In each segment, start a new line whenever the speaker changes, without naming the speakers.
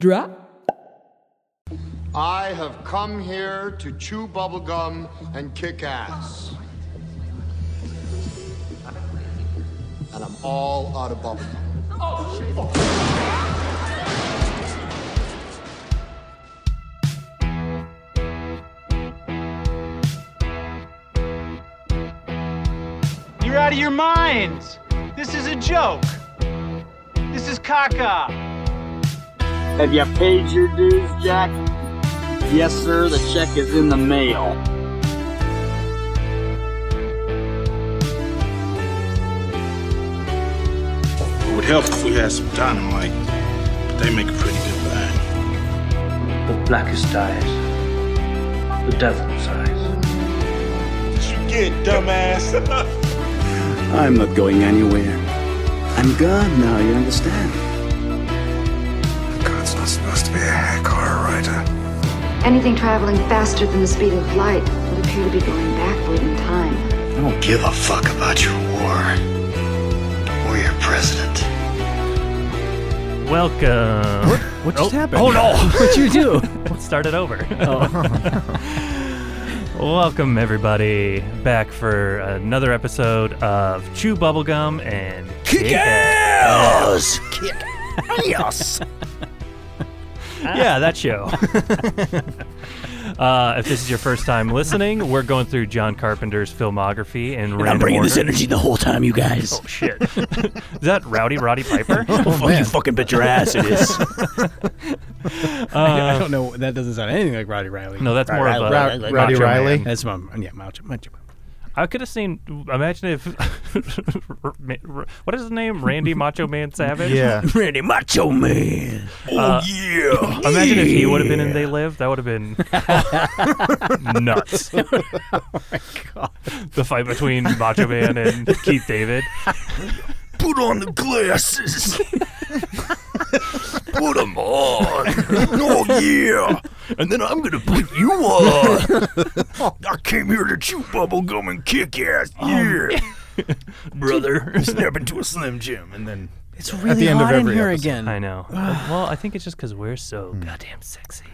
Drop.
I have come here to chew bubblegum and kick ass. And I'm all out of bubblegum.
You're out of your minds. This is a joke. This is caca.
Have you paid your dues, Jack? Yes, sir. The check is in the mail.
It would help if we had some dynamite, but they make a pretty good bang.
The blackest eyes. The devil's eyes.
I'm not going anywhere. I'm gone now, you understand?
God's not supposed to be a hack horror writer.
Anything traveling faster than the speed of light would appear to be going backward in time.
I don't give a fuck about your war or your president.
Welcome.
What just happened?
Oh no!
What you do?
Start it over.
Oh.
Welcome everybody back for another episode of Chew Bubblegum and Kick
Yes! Kick ass!
yeah, that show. uh, if this is your first time listening, we're going through John Carpenter's filmography in random
I'm bringing this
order.
energy the whole time, you guys.
Oh shit! is that Rowdy Roddy Piper?
Oh, fuck you fucking bet your ass it is.
I don't know. That doesn't sound anything like Roddy Riley.
No, that's more of a
Rowdy-
Rowdy
Macho Man.
Riley?
that's my yeah, Macho, Macho.
I could have seen. Imagine if what is his name? Randy Macho Man Savage.
Yeah. Randy Macho Man. oh,
Uh,
yeah.
Imagine if he would have been in They Live. That would have been nuts. The fight between Macho Man and Keith David.
Put on the glasses. Put them on. Oh, yeah. And then I'm going to put you on. I came here to chew bubble gum and kick ass.
Oh.
Yeah. Brother. Snap into a Slim Jim. And then.
It's really At the end hot of in here again.
I know. well, I think it's just because we're so goddamn sexy.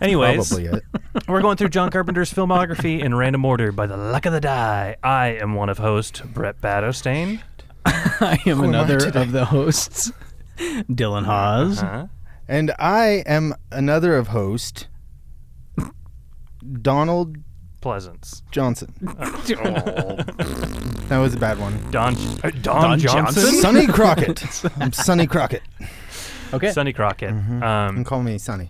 Anyways,
Hmm. Probably it.
we're going through John Carpenter's filmography in random order by the luck of the die. I am one of host Brett Battostain.
I am another of the hosts, Dylan Hawes.
Huh?
And I am another of host, Donald
Pleasance. Oh.
Johnson. that was a bad one.
Don, uh, Don, Johnson?
Sonny Crockett. I'm Sonny Crockett. Mm-hmm.
Okay.
Sonny Crockett.
And
Um,
call me Sonny.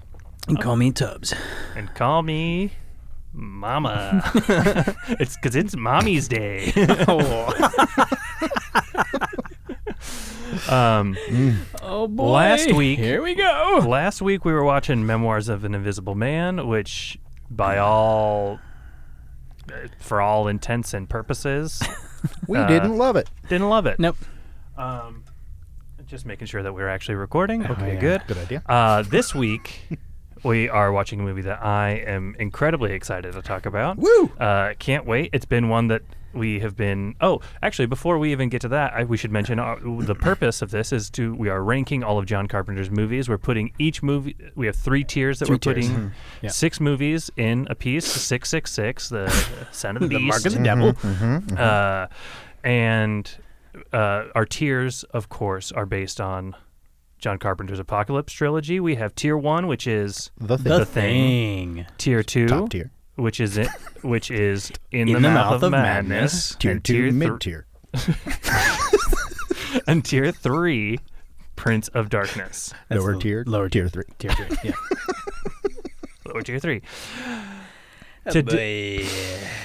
And call me Tubbs.
and call me Mama. it's because it's Mommy's Day.
Oh.
um,
Mm.
Oh boy.
Last week-
Here we go.
last week we were watching Memoirs of an Invisible Man, which, by all, for all intents and purposes,
We
Uh,
didn't love it.
didn't love it.
Nope.
Um, just making sure that we are actually recording.
Oh,
Okay,
yeah.
good.
Good idea.
Uh, this week, we are watching a movie that I am incredibly excited to talk about.
Woo!
Uh, can't wait. It's been one that we have been. Oh, actually, before we even get to that, I, we should mention uh, the purpose of this is to we are ranking all of John Carpenter's movies. We're putting each movie. We have three tiers that we we're
tiers,
putting
Yeah.
six movies in a piece. Six, six, six. The Son of the
The
Beast.
mark of the devil.
Mm-hmm.
Uh, and uh, our tiers, of course, are based on John Carpenter's Apocalypse trilogy. We have tier one, which is
The thing.
The,
The
thing.
tier two,
Top tier.
which is in, which is in, the, mouth, of madness,
Tier
and
two,
thr-
mid tier.
and tier three, Prince of Darkness,
That's
Lower
the
tier.
Lower
tier three.
Tier three. Yeah.
or tier three. Today,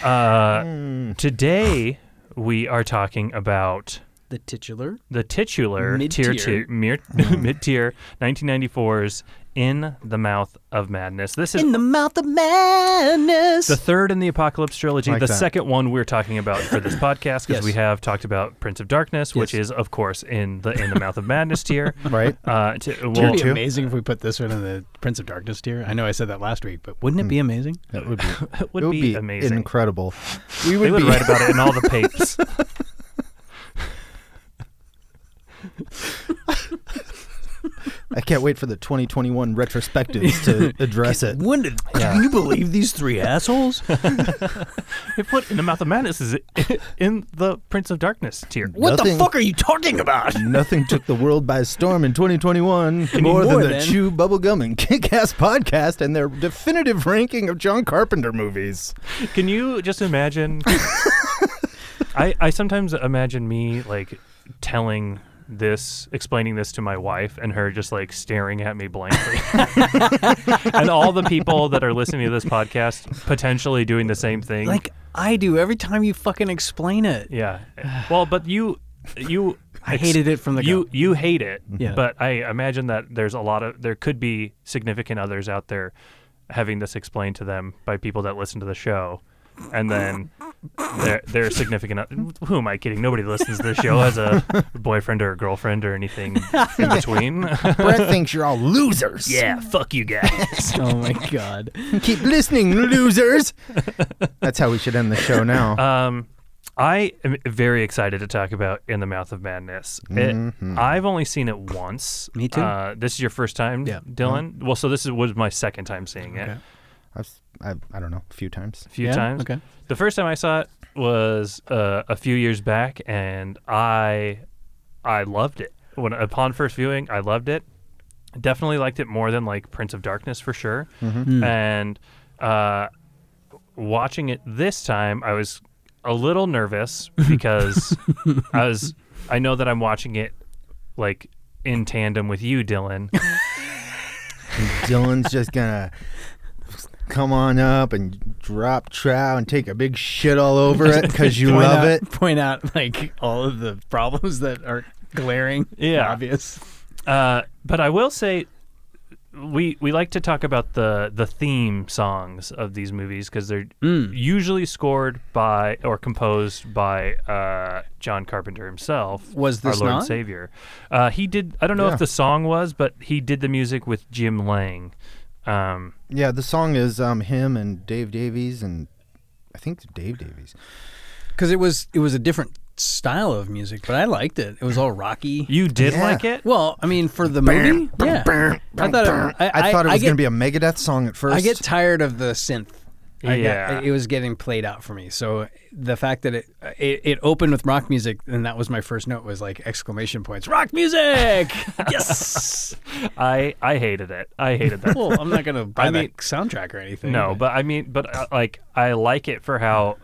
uh, today we are talking about
the titular.
the titular
Mid-tier.
tier two mere, mid-tier 1994's in the mouth of madness this is
In the mouth of madness.
the third in the apocalypse trilogy
Like
the
that.
second one we're talking about for this podcast because
Yes.
we have talked about prince of darkness which
Yes.
is of course in the in the mouth of madness tier
Right?
uh t-
Wouldn't
well,
it be
two.
amazing if we put this one in the Prince of Darkness tier? I know I said that last week, but wouldn't it be amazing?
Hmm. That would be,
it would,
it would
be,
be
amazing
incredible.
we would, they would
be-
write about it in all the papers
I can't wait for the 2021 retrospectives to address it.
When did can you believe these three assholes?
It put in the mouth of madness is in the Prince of Darkness tier.
What
Nothing-
the fuck are you talking about?
Nothing took the world by storm in 2021 more,
more
than the
than-
Chew Bubblegum and Kick Ass podcast and their definitive ranking of John Carpenter movies.
Can you just imagine? I I sometimes imagine me like telling this, explaining this to my wife, and her just like staring at me blankly, and all the people that are listening to this podcast potentially doing the same thing.
Like I do every time you fucking explain it.
yeah. Well, but you you.
I hated it from the Mm-hmm.
you you hate it,
Yeah.
but I imagine that there's a lot of there could be significant others out there having this explained to them by people that listen to the show, and then their their significant oth- who am I kidding? Nobody listens to the show as a boyfriend or a girlfriend or anything in between.
Brett thinks you're all losers.
yeah, fuck you guys.
Oh my god.
Keep listening, losers. That's how we should end the show now.
Uh,
Um, I am very excited to talk about In the Mouth of Madness. It- I've only seen it once.
Mm-hmm. Me too.
Uh, this is your first time,
Yeah.
Dylan. Well, so this is, was my second time seeing it.
I've, I, I don't know, a few times.
few
Yeah?
times.
Okay.
The first time I saw it was uh, a few years back, and I I loved it. When upon first viewing, I loved it. Definitely liked it more than like Prince of Darkness for sure.
Mm-hmm.
And uh, watching it this time, I was a little nervous because I was I know that I'm watching it like in tandem with you, Dylan.
Dylan's just gonna come on up and drop trow and take a big shit all over it because you
Point
love
out-
it.
Point out like all of the problems that are glaring. and
Yeah.
Obvious.
Uh, but I will say, we we like to talk about the the theme songs of these movies because they're
Mm.
usually scored by or composed by uh, John Carpenter himself.
Was
our
this
Lord and
not?
Savior? Uh, he did. I don't know
Yeah.
if the song was, but he did the music with Jim Lang. Um,
Yeah, the song is um, him and Dave Davies and I think it's Dave Davies.
Because it was it was a different style of music, but I liked it. It was all rocky.
you did
Yeah.
like it?
well, I mean, for the movie, yeah. I thought it, I,
I, thought it was
get-
going to be a Megadeth song at first.
I get tired of the synth. I
Yeah.
got, it was getting played out for me. So the fact that it, it it opened with rock music, and that was my first note was like exclamation points, rock music. yes.
I I hated it. I hated that.
Well, I'm not gonna buy
I
that
mean-
soundtrack or anything.
no, but I mean, but uh, like I like it for how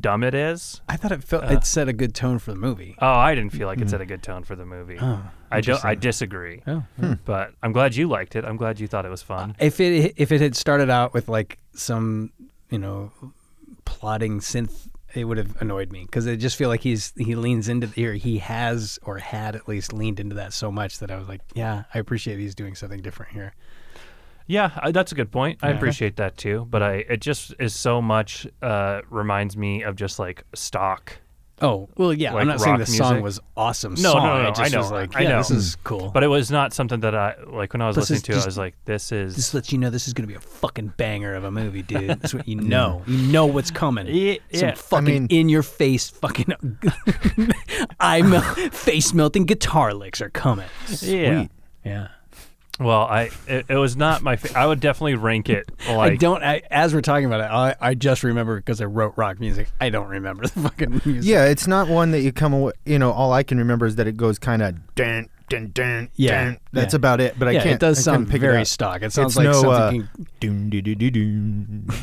dumb it is.
I thought it felt it set a good tone for the movie.
Oh, I didn't feel like
Mm-hmm.
it set a good tone for the movie. I do, I disagree.
Oh, hmm.
But I'm glad you liked it. I'm glad you thought it was fun.
If it if it had started out with like some you know plotting synth, it would have annoyed me because I just feel like he's he leans into the, or he has or had at least leaned into that so much that I was like, yeah, I appreciate he's doing something different here.
Yeah, I, that's a good point. I appreciate that too. But I it just is so much uh, reminds me of just like stock.
Oh well, yeah.
Like
I'm not saying the
rock
song
music?
was awesome.
No,
song.
no, no,
I, just
I know,
Was like,
I
yeah,
know.
This is cool.
But it was not something that I like when I was
This
listening
is
to it. I
just-
was like, this is
just let you know, this is gonna be a fucking banger of a movie, dude. That's what you know. You know what's coming.
Yeah,
Some
yeah.
fucking
mean-
in-your-face, fucking eye mel- face-melting guitar licks are coming.
yeah.
Yeah.
Well, I it, it was not my. Fa- I would definitely rank it like.
I don't. I, as we're talking about it, I, I just remember because I wrote rock music. I don't remember the fucking music.
yeah, it's not one that you come away. You know, all I can remember is that it goes kind of dun dun dun.
Yeah,
dun. that's
yeah.
about it. But I
Yeah,
can't.
it does
I couldn't
sound
pick
very
it up.
stock. It sounds like
It's no,
something.
uh,
you-
Doom doo doo doo doom.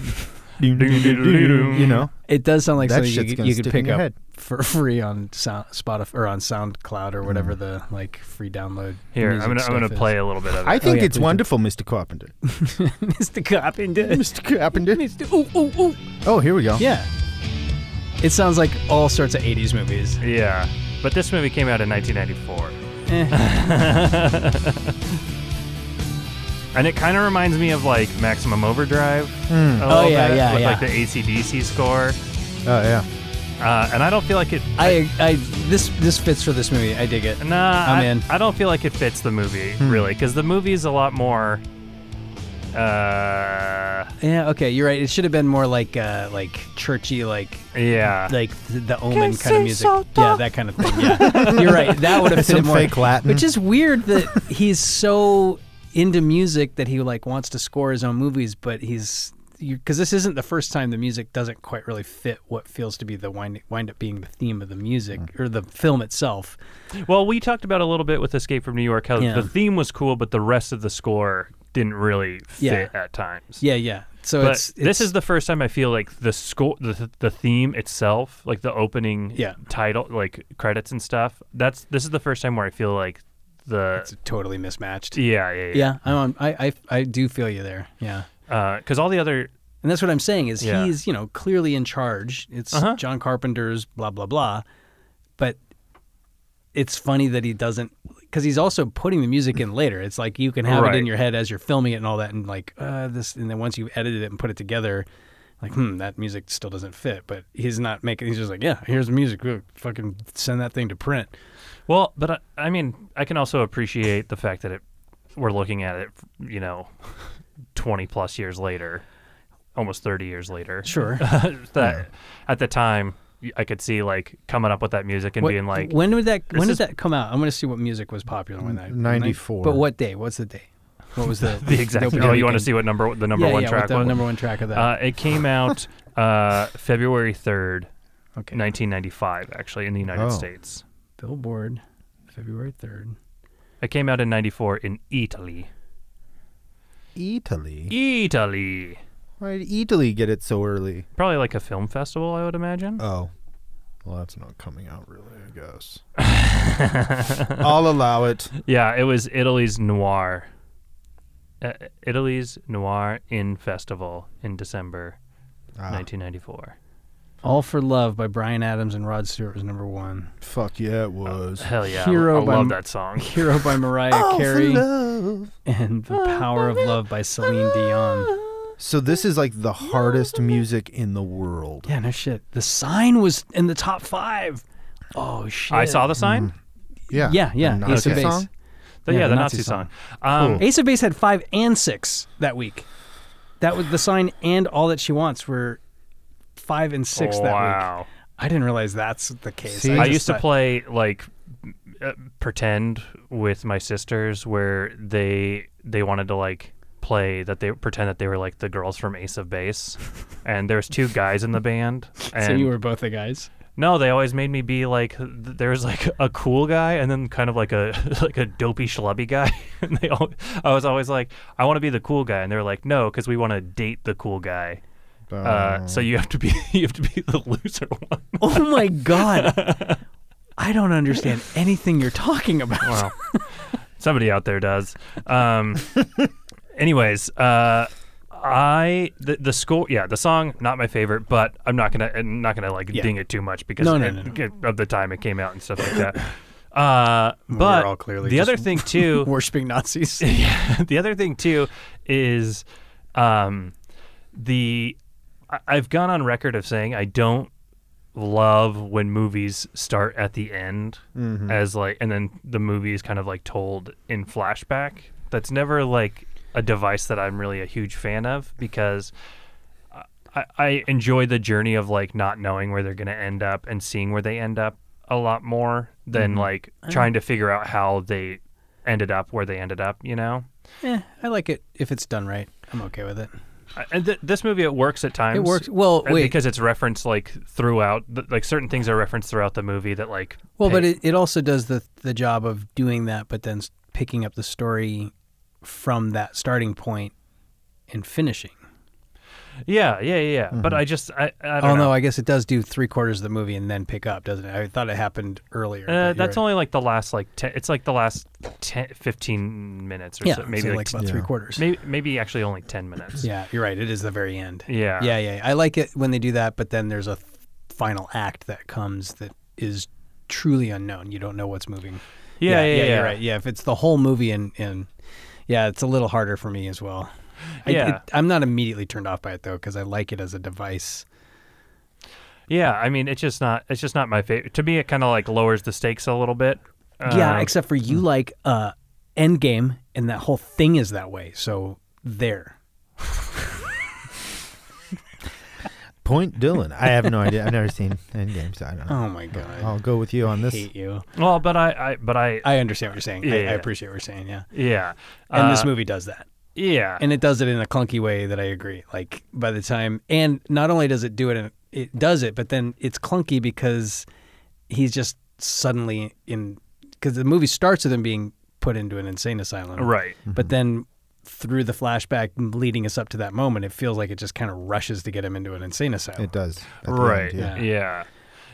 Doom doo doo doo doo. You know,
It does sound like
That
something
shit's
you, could-
gonna
you could
stick in
pick
your
up
head.
for free on sound, Spotify or on SoundCloud or
Mm.
whatever the like free download.
here, I'm
music
gonna I'm
stuff
gonna
is.
play a little bit of it.
I
Oh,
think
yeah,
it's
please do.
wonderful, Mr. Carpenter.
Mr. Carpenter.
Mr. Carpenter.
Ooh, ooh, ooh.
Oh, here we go.
Yeah. It sounds like all sorts of 80s movies.
yeah, but this movie came out in 1994.
Eh.
And it kind of reminds me of like Maximum Overdrive. a
Oh,
little
yeah,
bit,
yeah,
with
yeah.
like the ACDC score.
Oh yeah.
Uh, and I don't feel like it.
I, I, this, this fits for this movie. I dig it.
Nah, I'm I,
in. Hmm.
I don't feel like it fits the movie really, because the movie is a lot more Uh,
yeah, okay, you're right. It should have been more like uh, like churchy, like
Yeah.
like the, the Omen kind of
say
music.
so,
yeah, that kind of thing. Yeah, you're right. That would have
Some
fit more.
fake Latin.
which is weird that he's so into music that he like wants to score his own movies, but he's because this isn't the first time the music doesn't quite really fit what feels to be the wind wind up being the theme of the music or the film itself.
Well, we talked about a little bit with Escape from New York how
Yeah.
the theme was cool, but the rest of the score didn't really fit
Yeah.
at times.
Yeah, yeah. So
but
it's,
this
it's-
is the first time I feel like the score, the, the theme itself, like the opening
Yeah.
title, like credits and stuff. That's this is the first time where I feel like the it's
totally mismatched.
Yeah, yeah, yeah.
yeah. I'm on, I, I I do feel you there. Yeah.
because all the other
And that's what I'm saying is
Yeah.
he's, you know, clearly in charge. It's
Uh-huh.
John Carpenter's blah blah blah. But it's funny that he doesn't cuz he's also putting the music in later. It's like you can have it in
Right.
your head as you're filming it and all that and like uh this and then once you've edited it and put it together like hmm that music still doesn't fit, but he's not making he's just like, yeah, here's the music. Ooh, Fucking send that thing to print.
Well, but I, I mean, I can also appreciate the fact that it we're looking at it, you know, twenty plus years later, almost thirty years later.
Sure.
that at the time y- I could see like coming up with that music and
What-
being like,
when would that
this
when did
is
that come out? I'm going to see what music was popular when that
94.
But what day? What's the day? What was the
the exact?
the-
oh, you want to
weekend?
see what number the number
Yeah,
one
yeah, what
track?
the
was?
number one track of that.
Uh, it came out uh, February third,
okay.
nineteen ninety five, actually in the United
Oh.
States.
Billboard, February third.
It came out in ninety four in Italy.
Italy.
Italy.
Why did Italy get it so early?
Probably like a film festival, I would imagine.
Uh.
Oh. Well, that's not coming out really, I guess. I'll allow it.
Yeah, it was Italy's Noir. Uh, Italy's Noir in Festival in December
Ah.
1994.
All for Love by Brian Adams and Rod Stewart was number one.
Fuck yeah, it was.
Hell yeah. I-
Hero
I
by
love
M-
that song.
Hero by Mariah
All for
Carey
Love.
and The Power of Love by Celine Dion.
So this is like the hardest music in the world.
Yeah, no shit. The Sign was in the top five. Oh shit!
I saw the sign.
Yeah.
Yeah, yeah.
The
Ace
Nazi
of Base.
song?
Mm-hmm.
The- yeah, the Nazi, song. Um,
Ace of Base had five and six that week. That was the sign and all that she wants were five and six that
Wow.
week. I didn't realize that's the case.
I,
just
used to
thought-
play like m- uh, pretend with my sisters where they they wanted to like play that they pretend that they were like the girls from Ace of Base and there's two guys in the band and
So you were both the guys.
No, they always made me be like th- there was like a cool guy and then kind of like a like a dopey schlubby guy. and they all, I was always like I want to be the cool guy and they were like no cuz we want to date the cool guy. Uh, so you have to be you have to be the loser one.
Oh my god! I don't understand anything you're talking about.
Wow. Somebody out there does. Um, anyways, uh, I the, the score, yeah, the song, not my favorite, but I'm not gonna I'm not gonna like
Yeah.
ding it too much because
No, no,
it-
no,
of the time it came out and stuff like that. Uh, but
all clearly
the
just
other thing too,
Worshipping Nazis.
yeah, the other thing too is um, the I- I've gone on record of saying I don't love when movies start at the end
Mhm.
as like and then the movie is kind of like told in flashback that's never like a device that i'm really a huge fan of because I, I enjoy the journey of like not knowing where they're going to end up and seeing where they end up a lot more than
Mhm.
like trying to figure out how they ended up where they ended up, you know?
Eh, I like it if it's done right. I'm okay with it.
I- And th- this movie, it works at times.
works- well,
uh,
wait.
because it's referenced like throughout, th- like certain things are referenced throughout the movie that like.
Well, but
pay-
it, it also does the the job of doing that, but then s- picking up the story from that starting point and finishing.
yeah, yeah, yeah. yeah.
Mm-hmm.
But I just, I, I don't
Although
know.
Oh, I guess it does do three quarters of the movie and then pick up, doesn't it? I thought it happened earlier. but
uh,
you're
that's
right.
only like the last like ten, it's like the last 10, 15 minutes or
Yeah,
so, maybe
so,
like,
like,
t-
about three Yeah. quarters.
Maybe, maybe actually only ten minutes.
Yeah, you're right. It is the very end.
Yeah.
yeah, yeah. I like it when they do that, but then there's a th- final act that comes that is truly unknown. You don't know what's moving.
Yeah, yeah, yeah.
You're right. Yeah, if it's the whole movie and and yeah, it's a little harder for me as well. I,
Yeah.
it- I'm not immediately turned off by it though because I like it as a device.
Yeah, I mean, it's just not it's just not my favorite. To me, it kind of like lowers the stakes a little bit.
yeah,
Um,
except for you like uh, Endgame, and that whole thing is that way. So there,
Point Dylan. I have no idea. I've never seen Endgame, so I don't know.
Oh my God.
I'll go with you on this.
hate you.
Well, but I, I but I,
I understand what you're saying. I,
Yeah.
I appreciate what you're saying. Yeah.
Yeah.
And this
Uh,
movie does that.
Yeah.
And it does it in a clunky way that I agree. Like by the time, and not only does it do it, in, it does it, but then it's clunky because he's just suddenly in because the movie starts with him being put into an insane asylum,
Right.
But then through the flashback leading us up to that moment, it feels like it just kind of rushes to get him into an insane asylum. It
does,
right. yeah.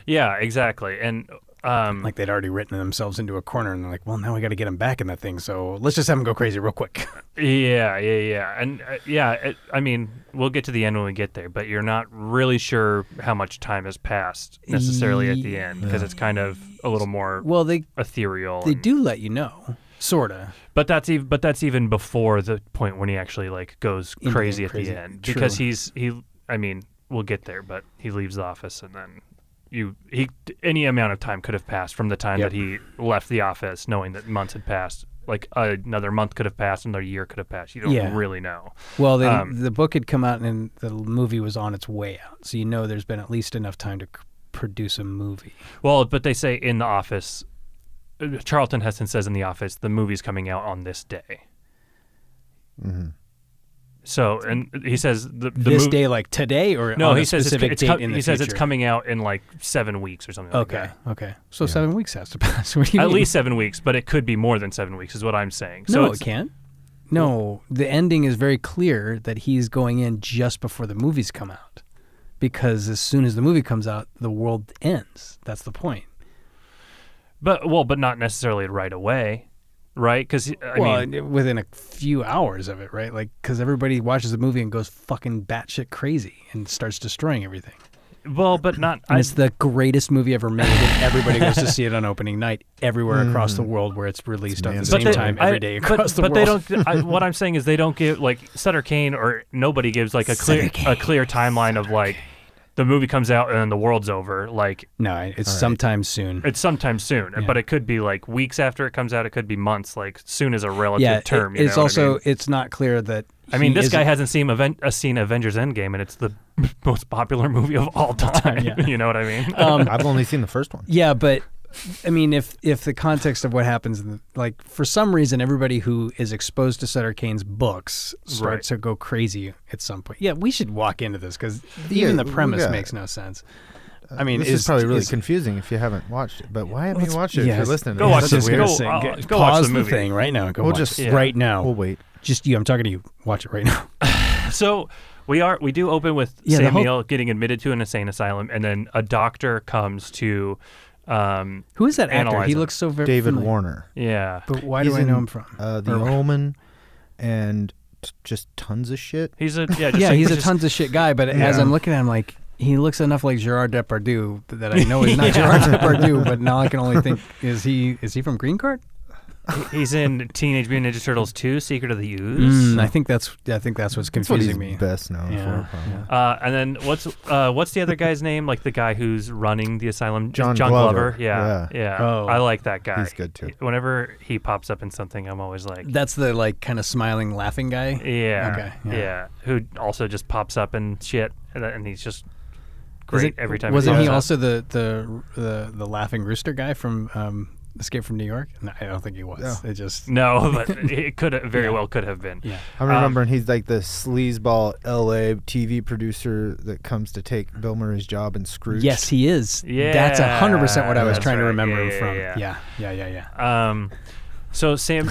yeah. Exactly. And um,
like they'd already written themselves into a corner, and they're like, "Well, now we got to get him back in that thing. So let's just have him go crazy real quick."
Yeah, yeah, yeah, and uh, yeah. It, I mean, we'll get to the end when we get there, but you're not really sure how much time has passed necessarily at the end because
Yeah.
it's kind of a little more
Well, they
ethereal.
they
and-
do let you know, sorta.
but that's even but that's even before the point when he actually like goes
Into
crazy at
crazy.
the end because
True.
he's he. I mean, we'll get there, but he leaves the office and then you he any amount of time could have passed from the time
Yep.
that he left the office, knowing that months had passed. Like another month could have passed, another year could have passed. You don't
Yeah.
really know.
Well, they,
Um,
the book had come out and the movie was on its way out, so you know there's been at least enough time to c- produce a movie.
Well, but they say in the office, uh, Charlton Heston says in the office, the movie's coming out on this day.
Mhm.
So, and he says the, the
Mm-hmm. this
mov-
day, like today, or
no,
on
he
a
says
specific
it's,
date
co-
in the
he says it's
future?
coming out in like seven weeks or something.
Okay,
like that.
okay. So seven weeks has to pass. What do you
At
mean?
least seven weeks, but it could be more than seven weeks, is what I'm saying. So
no,
it's-
it can't. No, the ending is very clear that he's going in just before the movies come out, because as soon as the movie comes out, the world ends. That's the point.
But well, but not necessarily right away, right? Because I
well,
mean,
and within a few hours of it, right? Like, because everybody watches the movie and goes fucking batshit crazy and starts destroying everything.
well, but not.
And
I,
it's the greatest movie ever made, and everybody goes to see it on opening night everywhere across the
Mhm.
world where it's released on the
But
same
they-
time
I-
every day
but-
across the
but
world.
they don't. I, what I'm saying is they don't give like Sutter Kane or nobody gives like a clear a clear timeline of like the movie comes out and then the world's over. Like
no, it's sometime soon.
It's sometime soon, but it could be like weeks after it comes out. It could be months. Like soon is a relative
yeah, it-
term. you
it's
know what
also
I mean,
it's not clear that.
I mean,
he
this guy
isn't-
hasn't seen Aven- uh, seen Avengers Endgame, and it's the most popular movie of all time.
yeah.
You know what I mean?
Um,
I've only seen the first one.
Yeah, but I mean, if if the context of what happens, in the, like for some reason, everybody who is exposed to Sutter Kane's books starts
Right.
to go crazy at some point. Yeah, we should walk into this because even
Yeah,
the premise
yeah.
makes no sense. I mean,
this
it's
is probably really
it's-
confusing if you haven't watched it. But why haven't
Let's-
you watched it?
yeah,
if you're
it's-
listening,
go
to
watch
this?
this.
That's weird.
Go- Go- uh, go watch
Pause
the movie. thing right now and go
we'll
watch
just
it. Yeah. Right now.
We'll Oh, wait.
Just you. I'm talking to you. Watch it right now.
So we are we do open with
Yeah, the
Samuel
whole-
getting admitted to an insane asylum, and then a doctor comes to. Um,
Who is that actor?
analyze
He
him.
looks so very
David
familiar.
Warner.
Yeah.
But why
He's
do I know
in,
him from?
Uh, the
Or-
Omen, and t- just tons of shit.
He's a
yeah, he's a tons of shit guy. But as
Yeah.
I'm looking at him, like he looks enough like Gerard Depardieu th- that I know he's not Gerard Depardieu. But now I can only think, is he is he from Green Card?
he- he's in Teenage Mutant Ninja Turtles 2: Secret of the Ooze.
Mm, I think that's I think that's what's
That's what
confusing
he's
me.
best known
Yeah,
for. probably.
Uh, and then what's uh, what's the other guy's name? Like the guy who's running the asylum,
John
Glover.
Glover.
Yeah, yeah.
Yeah. Oh.
I like that guy.
He's good, too.
Whenever he pops up in something, I'm always like,
That's the like kind of smiling, laughing guy.
yeah,
Okay.
yeah, Who also just pops up and shit, and, and he's just
Is
great
it-
every time.
Wasn't
he,
he
pops
also
up.
the the the the laughing rooster guy from um, Escape from New York? No, I don't think he was.
No.
It just
No, but it could very well could have been.
Yeah.
I'm remembering he's like the sleazeball LA TV producer that comes to take Bill Murray's job in Scrooge.
Yes, he is. That's a hundred percent what I was
that's
trying to
right.
remember
Yeah,
him
yeah,
from.
yeah,
yeah, yeah, yeah. yeah.
Um, so Sam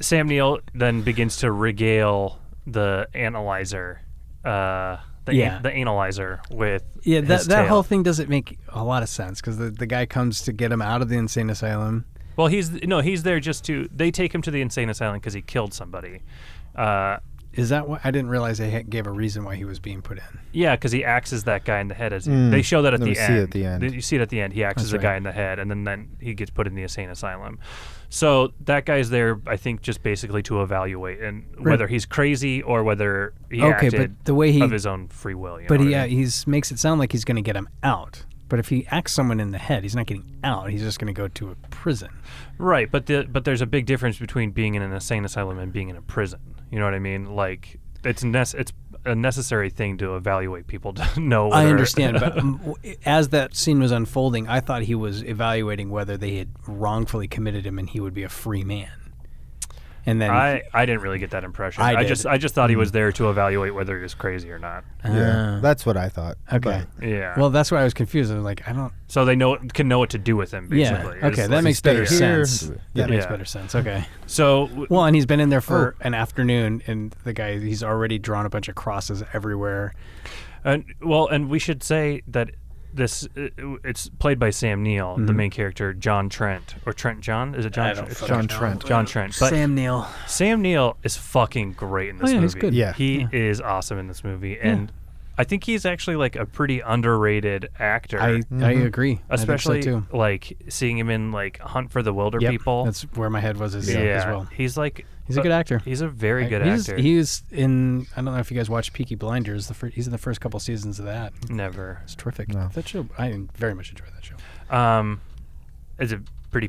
Sam Neill then begins to regale the analyzer, uh, the an-
Yeah.
the analyzer with
Yeah, that,
his
that
tale.
whole thing doesn't make a lot of sense because the, the guy comes to get him out of the insane asylum.
Well, he's no, he's there just to they take him to the insane asylum because he killed somebody. Uh,
Is that why? I didn't realize they had, gave a reason why he was being put in.
yeah, because he axes that guy in the head. As he,
Mm.
they show that at
Then
the
we see
end.
it at the end.
Th- You see it at the end. He axes
That's
the guy
right.
in the head, and then then he gets put in the insane asylum. So that guy's there, I think, just basically to evaluate and
Right.
whether he's crazy or whether he
okay,
acted
but the way he
of his own free will. You
but
know
he
what I
yeah,
mean?
he's makes it sound like he's going to get him out. But if he acts someone in the head, he's not getting out. He's just going to go to a prison.
Right, but the, but there's a big difference between being in an insane asylum and being in a prison. You know what I mean? Like it's nece- it's a necessary thing to evaluate people to know.
I
whether-
understand, but um, w- as that scene was unfolding, I thought he was evaluating whether they had wrongfully committed him and he would be a free man. And then
I, I didn't really get that impression.
I
I,
did.
just I just thought he
Mm.
was there to evaluate whether he was crazy or not.
Yeah,
Ah.
that's what I thought.
Okay.
But- Yeah.
Well, that's why I was confused. I was like, I don't.
So they know can know what to do with him.
Yeah.
Basically,
Okay, that makes better sense. That makes
Yeah.
better sense. Okay.
So
well, and he's been in there for
Oh.
an afternoon, and the guy he's already drawn a bunch of crosses everywhere.
And well, and we should say that this uh, it's played by Sam Neill, the
Mhm.
main character John Trent or Trent John. Is it John?
I don't
Trent? It's
fucking John know. Trent.
John Trent. But
Sam Neill.
Sam Neill is fucking great in
Oh,
this
yeah,
movie.
he's good. Yeah.
he is awesome in this movie, and. I think he's actually like a pretty underrated actor.
I- I Mhm. agree. I think so,
Mm-hmm. Especially
too.
like seeing him in like Hunt for the Wilder
Yep,
People.
that's where my head was as-
yeah.
as well.
He's like
He's a
uh,
good actor.
He's a very
I-
good
he's-
actor.
He's in. I don't know if you guys watch Peaky Blinders. The fir- he's in the first couple seasons of that.
Never.
It's terrific. That show. I very much enjoy that show.
Um, is it pretty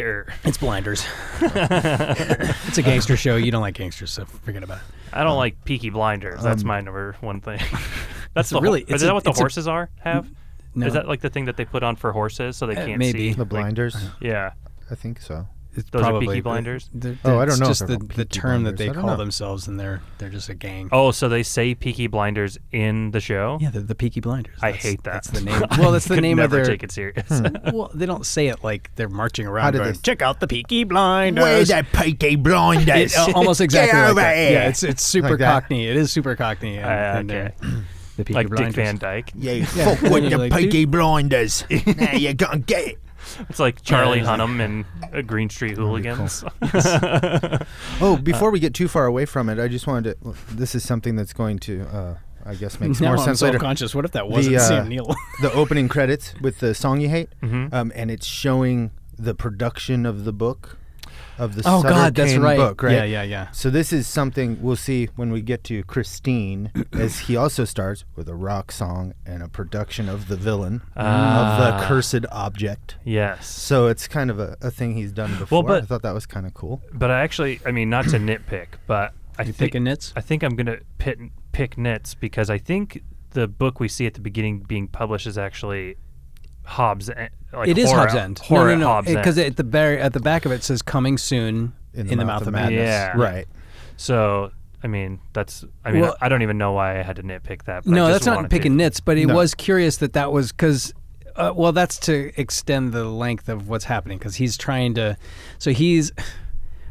or
It's Blinders. it's a gangster show. You don't like gangsters, so forget about it.
I don't like Peaky Blinders. That's
um,
my number one thing. That's
it's
the
really-
really.
it's
is
a-
that what the
it's a-
horses are have?
no.
Is that like the thing that they put on for horses so they
Uh,
can't
maybe.
see
The
like-
blinders?
yeah.
I think so.
It's
Those are Peaky
probably-
Blinders?
the-
Oh, I
it's
don't know if
Just
they're
the,
called
the
Peaky
term that
Blinders.
they
I don't
call
know.
themselves, and they're they're just a gang.
Oh, so they say Peaky Blinders in the show?
Yeah, they're the Peaky Blinders.
I
That's-
hate that.
That's the name.
I
Well, that's the
could
name
never
of their. Hmm,
take it serious.
well, they don't say it like they're marching around.
How did
going,
they-
Check out the Peaky Blinders.
Peaky Blinders?
It- al- almost exactly
Get
like
over
that.
here.
Yeah, it's it's super
Like that.
cockney. It is super cockney. And,
Uh,
and
okay.
they're- the Peaky
like
Blinders.
Dick Van Dyke.
Yeah,
fuck with your Peaky
Blinders. now you're gonna get it.
It's like Charlie
Yeah.
Hunnam and uh, Green Street Hooligans.
Uh,
Oh, before we get too far away from it, I just wanted to. This is something that's going to, uh, I guess, makes
Now
more
I'm
sense
so
later.
conscious. What if that wasn't Sam Neill? Mm-hmm.
the opening credits with the song you hate, um, and it's showing the production of the book, of the
Oh,
Sutter
God, that's
Kane
right.
book, right?
Yeah, yeah, yeah.
So this is something we'll see when we get to Christine, as he also starts with a rock song and a production of the villain of
Ah.
the cursed object.
Yes.
So it's kind of a, a thing he's done before.
but-
I thought that was kind of cool.
But I actually, I mean, not to nitpick, but I think
picking nits.
I think I'm gonna pit, pick nits because I think the book we see at the beginning being published is actually Hobbes. End- Like
it is
horror,
Hobbs End.
Horror
no, no,
Hobbes
no. Because
End.
at the bar- at the back of it says "Coming soon in the, mouth, of madness."
Yeah.
Right.
So I mean, that's. I mean,
Well-
I don't even know why I had to nitpick that. But I
No,
just
that's not
wanted
picking
to.
nits, but it
No.
was curious that that was because, uh, well, that's to extend the length of what's happening because he's trying to. So he's.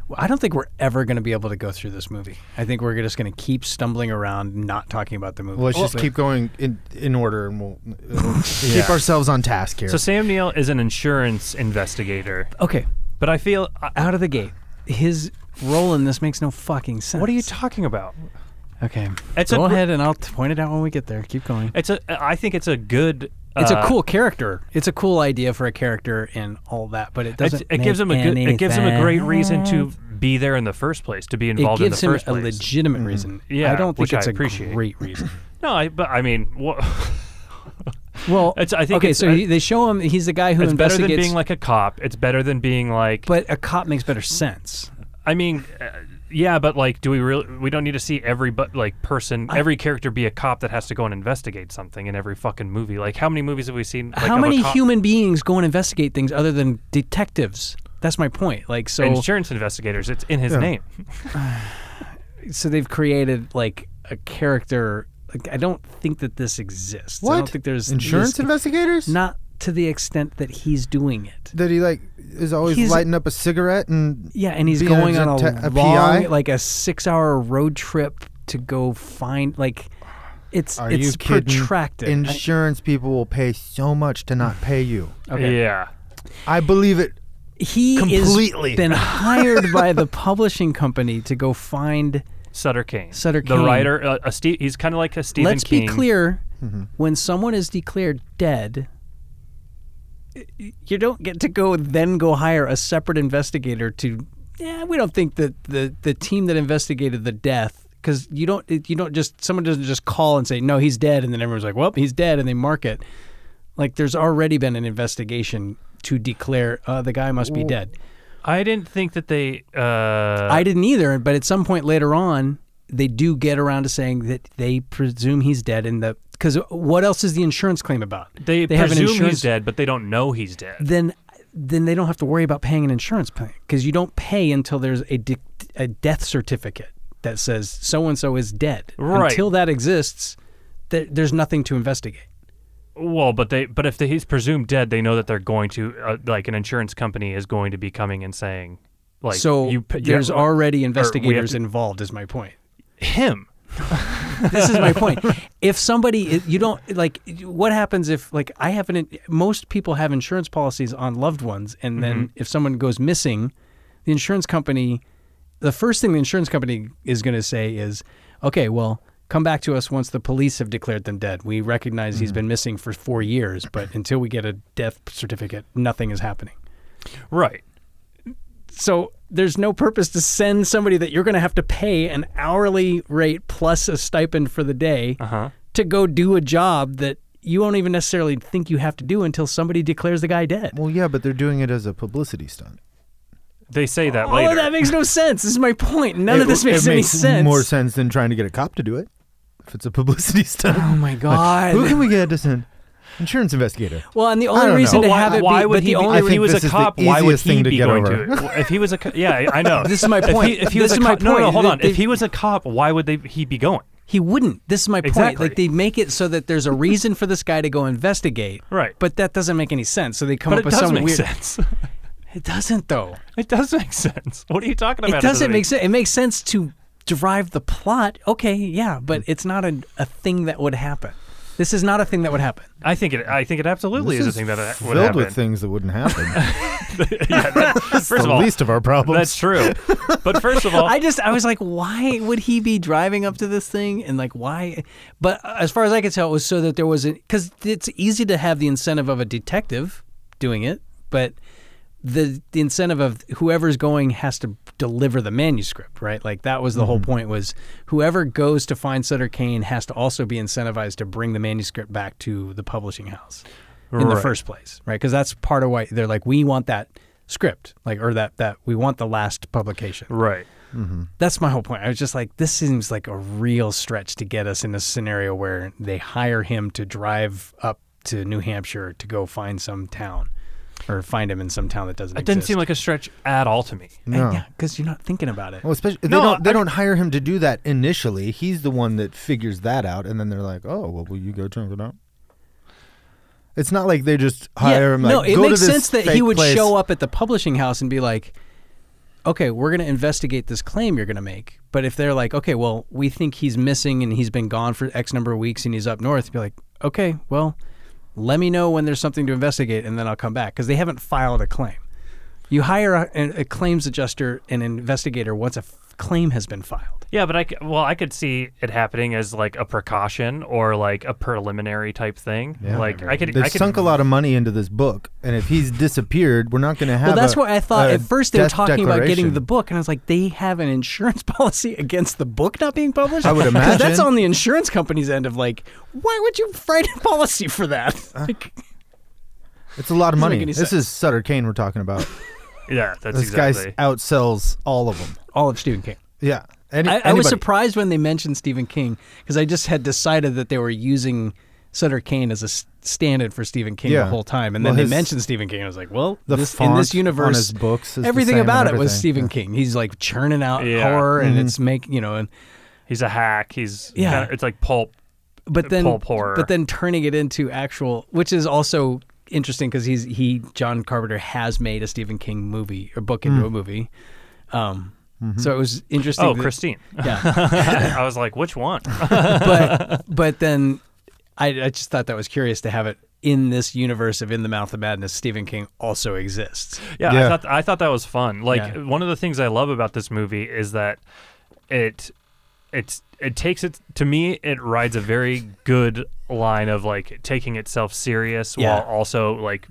Well, I don't think we're ever going to be able to go through this movie. I think we're just going to keep stumbling around, not talking about the movie.
Well, let's just
So-
keep going in in order, and we'll, uh, we'll keep
Yeah.
ourselves on task here.
So Sam Neill is an insurance investigator.
Okay,
but I feel
out of the gate. His role in this makes no fucking sense.
What are you talking about?
Okay,
It's a
go
gr-
ahead and I'll t- point it out when we get there. Keep going.
It's a. I think it's a good.
It's a
uh,
cool character. It's a cool idea for a character and all that, but it doesn't.
It's- it gives
make
him a good, it gives him a
anything.
great reason to be there in the first place, to be involved
it gives
in the first
him
place.
a legitimate
Mm-hmm.
reason.
Yeah,
I don't think
which I
it's a
appreciate.
great reason.
No, I, but I mean, wha-
well,
it's, I think
okay,
it's,
so
uh,
he, they show him he's the guy who
it's better
investigates.
than being like a cop. It's better than being like.
But a cop makes better sense.
I mean, uh, yeah, but like, do we really? We don't need to see every but like person, every character be a cop that has to go and investigate something in every fucking movie. Like, how many movies have we seen? Like,
How
of a
many
cop-
human beings go and investigate things other than detectives? That's my point. Like so,
insurance investigators? It's in his
Yeah.
name.
so they've created like a character. Like I don't think that this exists. I don't
What?
think there's
Insurance
this-
investigators?
Not to the extent that he's doing it.
that he like is always
He's-
lighting up a cigarette and
Yeah, and he's
being
going on a,
detec-
long,
PI?
like a six-hour road trip to go find like it's
Are
it's
you kidding?
protracted.
Insurance people will pay so much to not pay you.
Okay.
Yeah.
I believe it.
He
completely
has been hired by the publishing company to go find.
Sutter Kane.
Sutter
the
Kane.
writer. Uh, a Steve, he's kind of like a Stephen
Let's
King.
be clear: when someone is declared dead, y- y- you don't get to go then go hire a separate investigator to. Yeah, we don't think that the the team that investigated the death because you don't it- you don't just someone doesn't just call and say no he's dead and then everyone's like well he's dead and they mark it. Like there's already been an investigation to declare uh, the guy must be dead.
I didn't think that they. Uh,
I didn't either, but at some point later on, they do get around to saying that they presume he's dead, and the because what else is the insurance claim about?
They,
have an
presume
insurance
he's dead, but they don't know he's dead.
then then they don't have to worry about paying an insurance claim because you don't pay until there's a, de- a death certificate that says so and so is dead.
Right.
Until that exists, there, there's nothing to investigate.
Well, but they but if he's presumed dead, they know that they're going to uh, like an insurance company is going to be coming and saying like
so
you, p- you
there's
have- or we
already
have
investigators
to-
involved. Is my point.
Him.
this is my point. If somebody, you don't like, what happens if like I have an? Most people have insurance policies on loved ones, and then
Mhm.
if someone goes missing, the insurance company, the first thing the insurance company is going to say is, okay, well. Come back to us once the police have declared them dead. We recognize he's been missing for four years, but until we get a death certificate, nothing is happening.
Right.
So there's no purpose to send somebody that you're going to have to pay an hourly rate plus a stipend for the day
Uh-huh.
to go do a job that you won't even necessarily think you have to do until somebody declares the guy dead.
Well, yeah, but they're doing it as a publicity stunt.
They say that
All of Oh, that makes no sense. This is my point. None of
It-
this makes
it
any
makes
sense.
More sense than trying to get a cop to do it. If it's a publicity stunt.
Oh my God.
Who can we get to send? Insurance investigator.
Well, and the
I
only
don't
reason
know.
to have it
why
be,
would
but
he?
the
be-
only
if he was a cop, why would he be going to it?
over.
Well, If he was a, co- yeah, I I know.
This is my
If he-
point.
If he
This
was a
is my
cop, no, no, no,
point.
hold
They-
on. If he was a cop, why would they? He be going?
He wouldn't. This is my point.
Exactly.
Like they make it so that there's a reason for this guy to go investigate.
Right.
But that doesn't make any sense. So they come
But
up
it
with
does
some
make
weird.
sense.
It doesn't though.
It does make sense. What are you talking about?
It doesn't make sense. It makes sense to derive the plot. Okay, yeah, but it's not a, a thing that would happen. This is not a thing that would happen.
I think it. I think it absolutely
This
is a thing that ha- would
filled
happen.
with things that wouldn't happen.
yeah, that, first
the
of all,
least of our problems.
That's true. But first of all,
I just I was like, why would he be driving up to this thing and like why? But uh, as far as I could tell, it was so that there was a because it's easy to have the incentive of a detective doing it, but the the incentive of whoever's going has to deliver the manuscript, right? Like that was the whole point was whoever goes to find Sutter Kane has to also be incentivized to bring the manuscript back to the publishing house in the
Right.
first place, right? Because that's part of why they're like, we want that script, like or that that we want the last publication.
right.
That's my whole point. I was just like, this seems like a real stretch to get us in a scenario where they hire him to drive up to New Hampshire to go find some town or find him in some town that doesn't
It
exist.
doesn't seem like a stretch at all to me.
No.
Yeah, because you're not thinking about it.
Well, especially they
No,
don't they
I-
don't hire him to do that initially. He's the one that figures that out, and then they're like, "Oh, well, will you go check it out?" It's not like they just hire him. Like,
no, it
"Go to
makes
this
sense that he
fake
would
place."
show up at the publishing house and be like, okay, we're going to investigate this claim you're going to make. But if they're like, okay, well, we think he's missing and he's been gone for X number of weeks and he's up north, be like, okay, well, let me know when there's something to investigate and then I'll come back because they haven't filed a claim. You hire a, a- a claims adjuster and investigator once a f- claim has been filed.
Yeah, but I c- well, I could see it happening as like a precaution or like a preliminary type thing.
Yeah.
like I could.
They've
I could,
sunk a lot of money into this book, and if he's disappeared, we're not going to have.
well, that's
a-
what I thought
a
at first. They were
death
talking about getting the
declaration.
book, and I was like, they have an insurance policy against the book not being published.
I would
'Cause that's
imagine.
on the insurance company's end of like, why would you write a policy for that?
Uh,
Like,
It's a lot
Doesn't
of money.
make any
This
sense.
is Sutter Kane we're talking about.
Yeah, that's
this
exactly.
guy outsells all of them.
all of Stephen King.
Yeah, Any,
I, I was
anybody.
surprised when they mentioned Stephen King because I just had decided that they were using Sutter Kane as a s- standard for Stephen King
Yeah.
the whole time, and
Well,
then
his-
they mentioned Stephen King. and I was like, well,
The
this, in
font
this
on
universe,
his books is the
everything
same and
about it was
everything. Mm-hmm.
Stephen King. He's like churning out
Yeah.
horror, and it's making you know, and
He's a hack. He's
Yeah.
kinda- it's like pulp.
but then
pulp horror.
but then turning it into actual which is also interesting because he's he john carpenter has made a stephen king movie or book into a movie um so it was interesting
Oh,
that-
Christine.
yeah
I was like, which one?
but but then I, I just thought that was curious to have it in this universe of in the mouth of madness stephen king also exists
yeah,
Yeah.
I thought I thought that was fun. Like
Yeah.
one of the things I love about this movie is that it it's it takes it to me it rides a very good line of like taking itself serious
Yeah.
while also like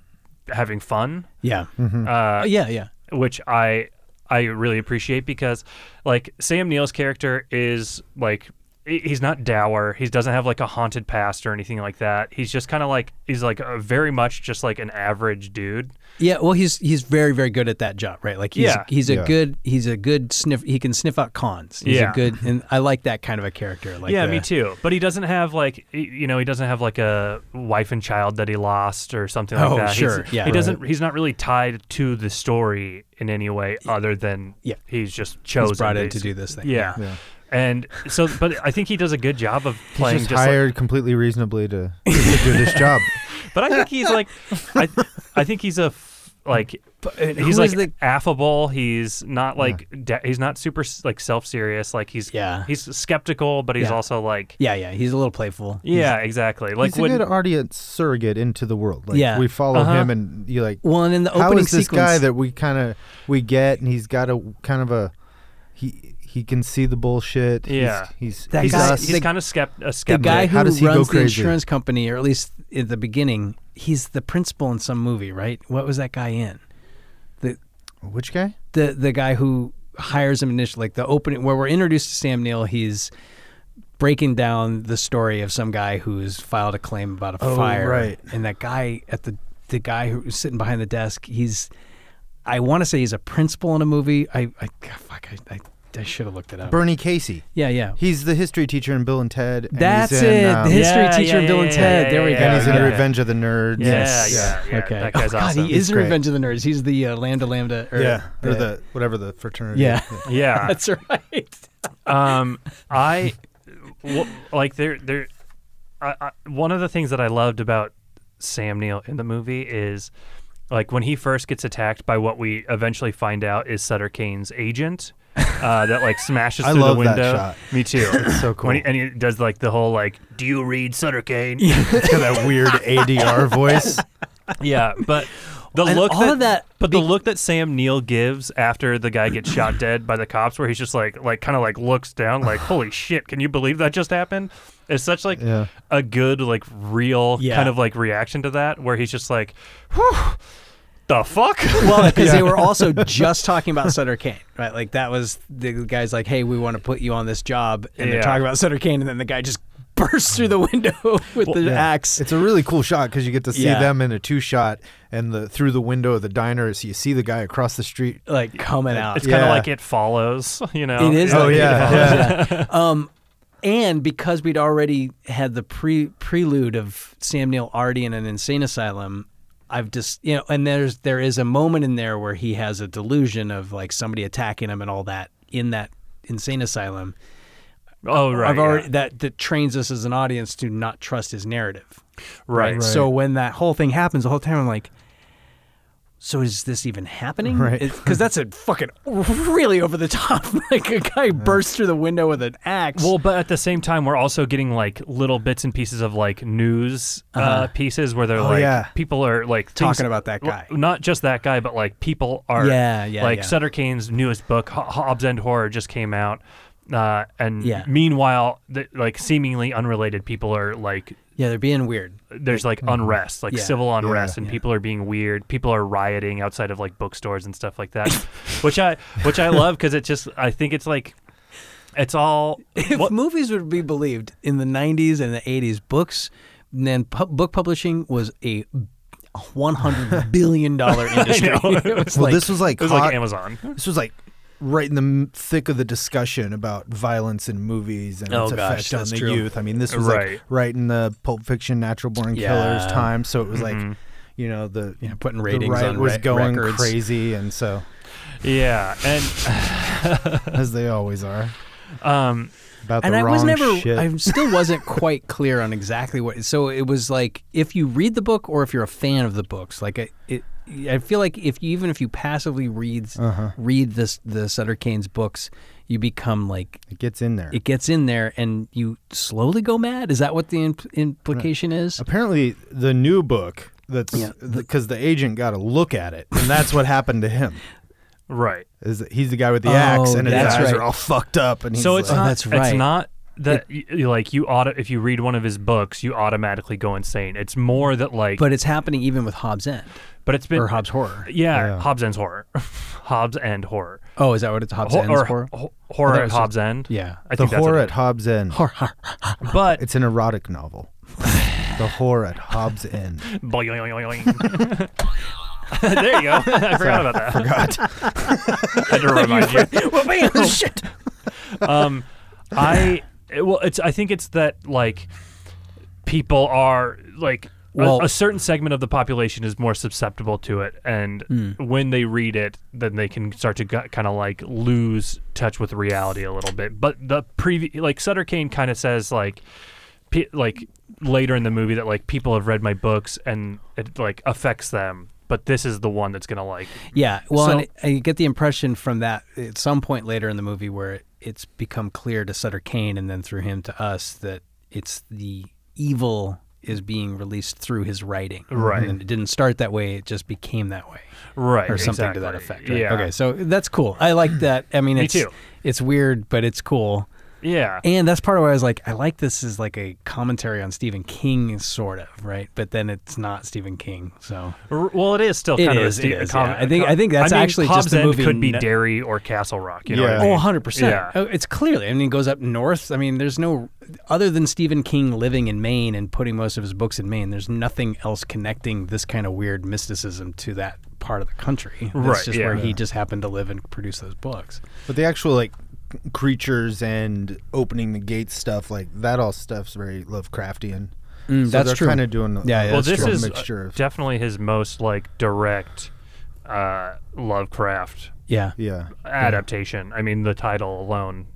having fun.
yeah
Uh,
Oh, yeah yeah
which I I really appreciate because like Sam Neill's character is like he- he's not dour. He doesn't have like a haunted past or anything like that. He's just kind of like he's like a, very much just like an average dude.
Yeah, well, he's he's very very good at that job, right? Like he's
Yeah.
he's a
Yeah.
good he's a good sniff. He can sniff out cons. He's
Yeah.
a good, and I like that kind of a character. Like
yeah,
the-
me too. But he doesn't have like y- you know he doesn't have like a wife and child that he lost or something like
Oh,
that.
sure.
He's,
Yeah.
he doesn't. He's not really tied to the story in any way other than
Yeah.
he's just chosen
brought in to
basi-
do this thing.
Yeah.
Yeah.
And so, but I think he does a good job of playing.
he's just,
just like-
hired completely reasonably to, to do this job.
But I think he's like, I, I think he's a f- like,
and
he's
uh, who
like
is
affable. He's not like, de- he's not super s- like self serious. Like he's yeah, he's skeptical, but he's
Yeah.
also like,
yeah, yeah, he's a little playful.
yeah, exactly. Like
he's
when
a good audience surrogate into the world. Like,
Yeah.
we follow
Uh-huh.
him, and you like.
Well, and in the
how
opening
is this guy
sequence-
that we kind of we get, and he's got a kind of a he he can see the bullshit. He's-
yeah,
he's
he's,
us.
he's kind of skept a
The
skeptic.
guy who
How does he go
runs the
crazy?
insurance company, or at least at the beginning, he's the principal in some movie, right? What was that guy in? The
which guy?
The the guy who hires him initially, like the opening where we're introduced to Sam Neill. He's breaking down the story of some guy who's filed a claim about a
Oh,
fire,
right.
And that guy at the the guy who's sitting behind the desk, he's I want to say he's a principal in a movie. I, I God, fuck, I, I, I should have looked it up.
Bernie Casey.
Yeah, yeah.
He's the history teacher in Bill and Ted. and
That's
he's in,
it, the
um,
history Yeah, teacher in yeah, Bill and yeah, Ted. yeah, There we yeah, go.
And he's in
yeah.
Revenge of the Nerds.
Yeah, Yes. yeah, yeah. Okay. That guy's Oh, God, he awesome. is
He's great.
Revenge of the Nerds. He's the uh, Lambda Lambda. Or
Yeah, or the whatever the fraternity.
Yeah.
Yeah.
That's right.
um, I w- like there there. I, I, one of the things that I loved about Sam Neill in the movie is like when he first gets attacked by what we eventually find out is Sutter Kane's agent. Uh, that like smashes
I
through
love
the
that
window.
shot.
Me too.
It's so cool.
When he, and he does like the whole like, "Do you read Sutter Kane?"
got that weird ADR voice.
Yeah, but the
And
look
all
that,
of that
but the look that Sam Neill gives after the guy gets shot dead by the cops, where he's just like, like kind of like looks down, like, "Holy shit, can you believe that just happened?" It's such like
Yeah.
a good, like real
Yeah.
kind of like reaction to that, where he's just like, "Whew, "The fuck."
Well, because they were also just talking about Sutter Kane, right? Like that was the guy's like, "Hey, we want to put you on this job," and
Yeah.
they're talking about Sutter Kane, and then the guy just bursts through the window with the
Yeah.
axe.
It's a really cool shot because you get to see
Yeah.
them in a two shot and the through the window of the diner, so you see the guy across the street
like coming out.
It's kind of
Yeah.
like it follows, you know.
It is.
Oh,
like
yeah,
Beautiful. um, and because we'd already had the pre prelude of Sam Neill already in an insane asylum, I've just you know, and there's there is a moment in there where he has a delusion of like somebody attacking him and all that in that insane asylum.
Oh right,
I've already
yeah.
that that trains us as an audience to not trust his narrative.
Right.
So when that whole thing happens, the whole time I'm like. So is this even happening?
Right.
Because that's a fucking really over the top. like a guy bursts through the window with an axe.
Well, but at the same time, we're also getting like little bits and pieces of like news uh
Uh-huh.
pieces where they're
Oh,
like
yeah.
people are like
Talking about that
well, not just that guy, but like people are.
Yeah, yeah,
Like
yeah.
Sutter Kane's newest book, Ho- Hobbs End Horror, just came out, uh, and
Yeah.
meanwhile, the, like seemingly unrelated people are like
Yeah, they're being weird.
there's like unrest, like
Mm-hmm. Yeah.
civil
Yeah.
unrest, and people are being weird. People are rioting outside of like bookstores and stuff like that, which I which I love because it just I think it's like it's all
If movies would be believed in the 90s and the 80s, books, then pu- book publishing was a 100 billion dollar industry. It was
well, this was like hot- This was like right in the m- thick of the discussion about violence in movies and
Oh,
its
gosh,
effect on
that's
the
true.
youth. I mean, this was
Right.
like right in the Pulp Fiction, Natural Born Killers
Yeah.
time. So it was
Mhm.
like, you know, the
Yeah, putting
the
ratings
right
on
was
re-
going
records.
crazy, and so
yeah, and
as they always are.
Um,
about the
and I
wrong
was never,
shit.
I still wasn't quite clear on exactly what. So it was like if you read the book or if you're a fan of the books, like it, it I feel like if you, even if you passively reads
Uh-huh.
read this the Sutter Kane's books, you become like
it gets in there.
It gets in there, and you slowly go mad. Is that what the imp- implication is?
Apparently, the new book that's
Yeah.
because the agent got a look at it, and that's what happened to him.
Right.
Is that he's the guy with the
Oh,
axe, and his
that's
eyes
right.
are all fucked up, and he's
so it's
like-
not. It's not that y y- like you auto if you read one of his books, you automatically go insane. It's more that like
But it's happening even with Hobbs End.
But it's been
or Hobbs Horror.
Yeah, Hobbs End's horror. Hobbs End horror.
Oh, is that what it's Hobbs
Hor-
End's
or
horror?
ho-
I
horror
thought it
at
was
Hobbs
just-
End.
Yeah.
I
the
think that's
horror
what
at Hobbs End.
But
it's an erotic novel. the horror at Hobbs End.
Boing, boing, boing, boing. there you go. I forgot about that.
Forgot.
Had to remind you.
Well, man, shit.
Oh. um, I it- well, it's I think it's that like people are like. a-
Well-
a, certain segment of the population is more susceptible to it, and
Hmm.
when they read it, then they can start to kind of like lose touch with reality a little bit. But the previ- like Sutter Kane kind of says like, pe- like later in the movie that like people have read my books and it like affects them, but this is the one that's gonna like
Yeah. Well,
So-
and I I get the impression from that at some point later in the movie where it, it's become clear to Sutter Kane and then through him to us that it's the evil is being released through his writing.
Right.
And it didn't start that way, it just became that way.
Right,
Or something to that
exactly.
effect. right?
Yeah.
Okay. So that's cool. I like that. I mean,
Me
it's
too.
it's weird, but it's cool.
Yeah.
And that's part of why I was like, I like this as like a commentary on Stephen King, sort of, right? But then it's not Stephen King. So
R- Well, it is still
It
kind
is, it
of a,
is, yeah. I think- I think that's
mean,
actually just
Hobbs
the
End
movie
could be
ne-
Derry or Castle Rock. You know
yeah.
what I mean?
Oh, 100%.
Yeah.
Oh, it's clearly. I mean, it goes up north. I mean, there's no, other than Stephen King living in Maine and putting most of his books in Maine, there's nothing else connecting this kind of weird mysticism to that part of the country. That's
Right,
just
yeah.
where he
Yeah.
just happened to live and produce those books.
But the actual like c- creatures and opening the gate stuff, like that all stuff's very Lovecraftian.
Mm,
so
that's
they're
true.
Kind of doing
Yeah, yeah,
well,
that's
this
true.
is uh,
Mixture of-
definitely his most like direct uh, Lovecraft.
Yeah.
uh,
Yeah.
Adaptation. I mean, the title alone.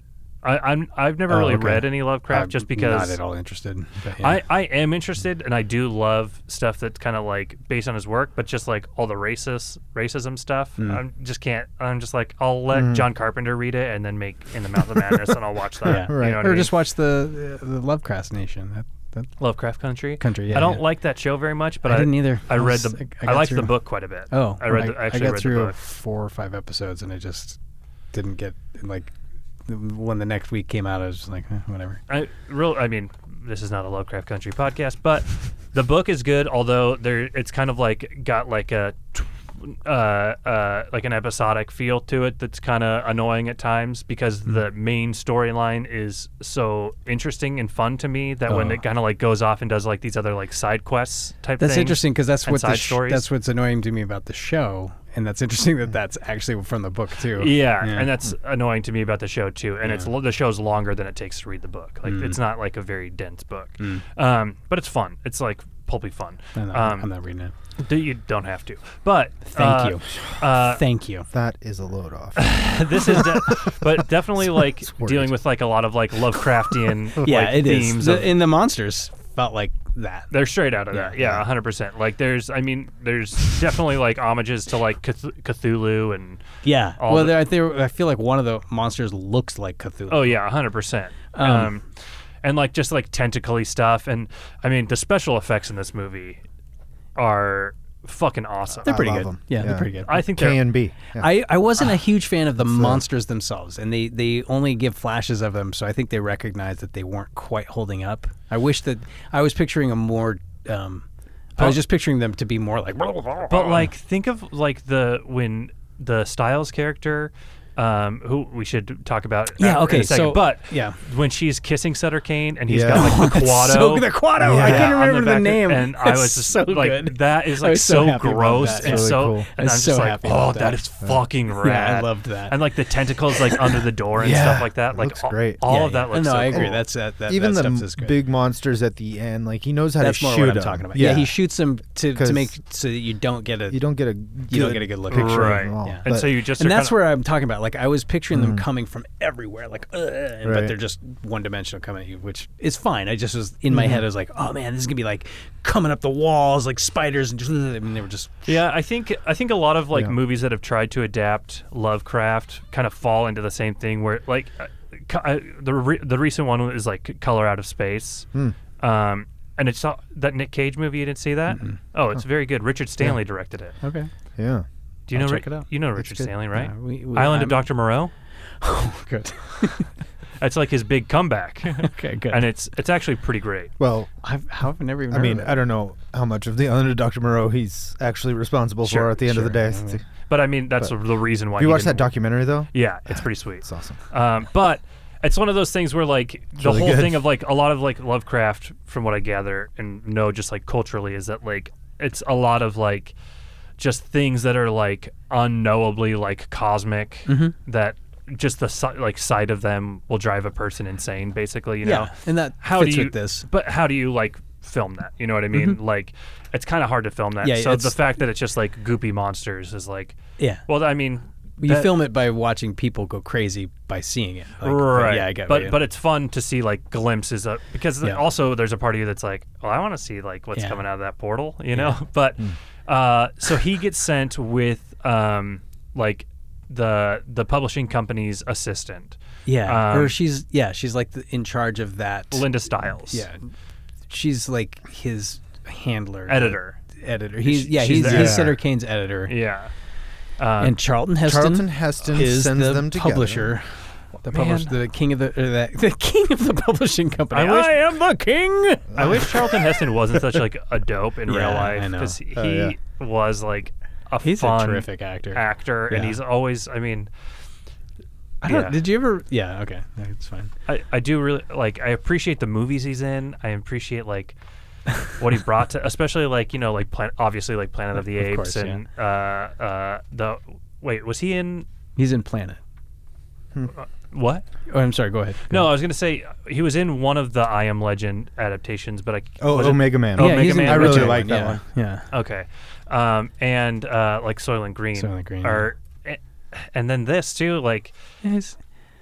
I, I'm I've never
Oh,
really
okay.
read any Lovecraft
I'm
just because
Not at all interested. but yeah.
I, I am interested and I do love stuff that's kind of like based on his work, but just like all the racist racism stuff,
Mm.
I just can't. I'm just like I'll let
Mm.
John Carpenter read it and then make In the Mouth of Madness and I'll watch
Yeah.
that. You know what
or
I mean?
just watch the, uh, the Lovecraft Nation. That, that,
Lovecraft Country.
Country, yeah,
I don't
yeah.
like that show very much, but I,
I didn't either.
I
I
read
was-
the
I- I
I,
got
liked the
through-
book quite a bit.
Oh,
I read. The, I actually
got
read
through
the book.
four or five episodes, and I just didn't get like when the next week came out. I was just like, eh, whatever.
I real. I mean, this is not a Lovecraft Country podcast, but the book is good. Although there, it's kind of like got like a. Tw- uh, uh, like an episodic feel to it that's kind of annoying at times because
Hmm.
the main storyline is so interesting and fun to me that when
Oh.
it kind of like goes off and does like these other like side quests type
That's
things
interesting because that's
and
what
side
the sh-
stories.
that's what's annoying to me about the show, and that's interesting that that's actually from the book too.
Yeah, and that's annoying to me about the show too. And it's
Yeah.
lo- the show's longer than it takes to read the book. Like
Mm.
it's not like a very dense book,
Mm.
um, but it's fun. It's like pulpy fun.
I'm not,
um,
I'm not reading it.
d- you don't have to, but
Thank
uh,
you.
Uh,
Thank you.
That is a load off.
this is, de- but definitely like
It's weird.
dealing with like a lot of like Lovecraftian
yeah,
like,
it is.
themes.
The-
of-
and the monsters felt like that.
They're straight out of
Yeah,
that. Yeah, hundred percent. Like there's, I mean, there's definitely like homages to like Cth- Cthulhu and
Yeah.
all
well,
the-
there, I, think, I feel like one of the monsters looks like Cthulhu.
Oh yeah, hundred percent.
Um,
Um, and like just like tentacly stuff, and I mean the special effects in this movie are fucking awesome.
They're pretty good. Yeah, they're pretty good.
I think they're
I, I wasn't a huge fan of the
That's it.
monsters themselves, and they, they only give flashes of them, so I think they recognized that they weren't quite holding up. I wish that I was picturing a more. Um, I was
Oh.
just picturing them to be more like.
But like, think of like the when the Styles character, um, who we should talk about.
Yeah,
after- in
okay,
a second,
so-
but
yeah.
when she's kissing Sutter Kane and he's
Yeah.
got like the
That's
Quado,
so- the Quado, I couldn't
on
remember the
back of-
name.
and I
That's
was just
so
like,
good.
that is
I
like
was so
so,
happy about
gross
that.
and
Really
so.
cool. I
And
was
I'm
so
just like,
happy
oh,
about
that
that.
is fucking
Yeah, I
rad.
loved that.
And like the tentacles like under the door and stuff
Yeah.
like that. Like all,
great.
all
Yeah,
of that
yeah.
looks.
No,
so
I agree.
cool.
That's- that- that-
Even
that
the
stuff's as good.
big monsters at the end, like he knows how
That's
to
more
shoot
what I'm
'em.
talking about. Yeah. he shoots them to,
Because-
to make so that you don't get a
You don't get a
you don't
good
get a good look
picture of Right. them all.
Yeah.
And so you just
and
are
that's
kinda-
where I'm talking about. Like I was picturing them
Mm.
coming from everywhere, like uh, and- but
Right.
they're just one dimensional coming at you, which is fine. I just was in my
Mhm.
head. I was like, oh man, this is gonna be like coming up the walls like spiders, and just, I mean they were just
Yeah, I think I think a lot of like
Yeah.
movies that have tried to adapt Lovecraft kind of fall into the same thing where like uh, co- uh, the re- the recent one is like Color Out of Space.
Hmm.
Um and it's not, that Nick Cage movie. You didn't see that? Oh, it's very good. Richard Stanley directed it.
okay.
Yeah.
Do you
I'll
know?
check
Ri-
it out.
You know
That's
Richard
good.
Stanley, right?
Yeah, we- we-
Island of
I'm-
Doctor Moreau.
Oh, good.
That's like his big comeback.
okay, good.
And it's it's actually pretty great.
Well,
I've, I've never even.
I
heard
mean,
of it.
I don't know how much of the under Dr. Moreau he's actually responsible for
Sure,
at the end of the
sure,
day.
I
since he-
But I mean, that's
But-
the reason why
Have you
he
watched that
didn't-
documentary though?
Yeah, it's pretty sweet. It's
awesome.
Um, but it's one of those things where like the
really
whole
good.
thing of like a lot of like Lovecraft, from what I gather and know, just like culturally, is that like it's a lot of like just things that are like unknowably like cosmic
Mhm.
that just the si- like sight of them will drive a person insane basically you
Yeah,
know
and that
how
fits
do you
with this. Mm-hmm.
but how do you like film that you know what i mean like it's kind of hard to film that
Yeah,
so the
it's-
fact that it's just like goopy monsters is like
Yeah.
well i mean
You
that-
film it by watching people go crazy by seeing it. Like,
right.
Yeah, I get
But
what you-
but it's fun to see like glimpses of because th-
Yeah.
also there's a part of you that's like, well, I want to see like what's
Yeah.
coming out of that portal, you know. But uh, so he gets sent with um, like the the publishing company's assistant.
yeah,
um,
or she's yeah, she's like the, in charge of that.
Linda Stiles.
Yeah, she's like his handler, the
Editor.
editor. He's yeah,
She's
he's,
the
he's
editor.
Sutter Kane's editor.
Yeah.
and Charlton Heston.
Charlton Heston
is
sends
the
them together.
publisher. The publisher,
Man.
the king of the, or the the king of the publishing company.
I wish-
am the king.
I wish Charlton Heston wasn't such like a dope in real
Yeah, I
life
know.
because he
Oh, yeah.
was like a
He's a
fun
terrific actor.
actor, and
Yeah.
he's always. I mean,
I don't,
Yeah.
Did you ever? Yeah. Okay. No, It's fine.
I, I do really like I appreciate the movies he's in. I appreciate like what he brought to especially like, you know, like plan- obviously like Planet of the
Of
Apes
course,
and uh uh the wait, was he in
He's in Planet.
what?
Oh, I'm sorry. Go ahead.
No, I was going to say uh, he was in one of the I Am Legend adaptations, but I
Oh,
was it-
Omega Man.
Oh,
Yeah,
Omega
he's in
Man.
I really
Legend.
like that
yeah,
one.
Yeah.
Okay. Um and uh like Soylent Green.
Soylent Green,
Or and then this too like
He's,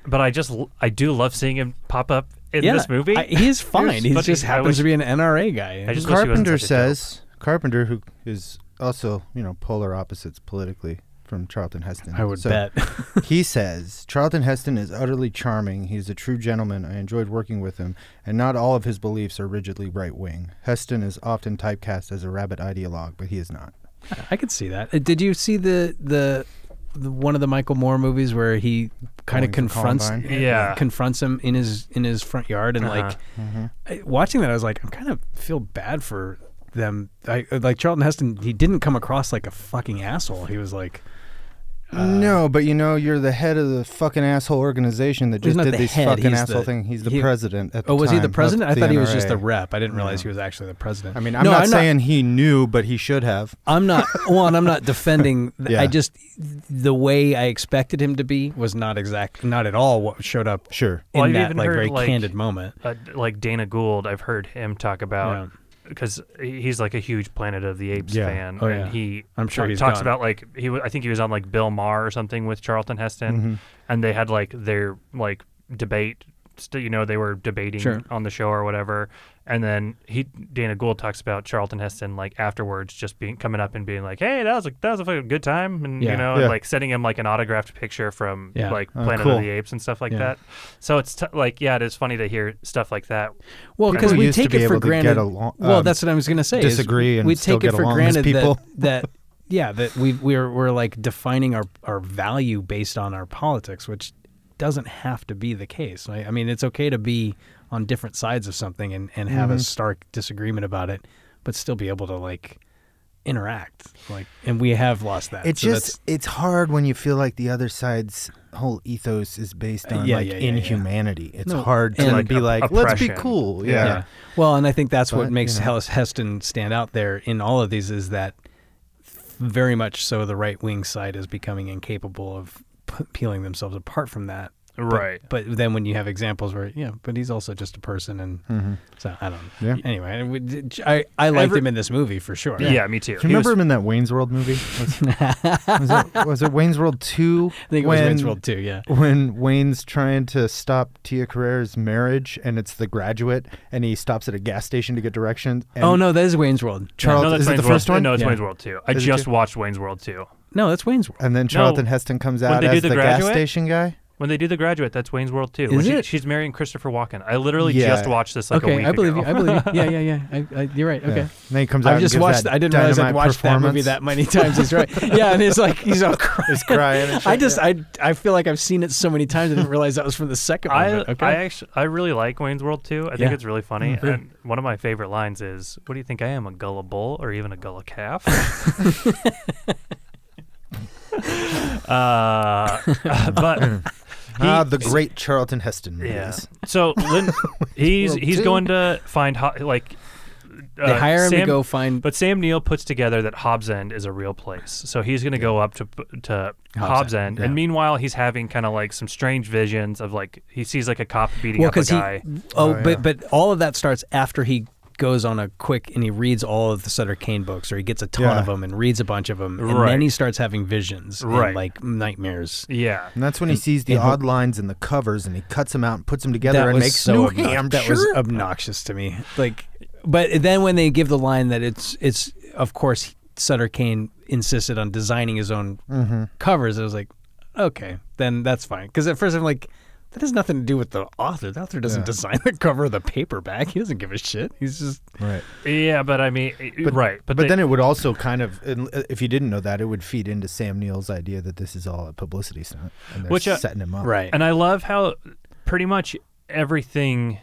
but I just l- I do love seeing him pop up in
yeah,
this movie.
I, he's fine. He
but
just
I
happens
wish-
to be an NRA guy.
I just wish he wasn't
Carpenter
such a dope.
says Carpenter, who is also you know polar opposites politically from Charlton Heston.
I would
So
bet.
he says Charlton Heston is utterly charming. He's a true gentleman. I enjoyed working with him, and not all of his beliefs are rigidly right wing. Heston is often typecast as a rabbit ideologue, but he is not.
I could see that. Uh, Did you see the the, the one of the Michael Moore movies where he kind
Calling
of
for
confronts
Columbine?
Yeah.
confronts him in his in his front yard and like
Uh-huh.
Mm-hmm.
I, watching that I was like I'm kind of feel bad for them. I uh, like Charlton Heston. He didn't come across like a fucking asshole. He was like
Uh, no, but you know you're the head of the fucking asshole organization that
He's
just
not
did
the
these
head,
fucking
he's
asshole
the-
thing. He's the
he-
president. At
Oh, was he
time
the
of
president? I
the
thought he was just
NRA.
the rep. I didn't realize he was actually the president.
I mean, I'm
No,
not saying he knew, but he should have.
I'm not. Well, and I'm not defending. th-
Yeah.
I just the way I expected him to be was not exact, not at all what showed up.
Sure.
in
Well, I've
that
even
like
heard,
very
like-
candid moment.
uh, like Dana Gould, I've heard him talk about because he's like a huge Planet of the Apes
Yeah.
fan,
Oh,
and
yeah.
he
I'm sure
ta-
he's
talks
gone.
about like he. wa- I think he was on like Bill Maher or something with Charlton Heston,
Mm-hmm.
and they had like their like debate. St- you know, they were debating
Sure.
on the show or whatever, and then he Dana Gould talks about Charlton Heston like afterwards, just being coming up and being like, "Hey, that was a that was a fucking good time," and
Yeah.
you know,
Yeah.
and like sending him like an autographed picture from
Yeah.
like
Oh,
Planet
cool.
of the Apes and stuff like
Yeah.
that. So it's t- like, yeah, it is funny to hear stuff like that.
Well, because
People
we
used to
take
be
it for
able to get
granted.
along-
well,
um,
that's what I was going to say. is
disagree and
we take
still
it
get
for
along as
granted
people.
That, that yeah, that we we're we're like defining our our value based on our politics, which doesn't have to be the case. right? I mean, it's okay to be on different sides of something and and have
Mm-hmm.
a stark disagreement about it, but still be able to like interact. Like, and we have lost that.
It's
So that's-
just it's hard when you feel like the other side's whole ethos is based on
yeah,
like
yeah, yeah, yeah.
inhumanity. It's
No,
hard to
and-
like, be
Like,
like, let's be
oppression.
cool. Yeah.
Yeah.
Yeah. Well, and I think that's
But,
what makes
you know.
Hellas Heston stand out there in all of these is that very much so the right wing side is becoming incapable of p- peeling themselves apart from that. But-
Right.
But, then when you have examples where, yeah, but he's also just a person. And so I don't know.
Yeah.
Anyway, I would- I, I liked
Mm-hmm. Every-
him in this movie for sure.
Yeah, me too.
Do you remember him in that Wayne's World movie? Was, was it, was it Wayne's World 2?
I think it was Wayne's World too. Yeah.
When Wayne's trying to stop Tia Carrera's marriage and it's the graduate and he stops at a gas station to get directions. And
oh, no, that is Wayne's World.
Charles,
no, that's
is it
Wayne's
the first
World.
one?
No, it's
Yeah.
Wayne's World 2. I
Is it
just
two?
watched Wayne's World 2.
No, that's Wayne's World.
And then Charlton Heston comes out
they do
as
The
the gas
Graduate?
station guy.
When they do The Graduate, that's Wayne's World too. When
Is
she-
it?
She's marrying Christopher Walken. I literally
Yeah.
just watched this like
okay,
a week
I believe
ago.
you. I believe you. Yeah, yeah, yeah. I, I, you're right.
Yeah.
Okay.
And then he comes out
I've
and
just
gives
watched.
that
I didn't realize I'd
dynamite
watched that movie
performance.
that many times. He's right. Yeah, and it's like he's all crying.
He's crying and
I
shit,
just I I feel like I've seen it so many times. I didn't realize that was from the second one.
I,
but okay.
I actually I really like Wayne's World too. I think
Yeah.
it's really funny.
Mhm.
And one of my favorite lines is, "What do you think I am, a gullah bull or even a gullah calf?" uh, but
ah,
he-
the great Charlton Heston movies.
Yeah. So Lin, he's
World
he's
two.
going to find Ho- like
They hire him to go
find. But Sam Neill puts together that Hobbs End is a real place, so he's going to go up to to Hobbs, End,
End, yeah.
and meanwhile he's having kind of like some strange visions of like he sees like a cop beating
well,
up a
because he.
guy.
Oh, but but all of that starts after he goes on a quick and he reads all of the Sutter Kane books, or he gets a ton
Yeah.
of them and reads a bunch of them, and
Right.
then he starts having visions, and,
Right.
like nightmares.
Yeah,
And that's when he
And-
sees the
and he'll-
odd lines in the covers and he cuts them out and puts them together
That
and
was
makes
so
New
obnox-
Hampshire.
That was obnoxious to me. Like, but then when they give the line that it's it's of course Sutter Kane insisted on designing his own
Mhm.
covers. I was like, okay, then that's fine. Because at first I'm like, that has nothing to do with the author. The author doesn't
Yeah.
design the cover of the paperback. He doesn't give a shit. He's just
right.
Yeah, but I mean, right.
But,
they-
then it would also kind of, uh, if you didn't know that, it would feed into Sam Neill's idea that this is all a publicity stunt. And they're
uh,
setting him up.
And I love how pretty much everything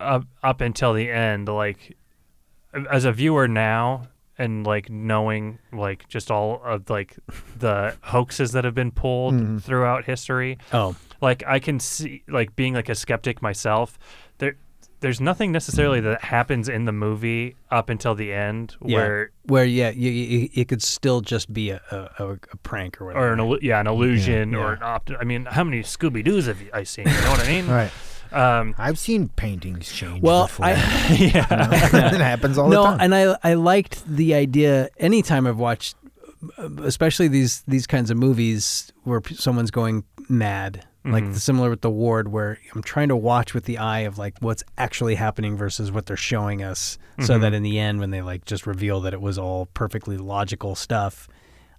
up up until the end, like as a viewer now and like knowing like just all of like the hoaxes that have been pulled
Mhm.
throughout history.
Oh.
Like I can see like being like a skeptic myself, there there's nothing necessarily that happens in the movie up until the end
yeah,
where
where yeah, you, you, it could still just be a, a, a, a prank or whatever.
or an illu- yeah, an illusion or
Yeah.
an opt. I mean, how many Scooby Doo's have I seen? You know what I mean?
Right.
Um,
I've seen paintings change.
Well,
before.
I,
You know? it happens all
no,
the time.
and I I liked the idea. Anytime I've watched, uh, especially these these kinds of movies where p- someone's going mad, like
Mhm.
similar with The Ward, where I'm trying to watch with the eye of like what's actually happening versus what they're showing us, so
Mhm.
that in the end, when they like just reveal that it was all perfectly logical stuff,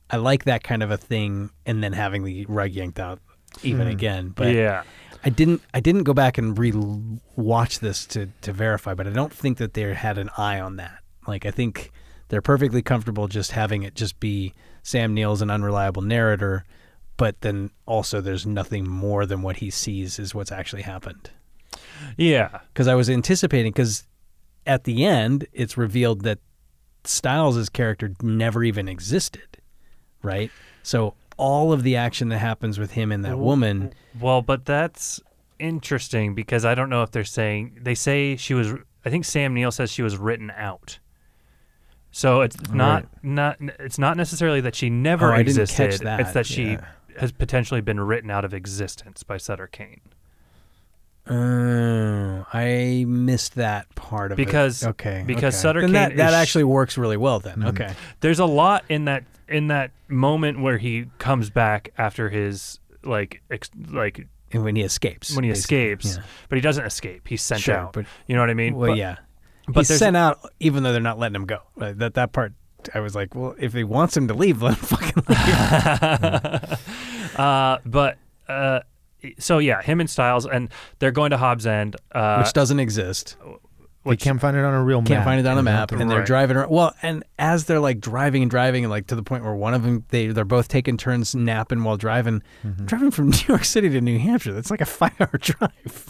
I like that kind of a thing, and then having the rug yanked out even
Mhm.
again. But
Yeah.
I didn't. I didn't go back and re-watch this to to verify, but I don't think that they had an eye on that. Like I think they're perfectly comfortable just having it just be Sam Neill's an unreliable narrator, but then also there's nothing more than what he sees is what's actually happened.
Yeah.
Because I was anticipating, because at the end it's revealed that Styles' character never even existed, right? So all of the action that happens with him and that
W-
woman.
Well, but that's interesting because I don't know if they're saying they say she was. I think Sam Neill says she was written out. So it's not not it's not necessarily that she never
Oh, I didn't
existed.
catch that,
It's that she
yeah.
has potentially been written out of existence by Sutter Kane
Oh, I missed that part of
because
it. okay,
because
okay.
Sutter
Then
Kane
that, that
is-
actually works really well. Then
Mhm.
okay,
There's a lot in that in that moment where he comes back after his like ex, like
and when he escapes,
when he
basically.
escapes,
Yeah.
but he doesn't escape. He's sent
Sure,
out.
but-
you know what I mean?
Well,
But-
yeah,
But
he's
there's-
sent out even though they're not letting him go. Uh, That that part, I was like, well, if he wants him to leave, let him fucking leave.
uh, but uh, so yeah, him and Styles, and they're going to Hobbs End, uh,
Which doesn't exist.
They can't find it on a real map.
Can't find it on a
You know,
map,
the-
and they're
Right.
driving around. Well, and as they're like driving and driving, and like to the point where one of them, they they're both taking turns napping while driving,
Mm-hmm.
driving from New York City to New Hampshire. That's like a five hour drive.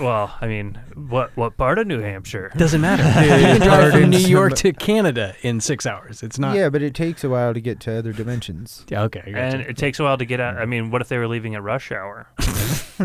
Well, I mean, what what part of New Hampshire?
Doesn't matter. you can drive from New York to Canada in six hours. It's not.
Yeah, but it takes a while to get to other dimensions.
Yeah, okay. I
and it takes a while to get out. I mean, what if they were leaving at rush hour?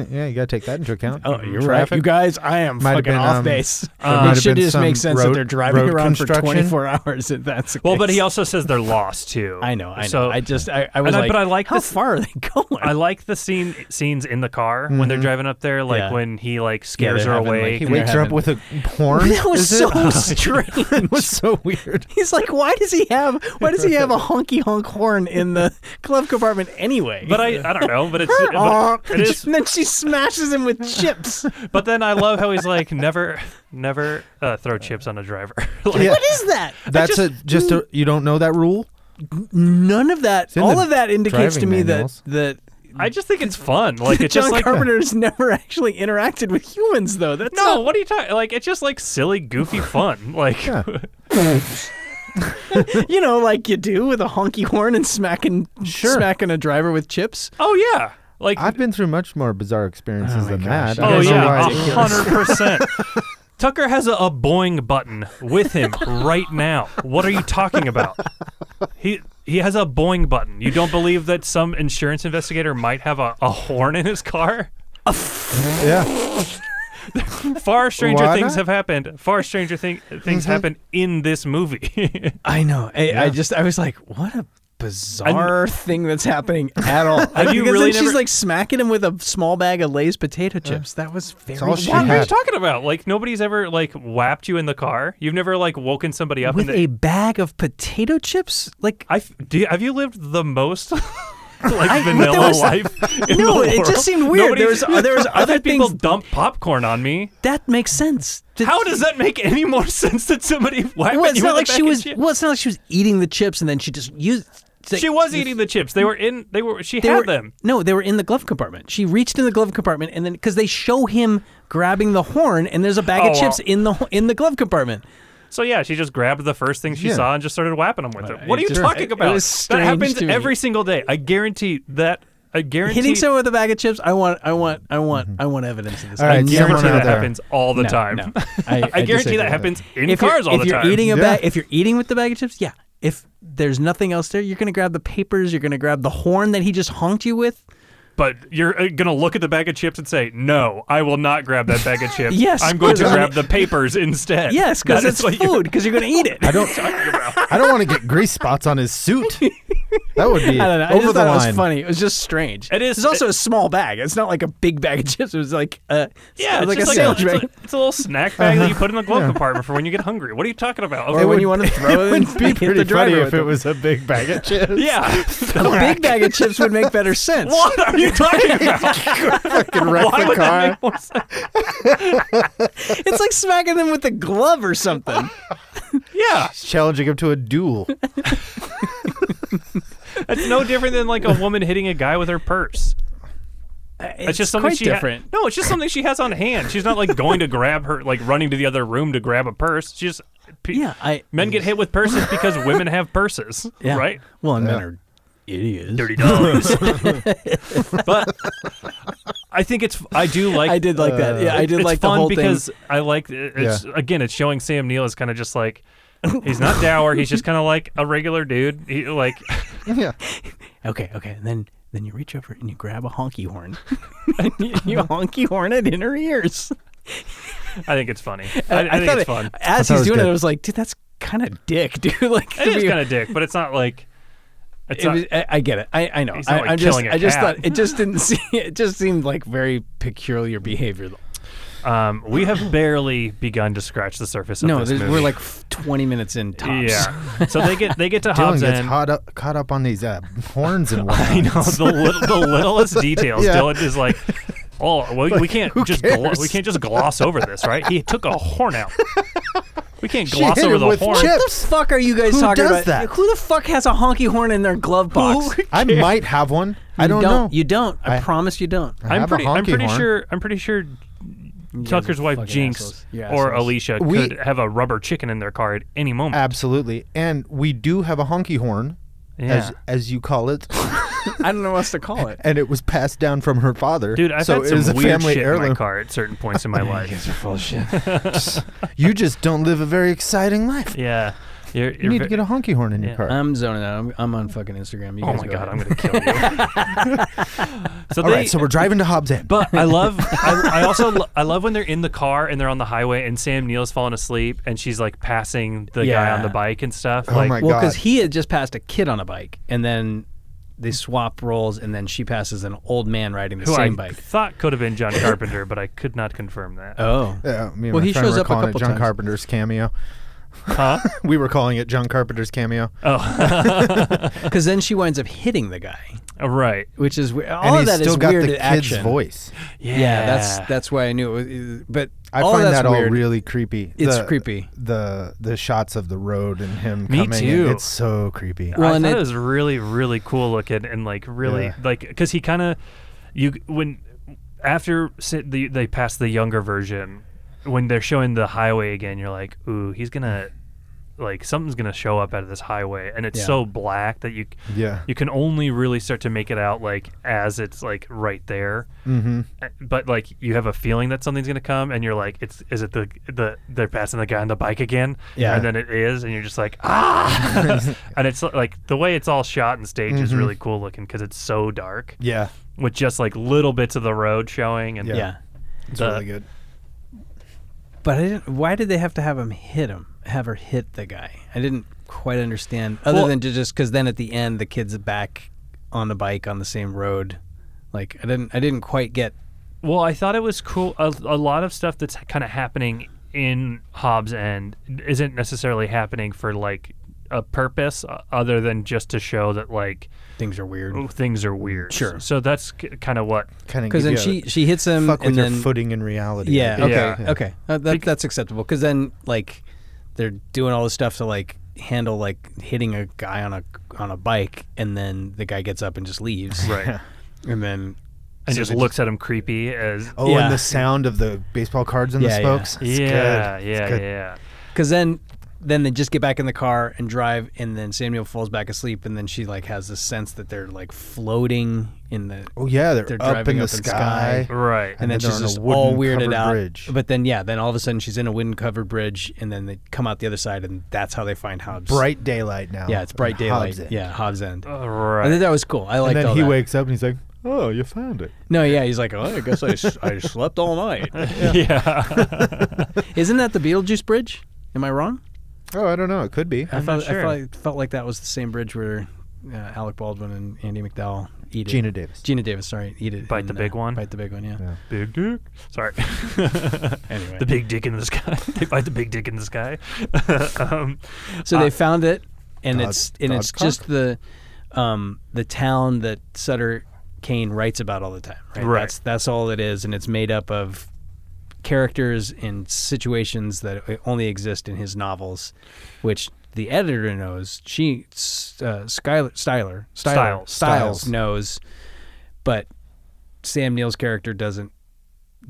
yeah, you got to take that into account.
Oh, you're right. You guys, I am
Might have
fucking
been,
off
um,
base.
there might have
it should
been
just
some
make sense that
road-
they're driving
road
around for
construction.
24 hours. If that's the
Well, but
case.
he also says they're lost too.
I know, I know.
So
I just- I- I was
and
like,
but I like
how
this,
far are they going?
I like the scene scenes in the car when they're
Mhm.
driving up there, like
Yeah.
when he like scares
they're
her
having,
away.
like, he wakes her up with a horn.
That was
is it?
so strange. that
was so weird.
He's like, why does he have why does he have a honky honk horn in the glove compartment anyway?
But I, I don't know. But it's but it is
and then she smashes him with chips.
But then I love how he's like, never, never uh, throw chips on a driver. like,
Yeah.
What is that?
That's a just a you don't know that rule.
none of that,
in
all
the
of that indicates to
driving
me
manuals.
that that
I just think it's fun. Like it's
John
just like
Carpenter's never actually interacted with humans though. That's
no. What are you talking? Like it's just like silly, goofy fun. Like
you know, like you do with a honky horn and smacking smacking a driver with chips.
Oh yeah. Like
I've been through much more bizarre experiences than that. I
Oh
don't know
yeah,
why-
a hundred percent. Tucker has a, a boing button with him right now. What are you talking about? He he has a boing button. You don't believe that some insurance investigator might have a, a horn in his car?
Yeah.
Far stranger
Why
things
not?
have happened. Far stranger thing, things
Mhm.
happen in this movie.
I know. I,
Yeah.
I just I was like, what a bizarre thing that's happening at all.
Have you
Because
really
then she's
never-
like smacking him with a small bag of Lay's potato chips. that was very
what
weird.
are you talking about? Like nobody's ever like whapped you in the car. You've never like woken somebody up
with
and they-
a bag of potato chips? Like
I f- do you, have you lived the most like
I- but there
vanilla
was-
life? in
No,
the
it just
world?
seemed weird.
Nobody-
There was- there was
I've
other
had people dump popcorn on me.
That makes sense.
How does that make any more sense that somebody whacked
Well, it's
you
not like
with a
she
bag of
was.
chips?
Well, it's not like she was eating the chips and then she just used. it's like-
She was eating the chips. They were in. They were. She
They
had
were-
them.
No, they were in the glove compartment. She reached in the glove compartment and then because they show him grabbing the horn and there's a bag
Oh,
of chips
well.
in the in the glove compartment.
So yeah, she just grabbed the first thing she
Yeah. Uh,
saw and just started whapping them with it. What are
it
you
just-
talking
it- it
about?
was
that happens
strange to me.
every single day. I guarantee that. I guarantee
Hitting someone with a bag of chips. I want. I want. I want. I want evidence of this.
Mm-hmm. All right,
I
guarantee
never-
that happens all the
No,
time.
no.
I guarantee
disagree
that
with
happens in
If
cars
you're,
all
if
the
you're
time.
Eating a
Yeah.
bag. If you're eating with the bag of chips, yeah. If there's nothing else there, you're gonna grab the papers. You're gonna grab the horn that he just honked you with.
But you're uh, gonna look at the bag of chips and say, "No, I will not grab that bag of chips.
Yes,
I'm going to
'cause I-
grab the papers instead.
Yes, because it's food. Because you're gonna eat it.
I don't. I don't want to get grease spots on his suit. That would be
I don't know. I
over
just
the
thought
line.
it was funny. It was just strange.
It is-
It's also
it-
a small bag. It's not like a big bag of chips. It was like a
Yeah,
it
it's
was like a
just like
sandwich
a, it's,
bag.
a, it's a little snack bag that you put in the glove
Yeah.
compartment for when you get hungry. What are you talking about?
Or when you want to throw it, and hit the driver with them.
a big bag of chips.
Yeah,
a big bag of chips would make better sense.
What are you talking about?
Fucking wreck
Why
the
would that
car.
make it's like smacking them with a glove or something.
yeah,
challenging him to a duel.
That's no different than like a woman hitting a guy with her purse.
it's
That's just something
quite
she ha-
different.
no, it's just something she has on hand. She's not like going to grab her, like running to the other room to grab a purse. She just pe-
yeah. I
men get hit with purses because women have purses,
Yeah.
right?
Well, and men are idiots.
Dirty dogs. but I think it's I do like
I did like that. Yeah, I did
it's
like the
fun
whole thing.
because I like it's again it's showing Sam Neill is kind of just like he's not dour. he's just kind of like a regular dude. He, like
yeah.
Okay. Okay. And then then you reach over and you grab a honky horn. and you, you honky horn it in her ears.
I think it's funny.
And
I, I think
thought
it's
it-
fun.
As he's doing it, I was like, dude, that's kind of dick, dude. like,
it
to
is
be-
kind of dick, but it's not like it's
it
not,
was- I, I get it. I, I know.
He's
I,
not, like,
I'm just,
killing a
I just
cat.
thought it just didn't see. It just seemed like very peculiar behavior. Though.
Um, we have barely begun to scratch the surface of
No,
this
there's-
movie.
we're like f- 20 minutes in tops.
Yeah. So they get they get to
Dylan
Hobbs
gets
End.
hot up, caught up on these uh, horns and whatnot. I
know the, little, the littlest details.
Yeah.
Dylan is like, oh, well, we can't
who
just glo-
cares?
we can't just gloss over this, right? He took a horn out. We can't
She
gloss
hit
over
him
the
with
horn.
What the fuck are you guys
Who
talking
does
about?
that?
Who the fuck has a honky horn in their glove box?
I might have one. I
You
don't, know.
You don't. I, promise you don't.
I
I'm
have a
pretty. I'm
honky
pretty
horn.
sure. I'm pretty sure. Tucker's wife Jinx
assholes. You're
or
assholes.
Alicia
We-
could have a rubber chicken in their car at any moment.
Absolutely. And we do have a honky horn, as
Yeah.
as you call it,
I don't know what else to call it.
and it was passed down from her father.
Dude, I've
so
had
it
some
is a
weird
family
shit
heirloom.
in my car at certain points in my life.
guys are full of shit. you just don't live a very exciting life.
Yeah. You're,
You need to get a honky horn in your car.
I'm zoning out. I'm, I'm on fucking Instagram. You
Oh
guys
my
go
God,
ahead.
I'm gonna kill you. So
All
they-
right, so we're driving to Hobbs End.
But I love. I, I also lo- I love when they're in the car and they're on the highway and Sam Neill's falling asleep and she's like passing the guy
Yeah.
on
Oh
the bike and stuff.
Well,
like,
'cause Well, because he had just passed a kid on a bike, and then they swap roles, and then she passes an old man riding the
who I
same bike.
thought could have been John Carpenter, but I could not confirm that.
Oh.
Yeah, me and
Well,
my
he
friend
shows
were
up a
calling it
couple
John
times.
Carpenter's cameo.
Huh?
we were calling it John Carpenter's cameo.
Oh, because then she winds up hitting the guy.
Oh, Right,
which is we- all
And
of
he's
that is
still got
weird
the kid's
action.
voice.
Yeah. that's that's why I knew it was. e, But
I
all
find
of that's
that all
weird.
really creepy.
It's
The-
creepy.
The the shots of the road and him
Me
coming. in,
too.
It's so creepy.
I thought it, was really, really cool looking and like really
Yeah.
like because he kind of you when after si- the, they pass the younger version when they're showing the highway again, you're like, ooh, he's gonna like something's gonna show up out of this highway, and it's
Yeah.
so black that you
Yeah.
you can only really start to make it out like as it's like right there.
Mhm.
Uh, But like you have a feeling that something's gonna come, and you're like, it's is it the the they're passing the guy on the bike again?
Yeah.
and then it is, and you're just like, ah, and it's like the way it's all shot and staged is
Mhm.
really cool looking because it's so dark.
Yeah.
with just like little bits of the road showing, and
Yeah. Yeah.
the-
It's really good.
But I didn't, why did they have to have him hit him? Have her hit the guy? I didn't quite understand. Other
Well-
than to just because then at the end the kid's back on the bike on the same road. Like I didn't I didn't quite get.
Well, I thought it was cool. A, a lot of stuff that's kind of happening in Hobbs End isn't necessarily happening for like a purpose uh, other than just to show that like
things are weird.
Things are weird.
Sure.
So that's c- kind of what
Kind
Because then she she hits him
Fuck
and
with
then
your footing in reality.
Yeah.
Like,
Okay. Okay. Uh, that, that's acceptable. Because then, like, they're doing all this stuff to like handle like hitting a guy on a on a bike, and then the guy gets up and just leaves.
Right.
and then so
and just
they-
looks at him creepy as
Oh, and the sound of the baseball cards and
Yeah,
the
yeah.
spokes. It's good.
yeah,
It's
yeah,
good.
yeah.
Because then, then they just get back in the car and drive, and then Samuel falls back asleep, and then she like has this sense that they're like floating in the
Oh yeah, they're, up
driving
in the sky.
Right.
And, then,
they're
she's
on a
just all weirded
wooden covered
out.
Bridge.
But then yeah, then all of a sudden she's in a wooden covered bridge, and then they come out the other side, and that's how they find Hobbs.
Bright daylight now.
Yeah, it's bright
in
daylight.
Hobbs End.
Yeah, Hobbs End.
Right.
I think that was cool. I liked
and then
all
he
that.
wakes up and he's like, "Oh, you found it."
No, yeah, he's like, oh, I guess I, s- I slept all night.
Yeah.
Isn't that the Beetlejuice Bridge? Am I wrong?
Oh, I don't know. It could be.
I felt, I felt, like- felt like that was the same bridge where uh, Alec Baldwin and Andy McDowell eat it.
Gina Davis.
Gina Davis, sorry, eat it.
Bite the
and,
big
uh,
one?
Bite the big one, yeah.
Big dick. Sorry.
Anyway.
The big dick in the sky. they fight the big dick in the sky. um,
So
uh,
they found it, and
Dodge-
it's and it's
Dodge
just the um, the town that Sutter Kane writes about all the time. Right.
Right.
That's that's all it is, and it's made up of characters and situations that o- only exist in his novels, which the editor knows. She uh, Skyler, Styler, Styler Styles
Stiles. Stiles.
knows, but Sam Neill's character doesn't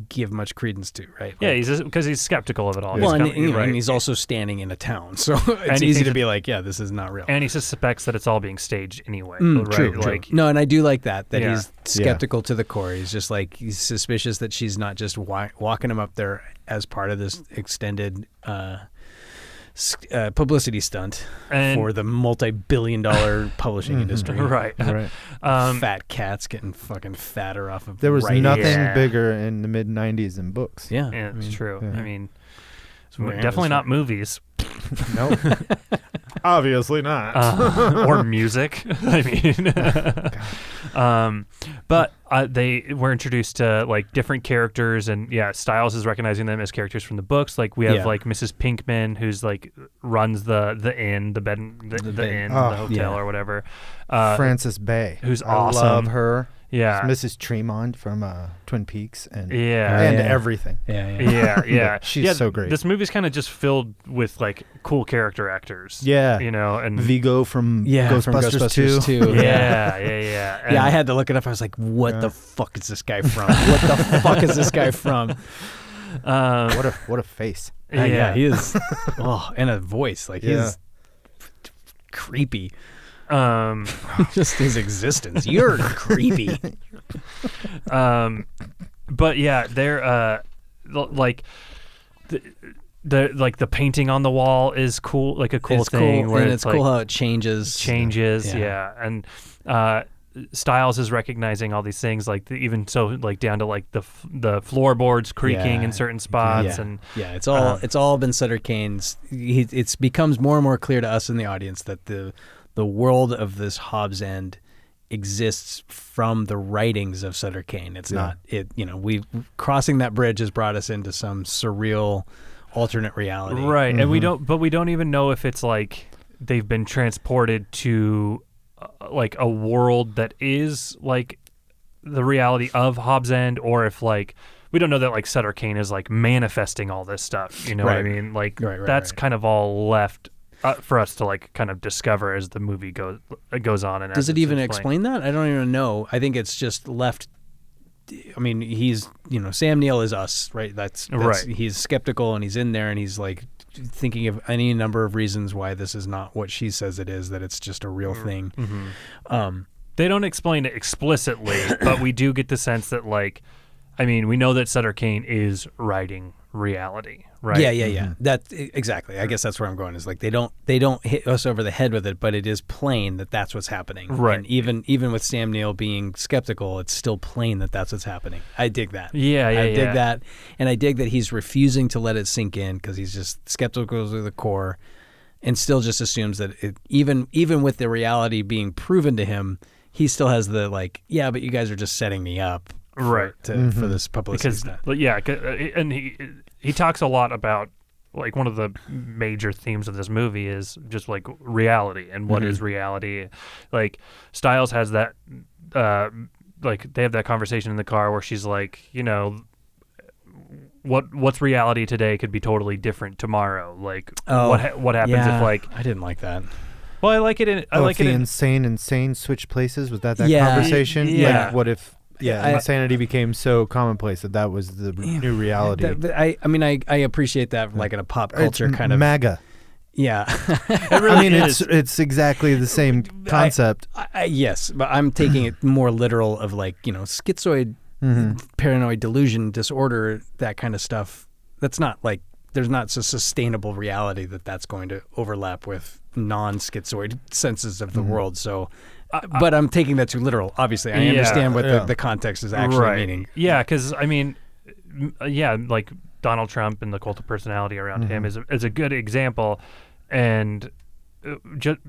give much credence to. Right.
yeah, he's because he's skeptical of it all.
Well,
He's
and,
kinda-
you know,
right.
and he's also standing in a town, so it's
he
easy
thinks
to
it-
be like, yeah, this is not real.
and he suspects that it's all being staged anyway.
Mm,
right?
true, true.
like
No, and I do like that. That
Yeah.
he's
Yeah.
skeptical to the core. He's just like he's suspicious that she's not just wa- walking him up there as part of this extended uh, s- uh, publicity stunt
And-
for the multi-billion-dollar publishing industry.
Right. Right. Um,
Fat cats getting fucking fatter off of.
There was
writing.
nothing
Yeah.
bigger in the mid '90s than books.
Yeah,
Yeah, it's true.
yeah.
I mean, it's
Miranda Swan.
definitely not movies.
No. Obviously not.
Uh, or music. I mean, um, but uh, they were introduced to like different characters, and yeah, Styles is recognizing them as characters from the books. Like we have
Yeah.
like Mrs. Pinkman, who's like runs the the inn, the bed, and- the, the,
bed.
inn,
Oh,
the hotel,
yeah.
or whatever. Uh,
Frances Bay,
who's
I love
awesome.
her.
Yeah.
It's Mrs. Tremont from uh, Twin Peaks, and
Yeah.
and
Yeah.
everything.
yeah, yeah.
She's
Yeah,
so great.
This movie's kind of just filled with like cool character actors.
yeah,
you know, and
Mm-hmm.
Vigo from Ghostbusters,
from Ghostbusters
2.
too.
Yeah, yeah, yeah. And-
yeah, I had to look it up. I was like, "What the fuck is this guy from? what the fuck is this guy from?"
Um,
what a what a face.
Uh, yeah, he is. oh, and a voice like
Yeah.
he's creepy.
Um,
just his existence. You're creepy.
um, but yeah, they're uh, l- like the, the like the painting on the wall is cool, like a cool
it's
thing.
cool,
where
and
it's,
it's, cool
like,
how it changes.
changes. Yeah,
Yeah.
and uh, Styles is recognizing all these things, like the, even so, like down to like the f- the floorboards creaking
Yeah.
in certain spots,
yeah.
and
yeah, it's all
uh,
it's all been Sutter Kane's. He, it's becomes more and more clear to us in the audience that the the world of this Hobbs End exists from the writings of Sutter Kane. It's
Yeah.
not it. You know, we crossing that bridge has brought us into some surreal alternate reality.
Right, and we
Mm-hmm.
don't, but we don't even know if it's like they've been transported to uh, like a world that is like the reality of Hobbs End, or if like we don't know that like Sutter Kane is like manifesting all this stuff. You know what I
Right.
mean? Like
Right, right,
that's kind of all left. Uh, for us to like kind of discover as the movie goes goes on and
Does
as
it
it's
even
explained.
explain that? I don't even know. I think it's just left. I mean, he's you know Sam Neill is us, right? That's, that's-
Right.
He's skeptical and he's in there and he's like thinking of any number of reasons why this is not what she says it is. That it's just a real thing. Um,
they don't explain it explicitly, but we do get the sense that like, I mean, we know that Sutter Kane is writing reality, right? Mm-hmm.
Yeah, yeah, yeah. That e- exactly. I guess that's where I'm going. Is like they don't they don't hit us over the head with it, but it is plain that that's what's happening.
Right.
And even even with Sam Neill being skeptical, it's still plain that that's what's happening. I dig that.
Yeah, yeah,
I dig
yeah.
that, and I dig that he's refusing to let it sink in because he's just skeptical to the core, and still just assumes that it, even even with the reality being proven to him, he still has the like, yeah, but you guys are just setting me up. for-
Right. Mm-hmm.
to, for this publicity
because
stunt."
but yeah, 'cause- uh, and he he talks a lot about like one of the major themes of this movie is just like reality and what
Mhm.
is reality. Like Styles has that uh like they have that conversation in the car where she's like, you know, what what's reality today could be totally different tomorrow. Like
Oh,
what ha- what happens
yeah.
if like
I didn't like that.
Well, I like it in I
Oh,
like
if
it
the
in
insane insane switch places. Was that that
Yeah.
conversation?
Yeah.
Like, what if? Yeah,
I-
insanity became so commonplace that that was the r- new reality.
That- that- I, I mean, I, I appreciate that like in a pop
It's
culture kind of
MAGA.
Yeah,
I mean, it's it's exactly the same concept.
I, I, yes, but I'm taking it more literal of like you know schizoid,
Mhm.
paranoid delusion disorder, that kind of stuff. That's not like there's not a sustainable reality that that's going to overlap with non-schizoid senses of the world. So, uh, but I'm taking that too literal. Obviously, I
Yeah.
understand what
Yeah.
the, the context is actually
right.
meaning.
Yeah, because I mean, m- uh, yeah, like Donald Trump and the cult of personality around him
Mhm.
is a, is a good example, and just.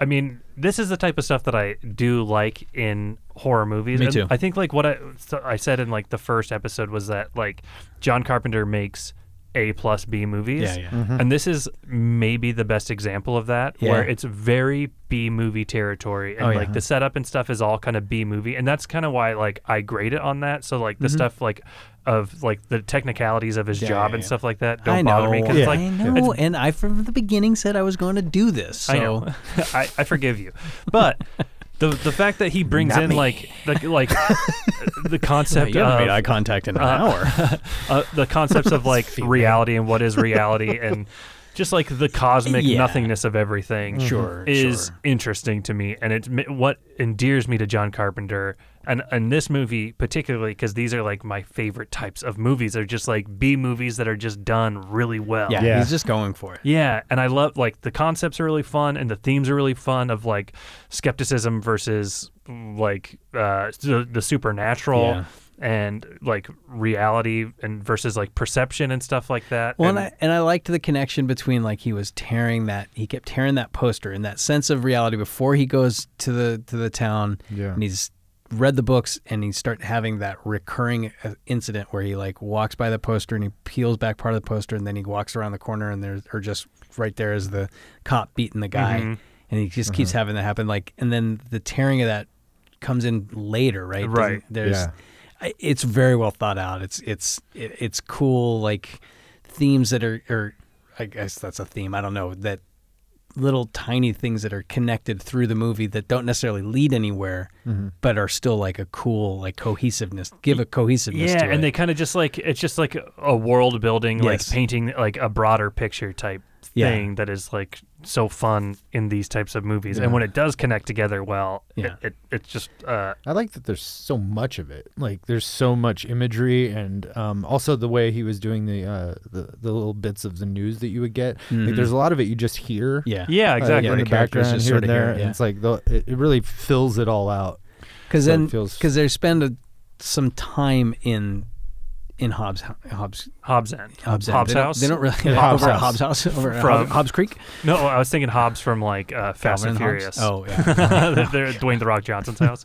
I mean, this is the type of stuff that I do like in horror movies.
Me
And
too.
I think like what I so I said in like the first episode was that like John Carpenter makes A plus B movies.
Yeah, yeah. Mhm.
And this is maybe the best example of that where
Yeah.
it's very B movie territory and
Oh, yeah.
like the setup and stuff is all kind of B movie, and that's kind of why like I grade it on that. So like the
Mhm.
stuff like of like the technicalities of his
Yeah,
job
yeah,
and
yeah.
stuff like that don't
I
bother me
know.
because like
I
it's
know, and I from the beginning said I was going to do this. So.
I know. I, I forgive you, but the the fact that he brings
Not
in
me.
like the like the concept
You haven't
of
made eye contact in an hour.
uh, the concepts of like reality and what is reality and just like the cosmic
Yeah.
nothingness of everything
Mhm. Sure,
is interesting to me and it's mi- what endears me to John Carpenter and and this movie particularly because these are like my favorite types of movies they're just like B movies that are just done really well
Yeah, he's just going for it.
yeah, and I love like the concepts are really fun and the themes are really fun of like skepticism versus like uh, the, the supernatural
Yeah.
and like reality and versus like perception and stuff like that.
Well, and, I, and I liked the connection between like he was tearing that he kept tearing that poster and that sense of reality before he goes to the to the town.
Yeah.
and he's read the books and he start having that recurring uh, incident where he like walks by the poster and he peels back part of the poster and then he walks around the corner and there's or just right there is the cop beating the guy
Mhm.
and he just keeps having that happen like and then the tearing of that comes in later right Doesn't-
Right.
there's
Yeah.
I- it's very well thought out. It's it's it, it's cool like themes that are or I guess that's a theme. I don't know that little tiny things that are connected through the movie that don't necessarily lead anywhere,
Mhm.
but are still like a cool like cohesiveness. Give a cohesiveness.
yeah,
to
and
it.
they kind of just like it's just like a world building, like
Yes.
painting like a broader picture type
Yeah.
thing that is like so fun in these types of movies. And
Yeah.
when it does connect together well,
Yeah.
it, it it's just uh,
I like that there's so much of it. Like there's so much imagery, and um, also the way he was doing the, uh, the the little bits of the news that you would get.
Mhm.
Like there's a lot of it you just hear.
Yeah.
Yeah,
uh,
exactly.
in
The
the,
characters
background
just
here and
sorta hear
there,
it,
and
yeah.
it's like the, it, it really fills it all out.
because
So it
then
feels-
because they spend a, some time in in Hobbs Hobbs
Hobbs End.
Hobbs, End.
Hobbs
they don't-
House?
They don't really
Yeah,
Hobbs over
Hobbs
at
House.
Hobbs House over at
From-
Hobbs, Hobbs Creek.
No, I was thinking Hobbs from like uh, Fast
Calvin
and
and Hobbes?
Furious.
Oh, yeah.
they're at Dwayne the Rock Johnson's house.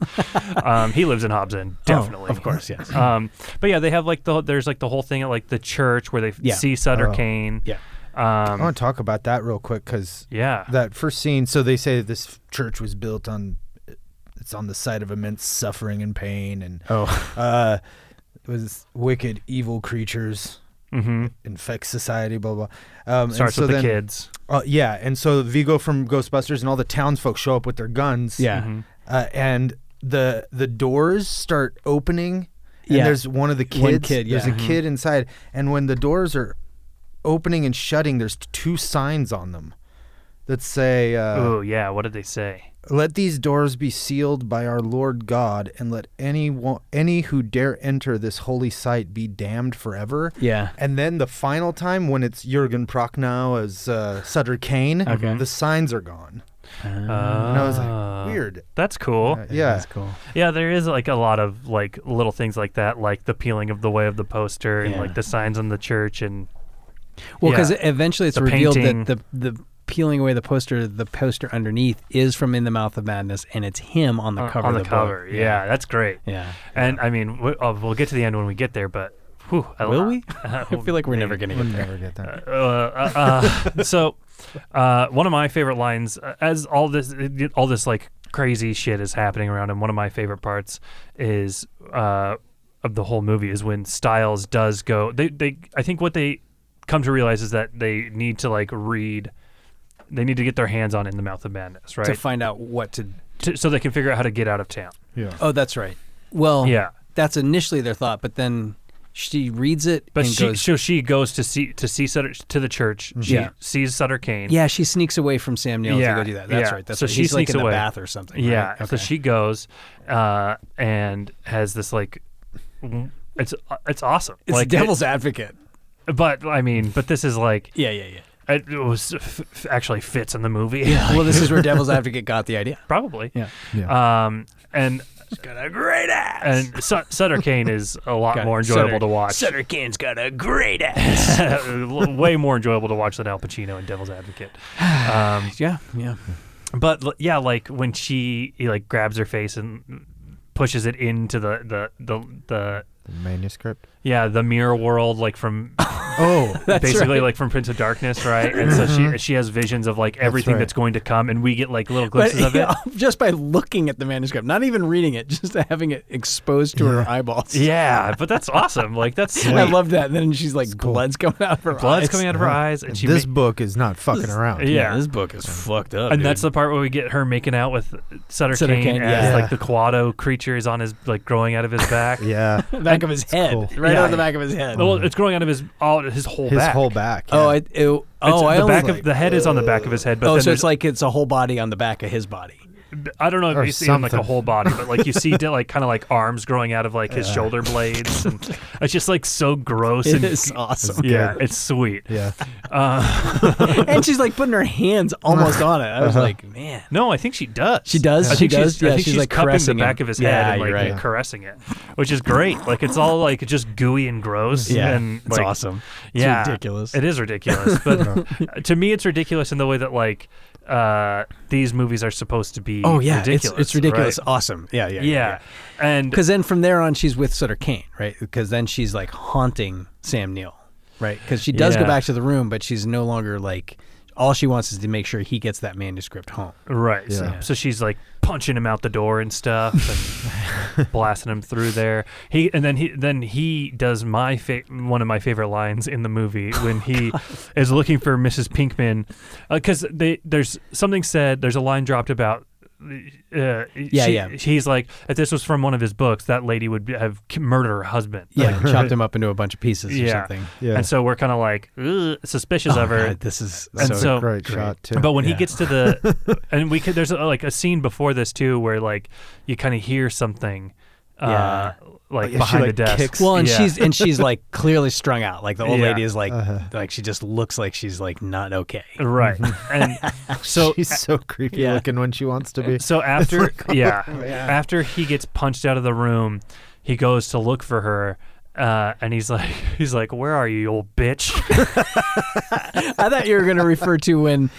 Um, he lives in Hobbs End,
Oh,
definitely.
of course, yes.
Um, but yeah, they have like the there's like the whole thing at like the church where they
Yeah.
see Sutter
Oh.
Kane.
Yeah.
Um,
I want to talk about that real quick because
Yeah.
that first scene. So they say this f- church was built on, it's on the site of immense suffering and pain, and
Oh.
uh, it was wicked, evil creatures
Mhm.
infect society. Blah blah. Um, and
Starts
so
with the
then-
kids.
Uh, yeah, and so Vigo from Ghostbusters and all the townsfolk show up with their guns.
Yeah.
Mm-hmm.
Mhm.
uh, and the the doors start opening. And
Yeah.
there's one of the kids.
One kid,
There's a
yeah. Mhm.
kid inside, and when the doors are opening and shutting, there's two signs on them that say, uh,
oh yeah, what did they say?
"Let these doors be sealed by our Lord God, and let any wo- any who dare enter this holy site be damned forever."
Yeah.
And then the final time when it's Jurgen Prochnow as uh, Sutter Kane,
Okay.
the signs are gone.
and
I was
Ah.
like, weird.
That's cool.
Yeah, yeah. That's
cool.
Yeah, there is like a lot of like little things like that, like the peeling of the way of the poster and
Yeah.
like the signs on the church and
Well, because
Yeah.
eventually it's
The
revealed
painting.
that the the peeling away the poster, the poster underneath is from In the Mouth of Madness, and it's him on the
on-
cover.
on the,
of the book.
cover. Yeah. that's great.
Yeah.
and I mean, we, uh, we'll get to the end when we get there, but whew, I
Will
lo-
we? I feel like we're never gonna get
We'll
there.
never get that.
uh, uh, uh, so uh, one of my favorite lines uh, as all this it- all this like crazy shit is happening around him one of my favorite parts is uh, of the whole movie is when styles does go they, they i think what they come to realize is that they need to like read they need to get their hands on in the mouth of madness right
To find out what to.
To- so they can figure out how to get out of town
Yeah.
Oh, that's right. Well,
Yeah.
That's initially their thought, but then she reads it
but
and
she
goes. Mm-hmm.
so she goes to see to see Sutter to the church. She
Yeah.
sees Sutter Kane.
yeah, she sneaks away from Sam Neill to go do that. That's
yeah.
right. That's
so
right.
she
He's
sneaks
like in
away.
the bath or something.
Yeah.
Right?
So
Okay.
she goes uh, and has this like, w- it's it's awesome.
It's
like
devil's
it-
advocate.
But I mean, but this is like
Yeah, yeah, yeah.
It was f- f- actually fits in the movie.
Yeah. Well, this is where Devil's Advocate got the idea.
Probably.
Yeah.
Um, and she's got a great ass. And Su- Sutter Kane is a lot
Got
more
it.
enjoyable
Sutter-
to watch.
Sutter Kane's got a great ass.
way more enjoyable to watch than Al Pacino in Devil's Advocate. Um,
yeah, yeah.
But l- yeah, like when she he, like grabs her face and pushes it into the the the, the
manuscript.
yeah the mirror world like from
Oh,
That's
basically
right.
like from Prince of Darkness, right? And so she
Mhm.
she has visions of like everything
right.
that's going to come, and we get like little glimpses of it.
just by looking at the manuscript, not even reading it, just having it exposed to her eyeballs.
Yeah, but that's awesome. Like that's
I
sweet.
love that. And then she's like, blood's coming out of her
Blood's
eyes.
coming out of her eyes, and she
this
ma-
book is not fucking around.
Yeah.
this book is fucked up.
and
dude.
that's the part where we get her making out with Sutter,
Sutter
Kane,
Kane,
as
yeah.
like the Quado creature is on his like growing out of his back.
Yeah.
back of his head, right
Yeah.
on the back of his head.
Well, it's growing out of his all his whole
His
back.
whole back.
Oh, I, it, oh,
It's-
I
the
only
back
like,
of the head is on the back of his head, but
oh,
then
so it's
there's-
like it's a whole body on the back of his body.
I don't know if
Or
you see him like a
something.
whole body, but like you see di- like kind of like arms growing out of like his
Yeah.
shoulder blades, and it's just like so gross.
It
and
is awesome.
It's
Yeah,
good.
it's sweet.
Yeah.
Uh,
and she's like putting her hands almost on it. I was
Uh-huh.
like, man.
no, I think she does.
She does?
I
She
think she's-
does? Yeah,
I think
she's,
she's,
like,
cupping the
caressing
back
him.
of his
Yeah,
head and like
you're right.
caressing it, which is great. Like it's all like just gooey and gross.
Yeah,
and
it's
like,
awesome. It's
Yeah,
ridiculous.
It is ridiculous, but uh, to me, it's ridiculous in the way that like uh, these movies are supposed to be.
Oh yeah,
ridiculous.
it's it's ridiculous.
right?
Awesome. Yeah, yeah,
yeah. and
Because then from there on, she's with Sutter Kane, right? Because then she's like haunting Sam Neill, right? Because she does
Yeah.
go back to the room, but she's no longer like. All she wants is to make sure he gets that manuscript home.
Right.
Yeah.
So, so she's like punching him out the door and stuff, and blasting him through there. He and then he then he does my fa- one of my favorite lines in the movie when he is looking for Mrs. Pinkman, because they there's something said. There's a line dropped about. Uh,
Yeah,
she-
yeah.
He's like, if this was from one of his books, that lady would be- have k- murdered her husband.
Yeah,
Like,
chopped him up into a bunch of pieces or
yeah.
something.
Yeah.
And so we're kind of like "Ugh," suspicious
Oh,
of her.
God, this is
and
so
so,
great shot, too.
But when he
Yeah.
gets to the, and we could there's a, like a scene before this too where like you kind of hear something, uh, like
yeah, she,
behind
like,
the desk.
kicks-
Well, and
Yeah.
she's and she's like clearly strung out. Like the old
Yeah. Uh-huh.
lady is like like she just looks like she's like not okay.
right, and so
She's so creepy
Yeah.
looking when she wants to be.
So after
like, oh,
yeah,
man.
after he gets punched out of the room, he goes to look for her Uh, and he's like, he's like, where are you, you old bitch?
I thought you were going to refer to when,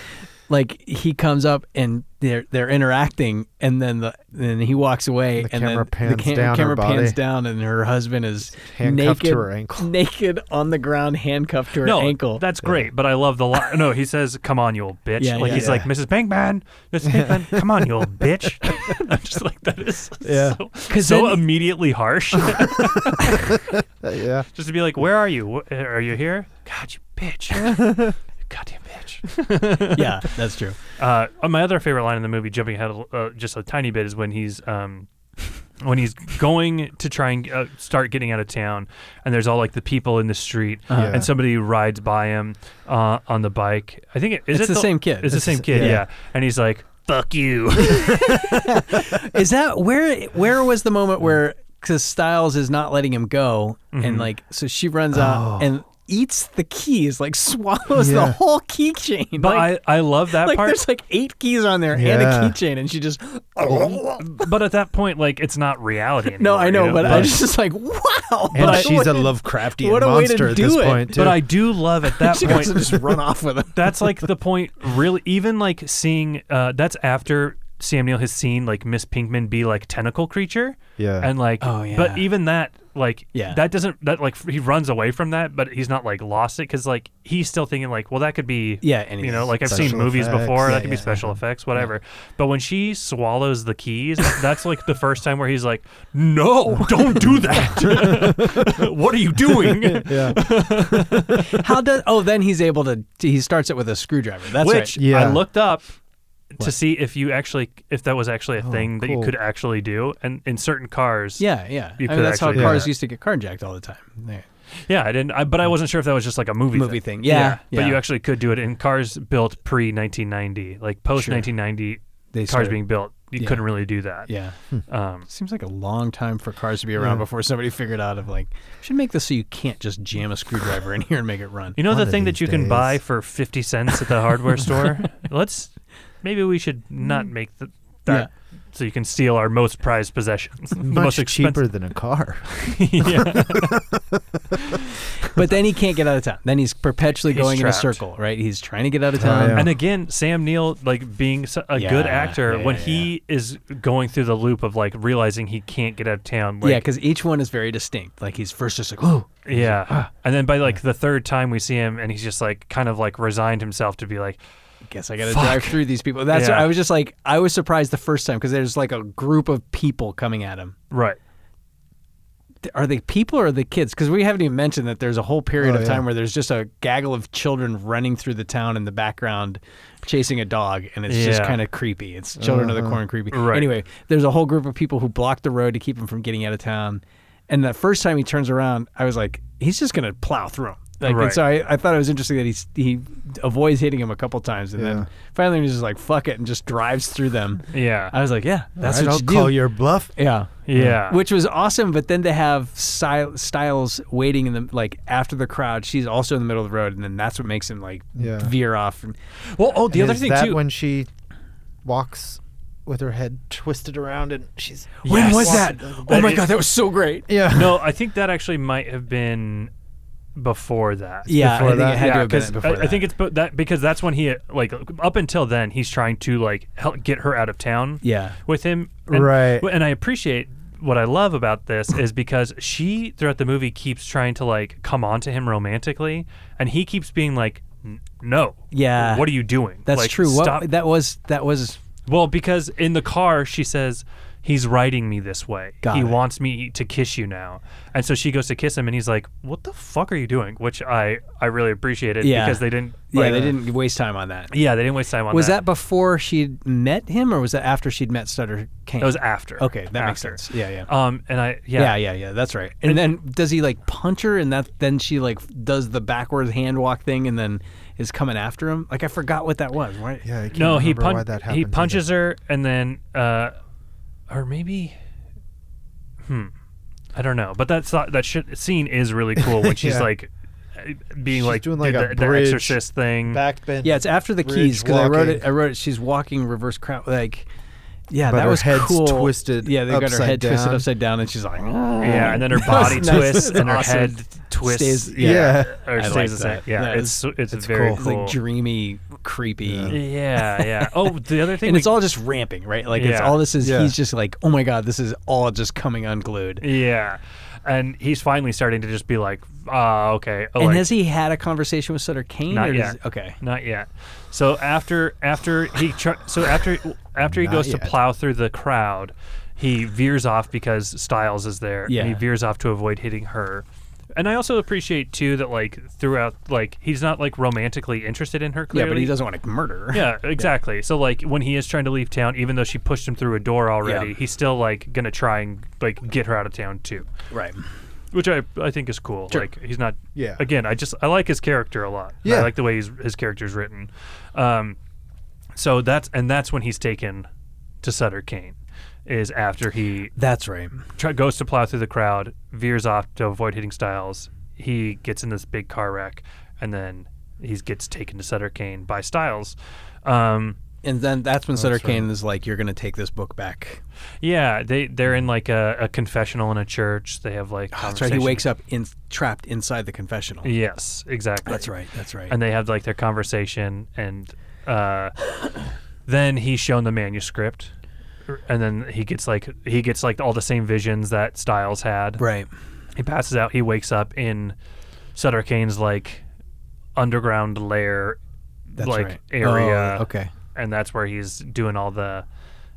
like, he comes up and they're they're interacting, and then the then he walks away,
The
and
camera
then
pans down her
camera
body.
pans down, and her husband is
Handcuffed to
naked,
her ankle.
naked on the ground, handcuffed to her
no,
ankle.
that's great. But I love the line. No, he says, "Come on, you old bitch."
Yeah,
like
yeah,
he's
yeah.
like, "Mrs. Pinkman, Mrs. Pinkman, come on, you old bitch." I'm just like, that is
Yeah.
so,
'Cause
so
then-
immediately harsh.
yeah.
Just to be like, where are you? Wh- Are you here? God, you bitch. Goddamn bitch.
Yeah, that's true.
Uh, uh, my other favorite line in the movie, jumping ahead a l- uh, just a tiny bit, is when he's um, when he's going to try and uh, start getting out of town, and there's all like the people in the street,
Uh-huh. Yeah.
and somebody rides by him uh, on the bike. I think it, is
It's
it
the same kid.
It's the
It's
same
the-
kid,
yeah.
yeah. And he's like, "Fuck you."
is that where where was the moment where because Styles is not letting him go and
Mm-hmm.
Mhm.
like so she runs out
Oh.
and eats the keys like swallows the
Yeah.
whole key chain
But
like,
I, I love that
like
part.
there's like eight keys on there
Yeah.
and a keychain and she just
Oh.
but at that point, like it's not reality. Anymore,
no I know
you
but I was just like wow
And
but
she's
what
a
a-
Lovecraftian
what a way to
monster at
do
this
it.
point, too.
But I do love at that
She
point.
doesn't just run off with him.
That's like the point. Really, even like seeing. Uh, that's after Sam Neill has seen like Miss Pinkman be like tentacle creature.
Yeah.
And like.
Oh,
But
yeah.
even that, like,
Yeah.
that doesn't that like he runs away from that, but he's not like lost it because like he's still thinking like, well, that could be
Yeah, any
you know, like I've seen
special
movies
effects.
before,
Yeah,
that could be
yeah,
special effects, whatever. But when she swallows the keys, that's like the first time where he's like, no, don't do that. what are you doing?
how does oh then he's able to he starts it with a screwdriver that's
Which
right
I looked up to see if you actually if that was actually a thing that you
Oh, cool.
could actually do, and in certain cars,
yeah yeah
you
I
could
mean, that's how
actually do
cars
that.
used to get carjacked all the time yeah.
Yeah, I didn't, I, but I wasn't sure if that was just like a movie
Movie thing, yeah,
but
yeah.
you actually could do it in cars built pre 1990, like post 1990
They
cars
started-
being built. You
yeah.
couldn't really do that.
Yeah.
Um,
Seems like a long time for cars to be around
Yeah.
before somebody figured out of like should make this so you can't just jam a screwdriver in here and make it run.
you know the thing that you can buy for 50 cents at the hardware store. Let's maybe we should not
Mm.
make the, that. So you can steal our most prized possessions, the
Much
most expensive.
cheaper than a car.
yeah.
But then he can't get out of town. Then he's Oh, perpetually
He's
going
trapped.
in a circle, right? He's trying to get out of town.
And again, Sam Neill, like being s- a
Yeah,
good actor,
yeah,
when
yeah,
he is going through the loop of like realizing he can't get out of town, like,
yeah, because each one is very distinct. Like he's first just like, oh,
yeah. and then by like the third time we see him, and he's just like kind of like resigned himself to be like,
guess I got to
Fuck.
drive through these people. That's
Yeah.
what I was just like, I was surprised the first time because there's like a group of people coming at him.
right.
Are they people or are they kids? Because we haven't even mentioned that there's a whole period
Oh,
of
yeah.
time where there's just a gaggle of children running through the town in the background, chasing a dog, and it's just
Yeah.
kind of creepy. It's Children of the
Uh-huh.
Corn creepy.
Right.
Anyway, there's a whole group of people who block the road to keep him from getting out of town. And the first time he turns around, I was like, he's just gonna plow through him. Like, and
Right.
so I, I thought it was interesting that he he avoids hitting him a couple times, and
Yeah.
then finally he's just like, fuck it, and just drives through them.
Yeah.
I was like, yeah, that's
All right,
what
I'll
you
call
do.
your bluff.
Uh, Yeah.
Yeah.
Which was awesome, but then to have Sy- Styles waiting in the like after the crowd, she's also in the middle of the road, and then that's what makes him like
Yeah.
veer off.
Well, oh,
And is that when she walks with her head twisted around and she's
When was
Walking
that?
down the
Oh
back.
my god, that was so great.
Yeah.
No, I think that actually might have been before that.
Yeah, I
before
think it had to have been
'cause
before
I, I
that.
think it's bo- that because that's when he like up until then he's trying to like help get her out of town.
Yeah.
with him. And,
Right.
And I appreciate what I love about this is because she throughout the movie keeps trying to like come on to him romantically, and he keeps being like, "N- "No,
Yeah.
what are you doing?
That's
Like,
true.
Stop
What, that was that was
well, because in the car she says he's riding me this way.
Got
he
it.
wants me to kiss you now. And so she goes to kiss him and he's like, "What the fuck are you doing?" which I I really appreciated
yeah
because they didn't
yeah
like-
they didn't waste time on that.
Yeah, they didn't waste time on
was that.
that.
before she'd met him, or was that after she'd met Stutter Kane?
That was after.
Okay, that makes
After.
sense. Yeah, yeah.
Um and I yeah.
yeah, yeah, yeah, That's right. And, then does he like punch her, and that then she like does the backwards hand walk thing, and then is coming after him? Like I forgot what that was. Right?
Yeah. I can't
No, he
remember why
pun-
that
he
happened
punches her and then uh or maybe hmm I don't know. But that's not, that shit, scene is really cool when she's
Yeah.
like uh, being
She's
like,
doing, like,
the,
a
the
bridge
exorcist thing
backbend.
Yeah, it's after the keys because I wrote it.
walking.
I wrote it. She's walking reverse crowd like. Yeah,
but
that
her
was
head's
cool.
twisted.
Yeah, they got her
upside
head twisted
down.
upside down, and she's like, "Ah,"
Yeah, and then her
That's
body
nice.
twists
That's
and her
awesome.
head twists.
Stays-
yeah,
yeah.
or
I
stays
like
the same.
that.
Yeah,
That
it's
is-
it's,
it's
very
cool.
cool.
It's like dreamy, creepy.
Yeah, yeah. Oh, the other thing
and
we-
it's all just ramping, right? Like it's
Yeah.
all this is.
Yeah.
He's just like, oh my god, this is all just coming unglued.
Yeah, and he's finally starting to just be like, ah, okay. oh,
and
like-
has he had a conversation with Sutter Kane?
Not
or
yet.
does- okay.
Not yet. So after after he tr- so after after he
Not
goes to
yet.
plow through the crowd, he veers off because Styles is there. And he
Yeah.
veers off to avoid hitting her. And I also appreciate too that like throughout like he's not like romantically interested in her
Yeah,
clearly.
but he doesn't want to murder. her.
Yeah, exactly. So like when he is trying to leave town, even though she pushed him through a door already,
Yeah.
he's still like gonna try and like get her out of town too.
Right.
Which I I think is cool.
Sure.
Like he's not.
Yeah.
Again, I just I like his character a lot. I
Yeah.
like the way he's, his character's written. Um, so that's and that's when he's taken to Sutter Kane, is after he.
That's right.
Try, goes to plow through the crowd, veers off to avoid hitting Styles. He gets in this big car wreck, and then he gets taken to Sutter Kane by Styles. Um,
And then that's when
That's
Sutter
right.
Kane is like, "You're going to take this book back."
Yeah, they they're in like a, a confessional in a church. They have like
Ah, That's right. He
conversation-
wakes up in, trapped inside the confessional.
Yes, exactly.
That's right. That's right.
And they have like their conversation, and uh, then he's shown the manuscript, and then he gets like he gets like all the same visions that Styles had.
Right.
He passes out. He wakes up in Sutter Kane's like underground lair,
That's
like
right.
area.
Oh, okay.
And that's where he's doing all the,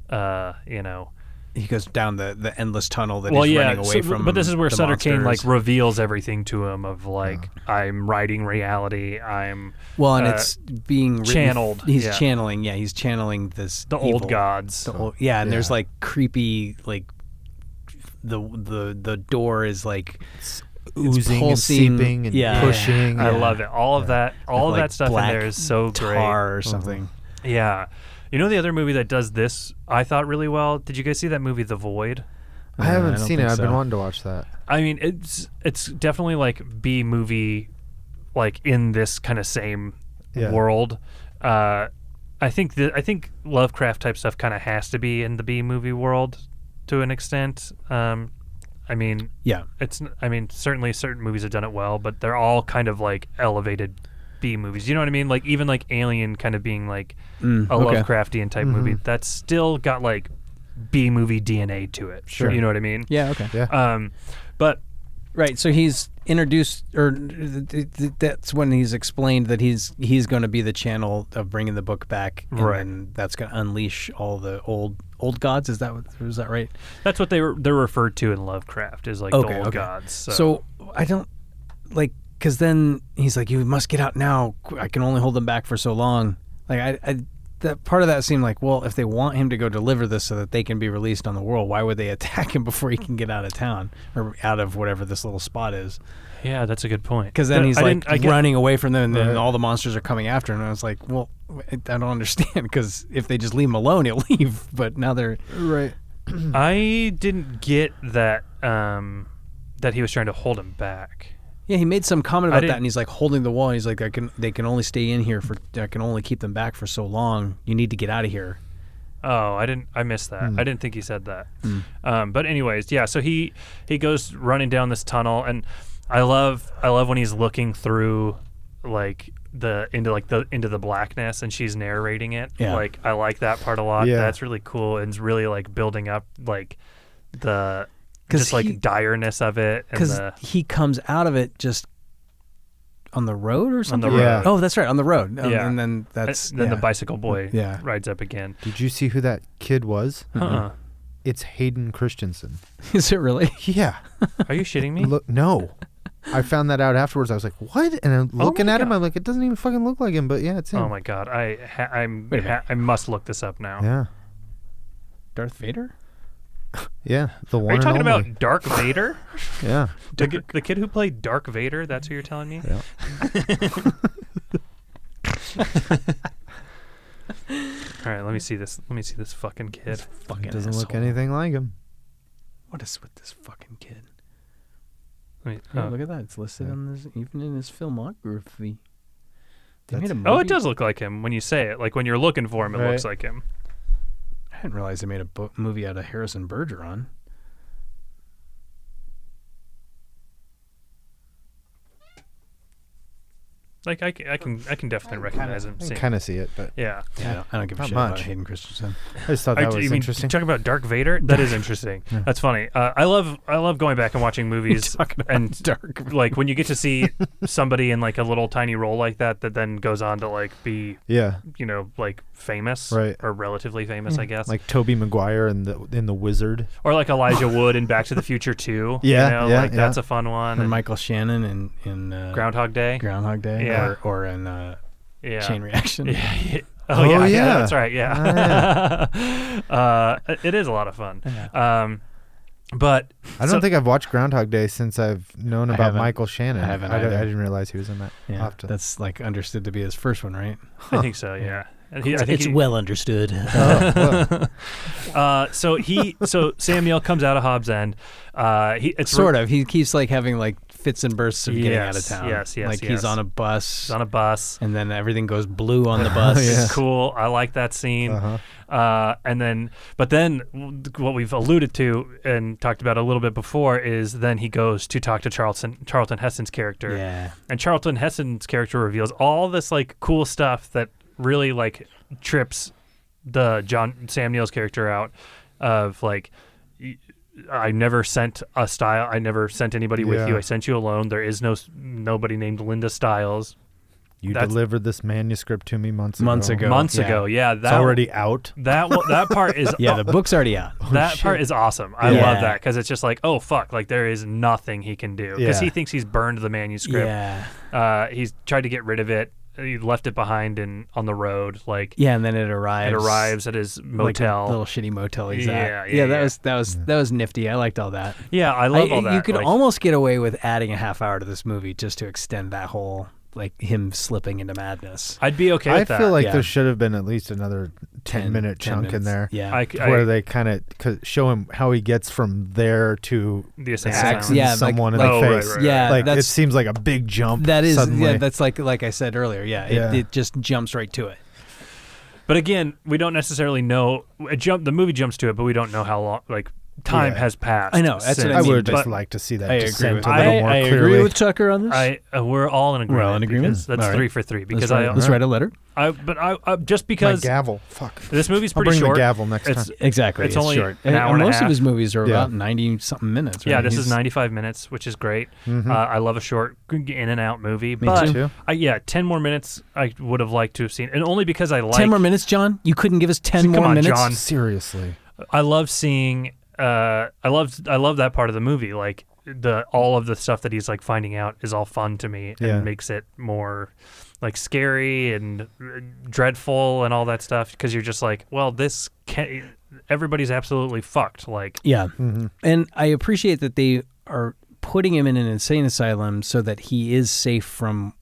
uh, you know,
he goes down the, the endless tunnel that
well,
he's
yeah,
running away
so-
from.
But this is where
the
Sutter Kane like
monsters. Oh.
reveals everything to him of like I'm writing reality. I'm
well, and
uh,
it's being written,
channeled.
He's
yeah.
channeling. Yeah, he's channeling this
The old
evil-
gods.
the old- yeah, and there's
Yeah.
like creepy like the the the door is like it's
oozing and
pulsing.
seeping and
yeah.
pushing.
I
Yeah.
love it. All of that,
With,
all of
like,
that stuff in
black
there is so great.
tar or something.
Yeah, you know the other movie that does this I thought really well. Did you guys see that movie The Void?
I haven't seen it. I've been wanting to watch that.
I mean, it's it's definitely like B movie, like in this kind of same
Yeah.
world. Uh, I think the I think Lovecraft type stuff kind of has to be in the B movie world to an extent. Um, I mean,
Yeah.
it's n- I mean certainly certain movies have done it well, but they're all kind of like elevated B movies. You know what I mean? Like even like Alien kind of being like
Mm,
a
okay.
Lovecraftian type movie that's still got like B movie DNA to it.
Sure.
You know what I mean?
Yeah, okay. Yeah.
Um, but
Right, so he's introduced, or th- th- th- that's when he's explained that he's he's going to be the channel of bringing the book back, and
Right.
then that's going to unleash all the old old gods. Is that what, is that right?
That's what they were, they're referred to in Lovecraft is like the old gods. So,
I don't like because then he's like, "You must get out now. I can only hold them back for so long." Like I, I that part of that seemed like, well, if they want him to go deliver this so that they can be released on the world, why would they attack him before he can get out of town or out of whatever this little spot is?
yeah, that's a good point.
Because then
Th-
he's
I
like
didn't- I get-
running away from them, and then
Right.
all the monsters are coming after him. And I was like, well, I don't understand. Because if they just leave him alone, he'll leave. But now they're
right.
I didn't get that um, that he was trying to hold him back.
Yeah, he made some comment
I
about that,
didn't-
and he's like holding the wall. And he's like, I can, they can only stay in here for, I can only keep them back for so long. You need to get out of here.
Oh, I didn't. I missed that.
Hmm.
I didn't think he said that.
Hmm.
Um, but anyways, yeah. So he he goes running down this tunnel, and I love I love when he's looking through like the into like the into the blackness, and she's narrating it.
Yeah.
Like I like that part a lot.
Yeah.
That's really cool, and it's really like building up like the
'Cause
just like
he-
direness of it. and uh,
Because
the-
he comes out of it just on the road or
on the
something.
road.
Oh, that's right, on the road. Um,
yeah.
and then that's
And then
yeah.
the bicycle boy
Yeah.
rides up again.
Did you see who that kid was?
Uh-uh.
It's Hayden Christensen.
Is it really?
Yeah.
Are you shitting me?
Look, no. I found that out afterwards. I was like, "What?" And I'm
Oh
looking
my
at him. I'm like, "It doesn't even fucking look like him." But yeah, it's him.
Oh my god! I ha- I'm
Wait a
ha- I must look this up now.
Yeah,
Darth Vader?
yeah. The one.
Are you
and
talking
only.
about Dark Vader?
Yeah.
The, g- the kid who played Dark Vader. That's who you're telling me. All right, let me see this. Let me see this fucking kid.
It doesn't look anything like him.
What is with this fucking kid?
Let me-
Oh,
oh.
look at that. It's listed on this, even in his filmography. They made a
Oh,
movie-
it does look like him when you say it. Like when you're looking for him, it looks
Right.
like him.
I didn't realize they made a bo- movie out of Harrison Bergeron.
Like I, ca- I can I can definitely recognize him.
I
seeing
kinda
him.
see it, but-
yeah,
Yeah, I don't- I don't give a
Not
shit about
much.
Hayden Christensen. I just thought that was
d- you mean,
interesting.
Talk about Dark Vader. That is interesting.
Yeah.
That's funny. Uh, I love I love going back and watching movies and dark like when you get to see somebody in like a little tiny role like that that then goes on to like be
Yeah.
you know like famous
Right.
or relatively famous
Hmm.
I guess
Like Toby Maguire in the in the Wizard.
or like Elijah Wood in Back to the Future too.
Yeah,
you know,
yeah,
like
yeah.
that's a fun one.
Or
And-
Michael Shannon in in uh,
Groundhog Day.
Groundhog Day.
Yeah.
Or, or in uh,
Yeah.
Chain Reaction.
Yeah, yeah. Oh, yeah, yeah, that's right. Yeah, uh, it is a lot of fun. Um, but
I don't
so-
think I've watched Groundhog Day since I've known
I
about
haven't-
Michael Shannon.
I haven't.
I, don't-
either.
I didn't realize he was in that.
Yeah,
I'll have to-
that's like understood to be his first one, right?
I think so. Yeah, And he- I
It's-
think
it's
he-
well understood.
uh, so he, so Samuel comes out of Hobbs End. Uh, he it's
sort of. He keeps like having like fits and bursts of getting out of
Yes,
town.
yes, yes,
Like
yes.
he's on a bus.
on a bus.
and then everything goes blue on the bus.
It's cool. I like that scene.
Uh-huh.
uh and then, but then w- what we've alluded to and talked about a little bit before is then he goes to talk to Charlton Charlton Heston's character.
Yeah.
And Charlton Heston's character reveals all this like cool stuff that really like trips the John Sam Neill's character out of like. y- I never sent a style. I never sent anybody with
Yeah.
you. I sent you alone. There is no s- nobody named Linda Styles.
You
That's-
delivered this manuscript to me months ago.
Months ago.
Months ago, yeah.
it's already out.
That wa- that part is
Yeah, the book's already out.
that
Oh,
part
shit.
is awesome. I
Yeah.
love that because it's just like, oh fuck, like there is nothing he can do because
Yeah.
he thinks he's burned the manuscript.
Yeah.
uh, he's tried to get rid of it. He left it behind and on the road. Like
Yeah, and then it arrives.
It arrives at his
like a
motel.
little shitty motel he's at.
Yeah, yeah,
yeah. That
yeah.
was that was that was nifty. I liked all that.
Yeah, I love all
You
that,
could
like-
almost get away with adding a half hour to this movie just to extend that whole like him slipping into madness.
I'd be okay
I
with that.
feel like
Yeah.
there should have been at least another 10,
10
minute
10
chunk in
minutes.
there.
Yeah.
I
I,
c-
where
I-
they kind of show him how he gets from there to
The
axe
assassin.
and
Yeah, like-
someone in
like-
the
Oh, right,
face.
right, right. Yeah,
like it
that's-
seems like a big jump.
That is
suddenly.
yeah. That's like like I said earlier. Yeah. It,
Yeah.
it just jumps right to it.
But again, we don't necessarily know. It jump the movie jumps to it, but we don't know how long. Like time
Yeah.
has passed.
I know, that's what
since-
I mean,
would just
but-
like to see that
I agree
descent
with
a
that.
little
I-
more
I agree
clearly.
with Tucker on this?
I uh, we're all in agreement.
all in agreement?
because That's
All right.
three for three.
Let's
Because
write-
I
let's write a letter.
I but I, I just because
gavel. Fuck.
This movie's
I'll
pretty
bring the
short.
gavel next
It's-
time.
Exactly.
It's, only
short. And-
an hour
and
and a
most
half.
of his movies are
Yeah.
about ninety something minutes.
Yeah,
right?
this is
He's-
95 minutes, which is great.
Mhm.
Mm-hmm.
Uh, I love a short in and out movie.
Me
but
too.
I, yeah, 10 more minutes I would have liked to have seen. And only because I like
Ten more minutes, John. You couldn't give us ten
Come
more
on,
minutes.
John.
Seriously.
I love seeing uh I love I love that part of the movie like the all of the stuff that he's like finding out is all fun to me and
Yeah.
makes it more like scary and uh, dreadful and all that stuff because you're just like well this can everybody's absolutely fucked like
Yeah.
Mhm.
And I appreciate that they are putting him in an insane asylum so that he is safe from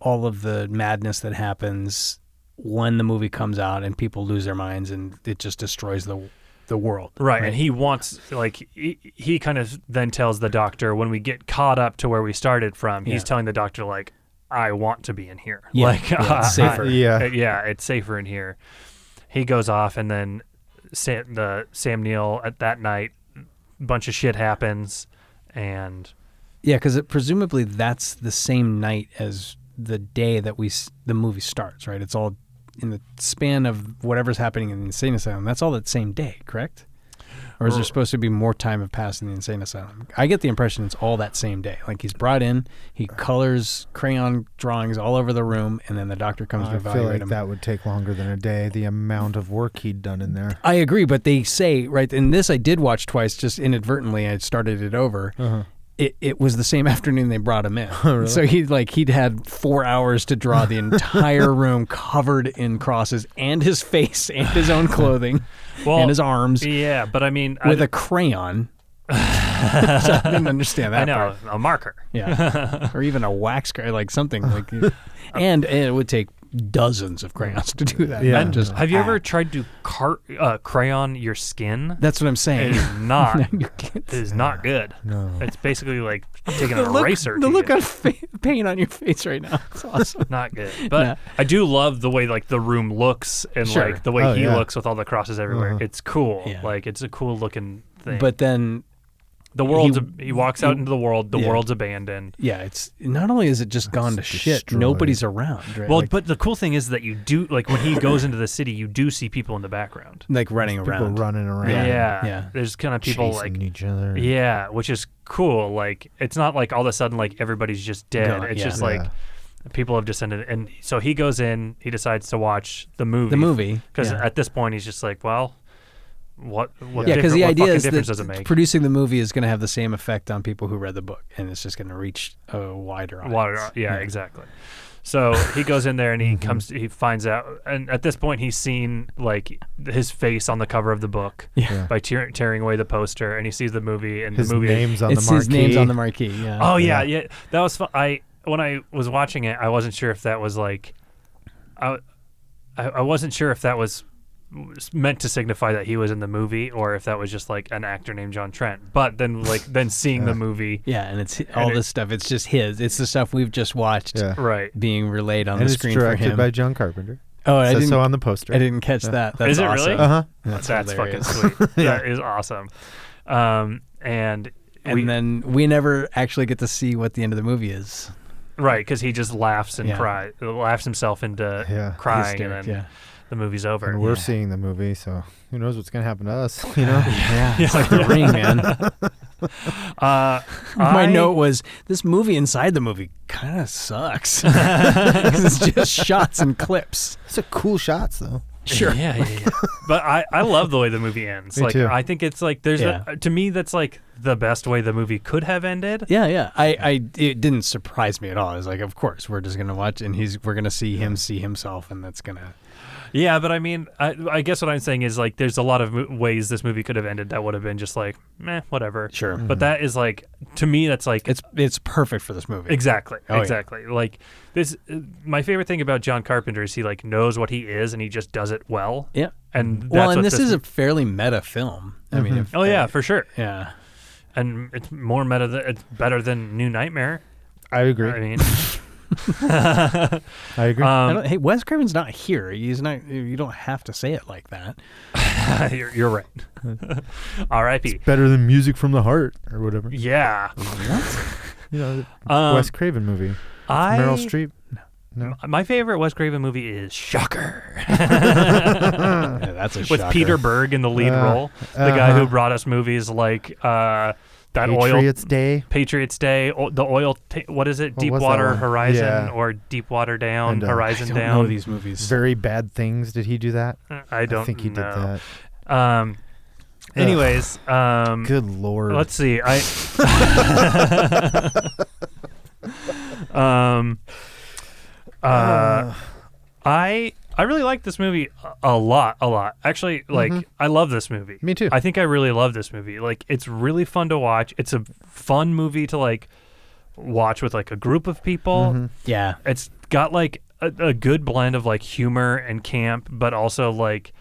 all of the madness that happens when the movie comes out and people lose their minds and it just destroys the the world.
Right, and he wants like he, he kind of then tells the doctor when we get caught up to where we started from, he's
Yeah.
telling the doctor like I want to be in here.
Yeah,
Like
yeah, it's
I-
safer.
Yeah.
yeah, it's safer in here. He goes off and then Sam, the Sam Neill at that night bunch of shit happens and
Yeah, because presumably that's the same night as the day that we s- the movie starts, right? It's all in the span of whatever's happening in the insane asylum. That's all that same day, correct? Or is there
Or-
supposed to be more time have passed in the insane asylum? I get the impression it's all that same day. Like he's brought in, he colors crayon drawings all over the room, and then the doctor comes to
I
evaluate
feel like
him.
that would take longer than a day. The amount of work he'd done in there.
I agree, but they say right, and this I did watch twice, just inadvertently. I started it over.
Uh-huh.
It it was the same afternoon they brought him in,
Really?
so he like he'd had four hours to draw the entire room covered in crosses and his face and his own clothing
well
and his arms
Yeah, but I mean I
with
d-
a crayon. So I didn't understand that.
I know
part.
a marker.
Yeah, or even a wax crayon, like something like, and, and it would take dozens of crayons to do that.
Yeah.
Not just
Have you ever tried to car- uh, crayon your skin?
That's what I'm saying.
It is not.
No,
it is not good. No. It's basically like taking an
Uh, The look-
eraser.
the
to
look
get-
on fa- pain on your face right now. It's awesome.
not good. But
Nah.
I do love the way like the room looks and
Sure.
like the way
Oh,
he
yeah.
looks with all the crosses everywhere.
Uh-huh.
It's cool. Like it's a cool looking thing.
But then
the world's
he-
ab- he, walks out
he-
into the world. The
yeah.
world's abandoned.
Yeah, it's not only is it just gone to shit,
destroyed.
nobody's around. Right?
Well,
like,
but the cool thing is that you do like when he goes into the city, you do see people in the background.
like running
People
around,
running around.
Yeah.
yeah,
There's kind of people
Chasing
like
each other.
Yeah, which is cool. Like it's not like all of a sudden like everybody's just dead.
Gone,
it's
yeah.
just like
Yeah.
people have descended and so he goes in, he decides to watch the movie.
The movie,
Cuz
yeah.
at this point he's just like, well, what what
yeah, because
because
the idea is
difference
that
does it make?
producing the movie is going to have the same effect on people who read the book, and it's just going to reach a wider audience.
Water, yeah, exactly. So he goes in there and
Mm-hmm.
he comes. He finds out, and at this point, he's seen like his face on the cover of the book
Yeah.
by tear, tearing away the poster, and he sees the movie and
His
the movie.
name's on the It's his name's marquee. on the marquee, yeah.
Oh yeah, yeah.
Yeah.
That was fun. I when I was watching it, I wasn't sure if that was like, I, I, I wasn't sure if that was was meant to signify that he was in the movie or if that was just like an actor named John Trent. But then like then seeing the movie,
Yeah, and it's all
it-
this stuff. It's just his. It's the stuff we've just watched,
Yeah. Right.
Being relayed on
and
the
it's
screen
directed
for him
by John Carpenter.
Oh,
It
I
says
didn't
so on the poster.
I didn't catch
Yeah.
that. That's
is it
awesome.
really?
Uh-huh. Yeah.
That's, fucking
hilarious.
sweet.
Yeah.
That is awesome. Um, and
And then we never actually get to see what the end of the movie is.
right, because he just laughs and
Yeah.
cries, laughs himself into
Yeah.
crying,
Hysteric,
and then
yeah.
the movie's over.
And we're seeing the movie, so who knows what's gonna happen to us? You know?
Yeah. It's like The Ring, man. Uh,
My
I-
note was this movie inside the movie kind of sucks. 'Cause it's just shots and clips.
It's a cool shots though.
Sure.
Yeah, yeah, yeah. but I, I love the way the movie ends.
Me
like
too.
I think it's like there's
Yeah.
a, to me that's like the best way the movie could have ended.
Yeah, yeah. I, I, it didn't surprise me at all. I was like, of course, we're just gonna watch, and he's, we're gonna see him see himself, and that's gonna.
Yeah, but I mean, I, I guess what I'm saying is like, there's a lot of mo- ways this movie could have ended that would have been just like, meh, whatever.
Sure.
But that is like, to me, that's like
it's it's perfect for this movie.
Exactly.
Oh, yeah.
exactly. Like this. uh, My favorite thing about John Carpenter is he like knows what he is and he just does it well.
Yeah.
And that's
well,
what
and this,
this
is a fairly meta film. I mean,
Mhm.
if,
oh yeah, for sure.
Yeah.
And it's more meta. Than, it's better than New Nightmare.
I agree.
I mean.
I agree.
Um,
I don't, hey, Wes Craven's not here. He's not. You don't have to say it like that.
you're, you're right. R.I.P.
Better than music from the heart or whatever.
Yeah.
You know,
Um,
Wes Craven movie. With
I-
Meryl Streep.
M- My favorite Wes Craven movie is Shocker.
that's a
With
shocker.
Peter Berg in the lead
Uh,
role, the guy who
uh-huh.
brought us movies like uh, that
Patriots
oil
Day.
Patriots Day, o- the oil. T- what is
What was that
it? Deepwater
one?
Horizon
Yeah.
or Deepwater Down,
And, uh,
Horizon
I don't
Down.
know these
movies.
Very bad things. Did he do that?
Uh, I don't
think he
know.
did
that. Um, anyways, um,
Good lord.
Let's see. I. um, uh,
Uh.
I I really like this movie a- a lot, a lot. Actually, like
Mhm.
I love this movie.
Me too.
I think I really love this movie. Like it's really fun to watch. It's a fun movie to like watch with like a group of people.
Mm-hmm.
Mhm. Yeah.
It's got like a, a good blend of like humor and camp, but also like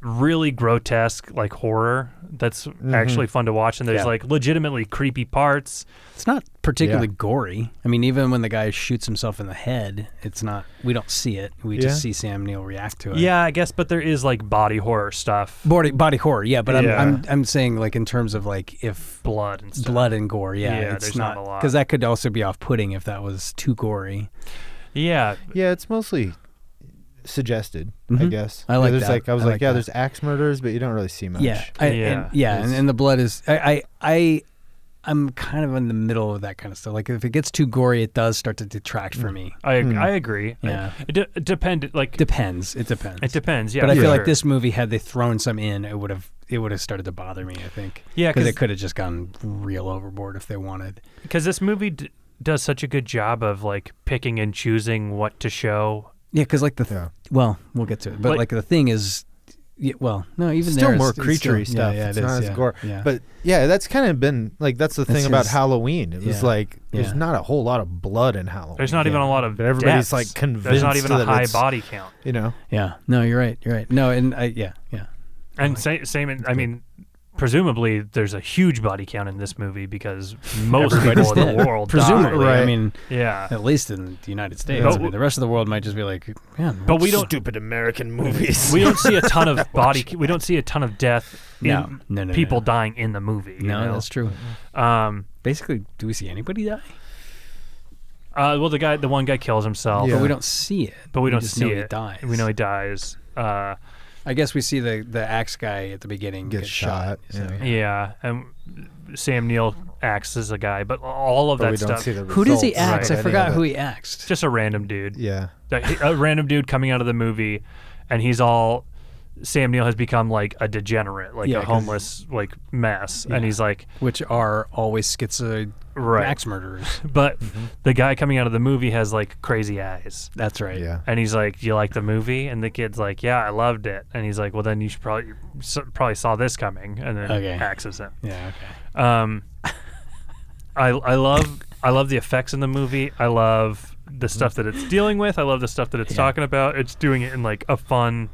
really grotesque like horror that's actually fun to watch and there's
Mm-hmm. Yeah.
like legitimately creepy parts.
It's not particularly gory. I mean, even when the guy shoots himself in the head, it's not. We don't see it. We
Yeah.
just see Sam Neill react to it.
Yeah, I guess but there is like body horror stuff.
Body body horror. Yeah, but
Yeah.
I'm I'm I'm saying like in terms of like if
blood and stuff.
blood and gore. Yeah,
Yeah,
it's
there's not a lot.
because that could also be off putting if that was too gory.
Yeah.
Yeah, it's mostly suggested, I
Mhm.
guess.
I
Yeah,
like
there's
that.
like I was
I
like,
like
yeah,
that.
there's axe murders, but you don't really see much.
Yeah, I, yeah, and, yeah, and,
It's-
and the blood is. I, I, I, I'm kind of in the middle of that kind of stuff. Like if it gets too gory, it does start to detract for me.
I I agree.
Hmm. Yeah.
It de- it depend like
depends. It depends.
It depends. Yeah.
but I
for
feel like
sure.
this movie had they thrown some in, it would have it would have started to bother me. I think.
Yeah,
because
'cause-
it could have just gone real overboard if they wanted.
because this movie d- does such a good job of like picking and choosing what to show.
Yeah, because like the th- well, we'll get to it. But
Like-
like, the thing is, yeah, well, no, even
still
there,
more
it's- it's still-
creaturey
yeah,
stuff.
yeah, it
it's
is,
not as
yeah,
gore.
yeah.
But yeah, that's kind of been like that's the thing
That's
about
his-
Halloween. It was
yeah,
like
yeah.
there's not a whole lot of blood in Halloween.
There's not even a lot of
But everybody's
deaths.
like
There's not
convinced.
even a
that
high
it's-
body count.
You know.
Yeah. No, you're right. You're right. No, and I, yeah, yeah.
And sa- same, in- I mean, presumably there's a huge body count in this movie because most
Everybody's
people in
dead.
the world die.
presumably. I mean,
yeah,
at least in the United States.
But
I mean, the rest of the world might just be like, man,
But we don't
stupid American
we don't see a ton of body. We don't see a ton of death. In
No. No, no, no,
people
no.
dying in the movie. you
No,
know?
that's true.
Um,
Basically, do we see anybody die?
Uh, well, the guy, the one guy kills himself,
But we don't see it.
But we, don't
just
see
know
it.
He dies.
We know he dies. Uh,
I guess we see the the axe guy at the beginning
Gets
get shot.
shot,
so-
yeah. and Sam Neill acts as a guy, but all of
But
that
we don't
stuff.
see the
Who does he
results
axe?
of
I
any
forgot
of
who
it.
he axed.
Just a random dude.
Yeah.
Like, he- a random dude coming out of the movie, and he's all. Sam Neill has become like a degenerate, like
Yeah,
a
'cause-
homeless, like mess, and
Yeah.
he's like,
Which are always schizoid
Right.
axe murderers.
but
mm-hmm.
the guy coming out of the movie has like crazy eyes.
That's right.
Yeah.
And he's like, "Do you like the movie?" And the kid's like, "Yeah, I loved it." And he's like, "Well, then you should probably you s- probably saw this coming." And then
Okay.
axes him.
Yeah. Okay.
Um, I I love I love the effects in the movie. I love
Mm-hmm.
the stuff that it's dealing with. I love the stuff that it's talking about. It's doing it in like a fun,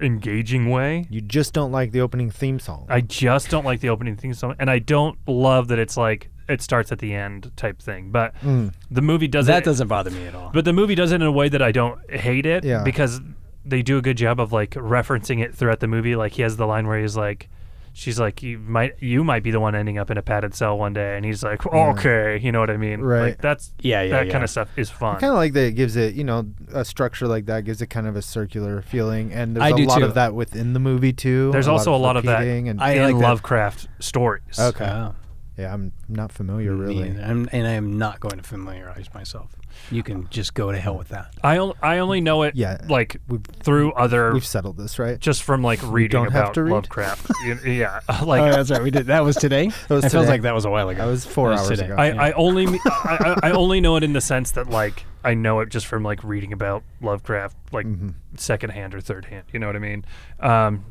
engaging way.
You just don't like the opening theme song.
I just don't like the opening theme song, and I don't love that it's like it starts at the end type thing. But
Mm.
the movie does
That
it,
doesn't bother me at all.
But the movie does it in a way that I don't hate it
Yeah.
because they do a good job of like referencing it throughout the movie. Like he has the line where he's like, "She's like, you might you might be the one ending up in a padded cell one day," and he's like, "Okay," you know what I mean?
Hmm. Right.
Like that's
Yeah, yeah,
that
yeah.
kind of stuff is fun.
kind of like that it gives it, you know, a structure like that gives it kind of a circular feeling, and there's
I
a
do
lot
too.
of that within the movie too.
There's also a lot of that
repeating and
I
in
like that.
Lovecraft stories.
okay,
Wow.
yeah, I'm not familiar
Me
really.
either. Oh, I'm, and I am not going to familiarize myself. You can just go to hell with that.
I, on- I only know it
Yeah.
like
We've-
through other
We've settled this, right?
just from like reading
don't have
about
to read?
Lovecraft. Y- yeah, Uh, like
oh, that's right. We did. That was today.
That was
it feels
today.
like that was a while ago.
That was four
That
hours
today.
ago.
I, I only I, I- I only know it in the sense that like I know it just from like reading about Lovecraft like
Mm-hmm.
secondhand or third hand. You know what I mean? Um,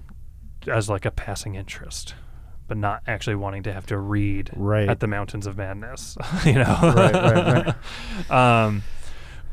as like a passing interest, but not actually wanting to have to read
Right.
at the Mountains of Madness. you know?
Right, right,
um,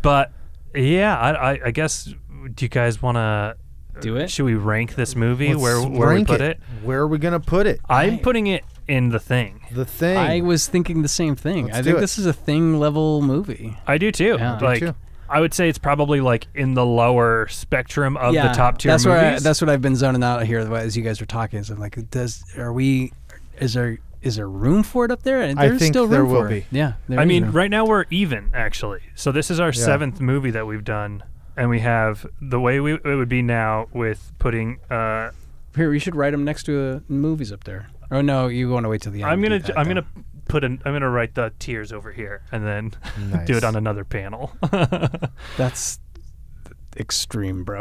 but yeah, I, I, I guess. Do you guys want to
Do it?
Should we rank this movie?
Let's
where where we
rank
put it?
Where are we gonna put it?
I'm putting it in the thing.
The thing.
I was thinking the same thing.
Let's
I
do
think
it.
this is a thing level movie.
I do too.
Yeah. I do
like
too.
I would say it's probably like in the lower spectrum of the top tier
That's
movies.
where I, that's what I've been zoning out here as you guys were talking. So I'm like, does are we? Is there is there room for it up there? And
I
there's
think
still room
there will
for it.
be.
Yeah. there
I
is
mean,
room.
right now we're even actually. So this is our seventh movie that we've done, and we have the way we it would be now with putting. Uh,
here we should write them next to uh, movies up there. Oh no, you want to wait till the end?
I'm
to
gonna
do that,
I'm
though.
gonna put an I'm gonna write the tiers over here and then do
Nice.
it on another panel.
That's extreme, bro.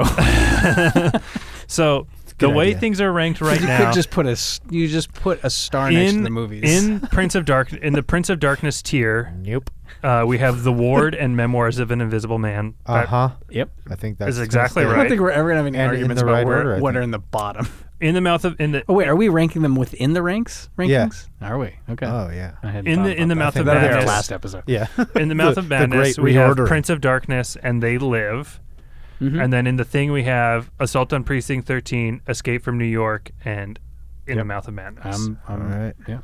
so the way
idea.
things are ranked right
you
now,
could just put a s- you just put a star next to
in
the movies.
in Prince of Dark in the Prince of Darkness tier,
Nope.
Uh, we have The Ward and Memoirs of an Invisible Man. That
Uh huh.
yep.
I think that's
is exactly
I
gonna
don't
stay.
right.
think we're ever gonna have any
And in
arguments
the
about
right
where-
order, I
what
think.
are in the bottom.
In the mouth of in the
Oh wait, are we ranking them within the ranks?
Yeah.
Rankings? Are we? Okay.
Oh yeah.
I hadn't
In
thought
the-
about
in the
that.
mouth
I
of
think that'll be our
madness.
last episode.
Yeah.
in the mouth
The-
of
the
madness
great
we have
reordering.
Prince of Darkness and They Live,
Mm-hmm.
and then in the thing we have Assault on Precinct 13, Escape from New York, and In the Mouth of Madness.
I'm, I'm
All right.
Yeah.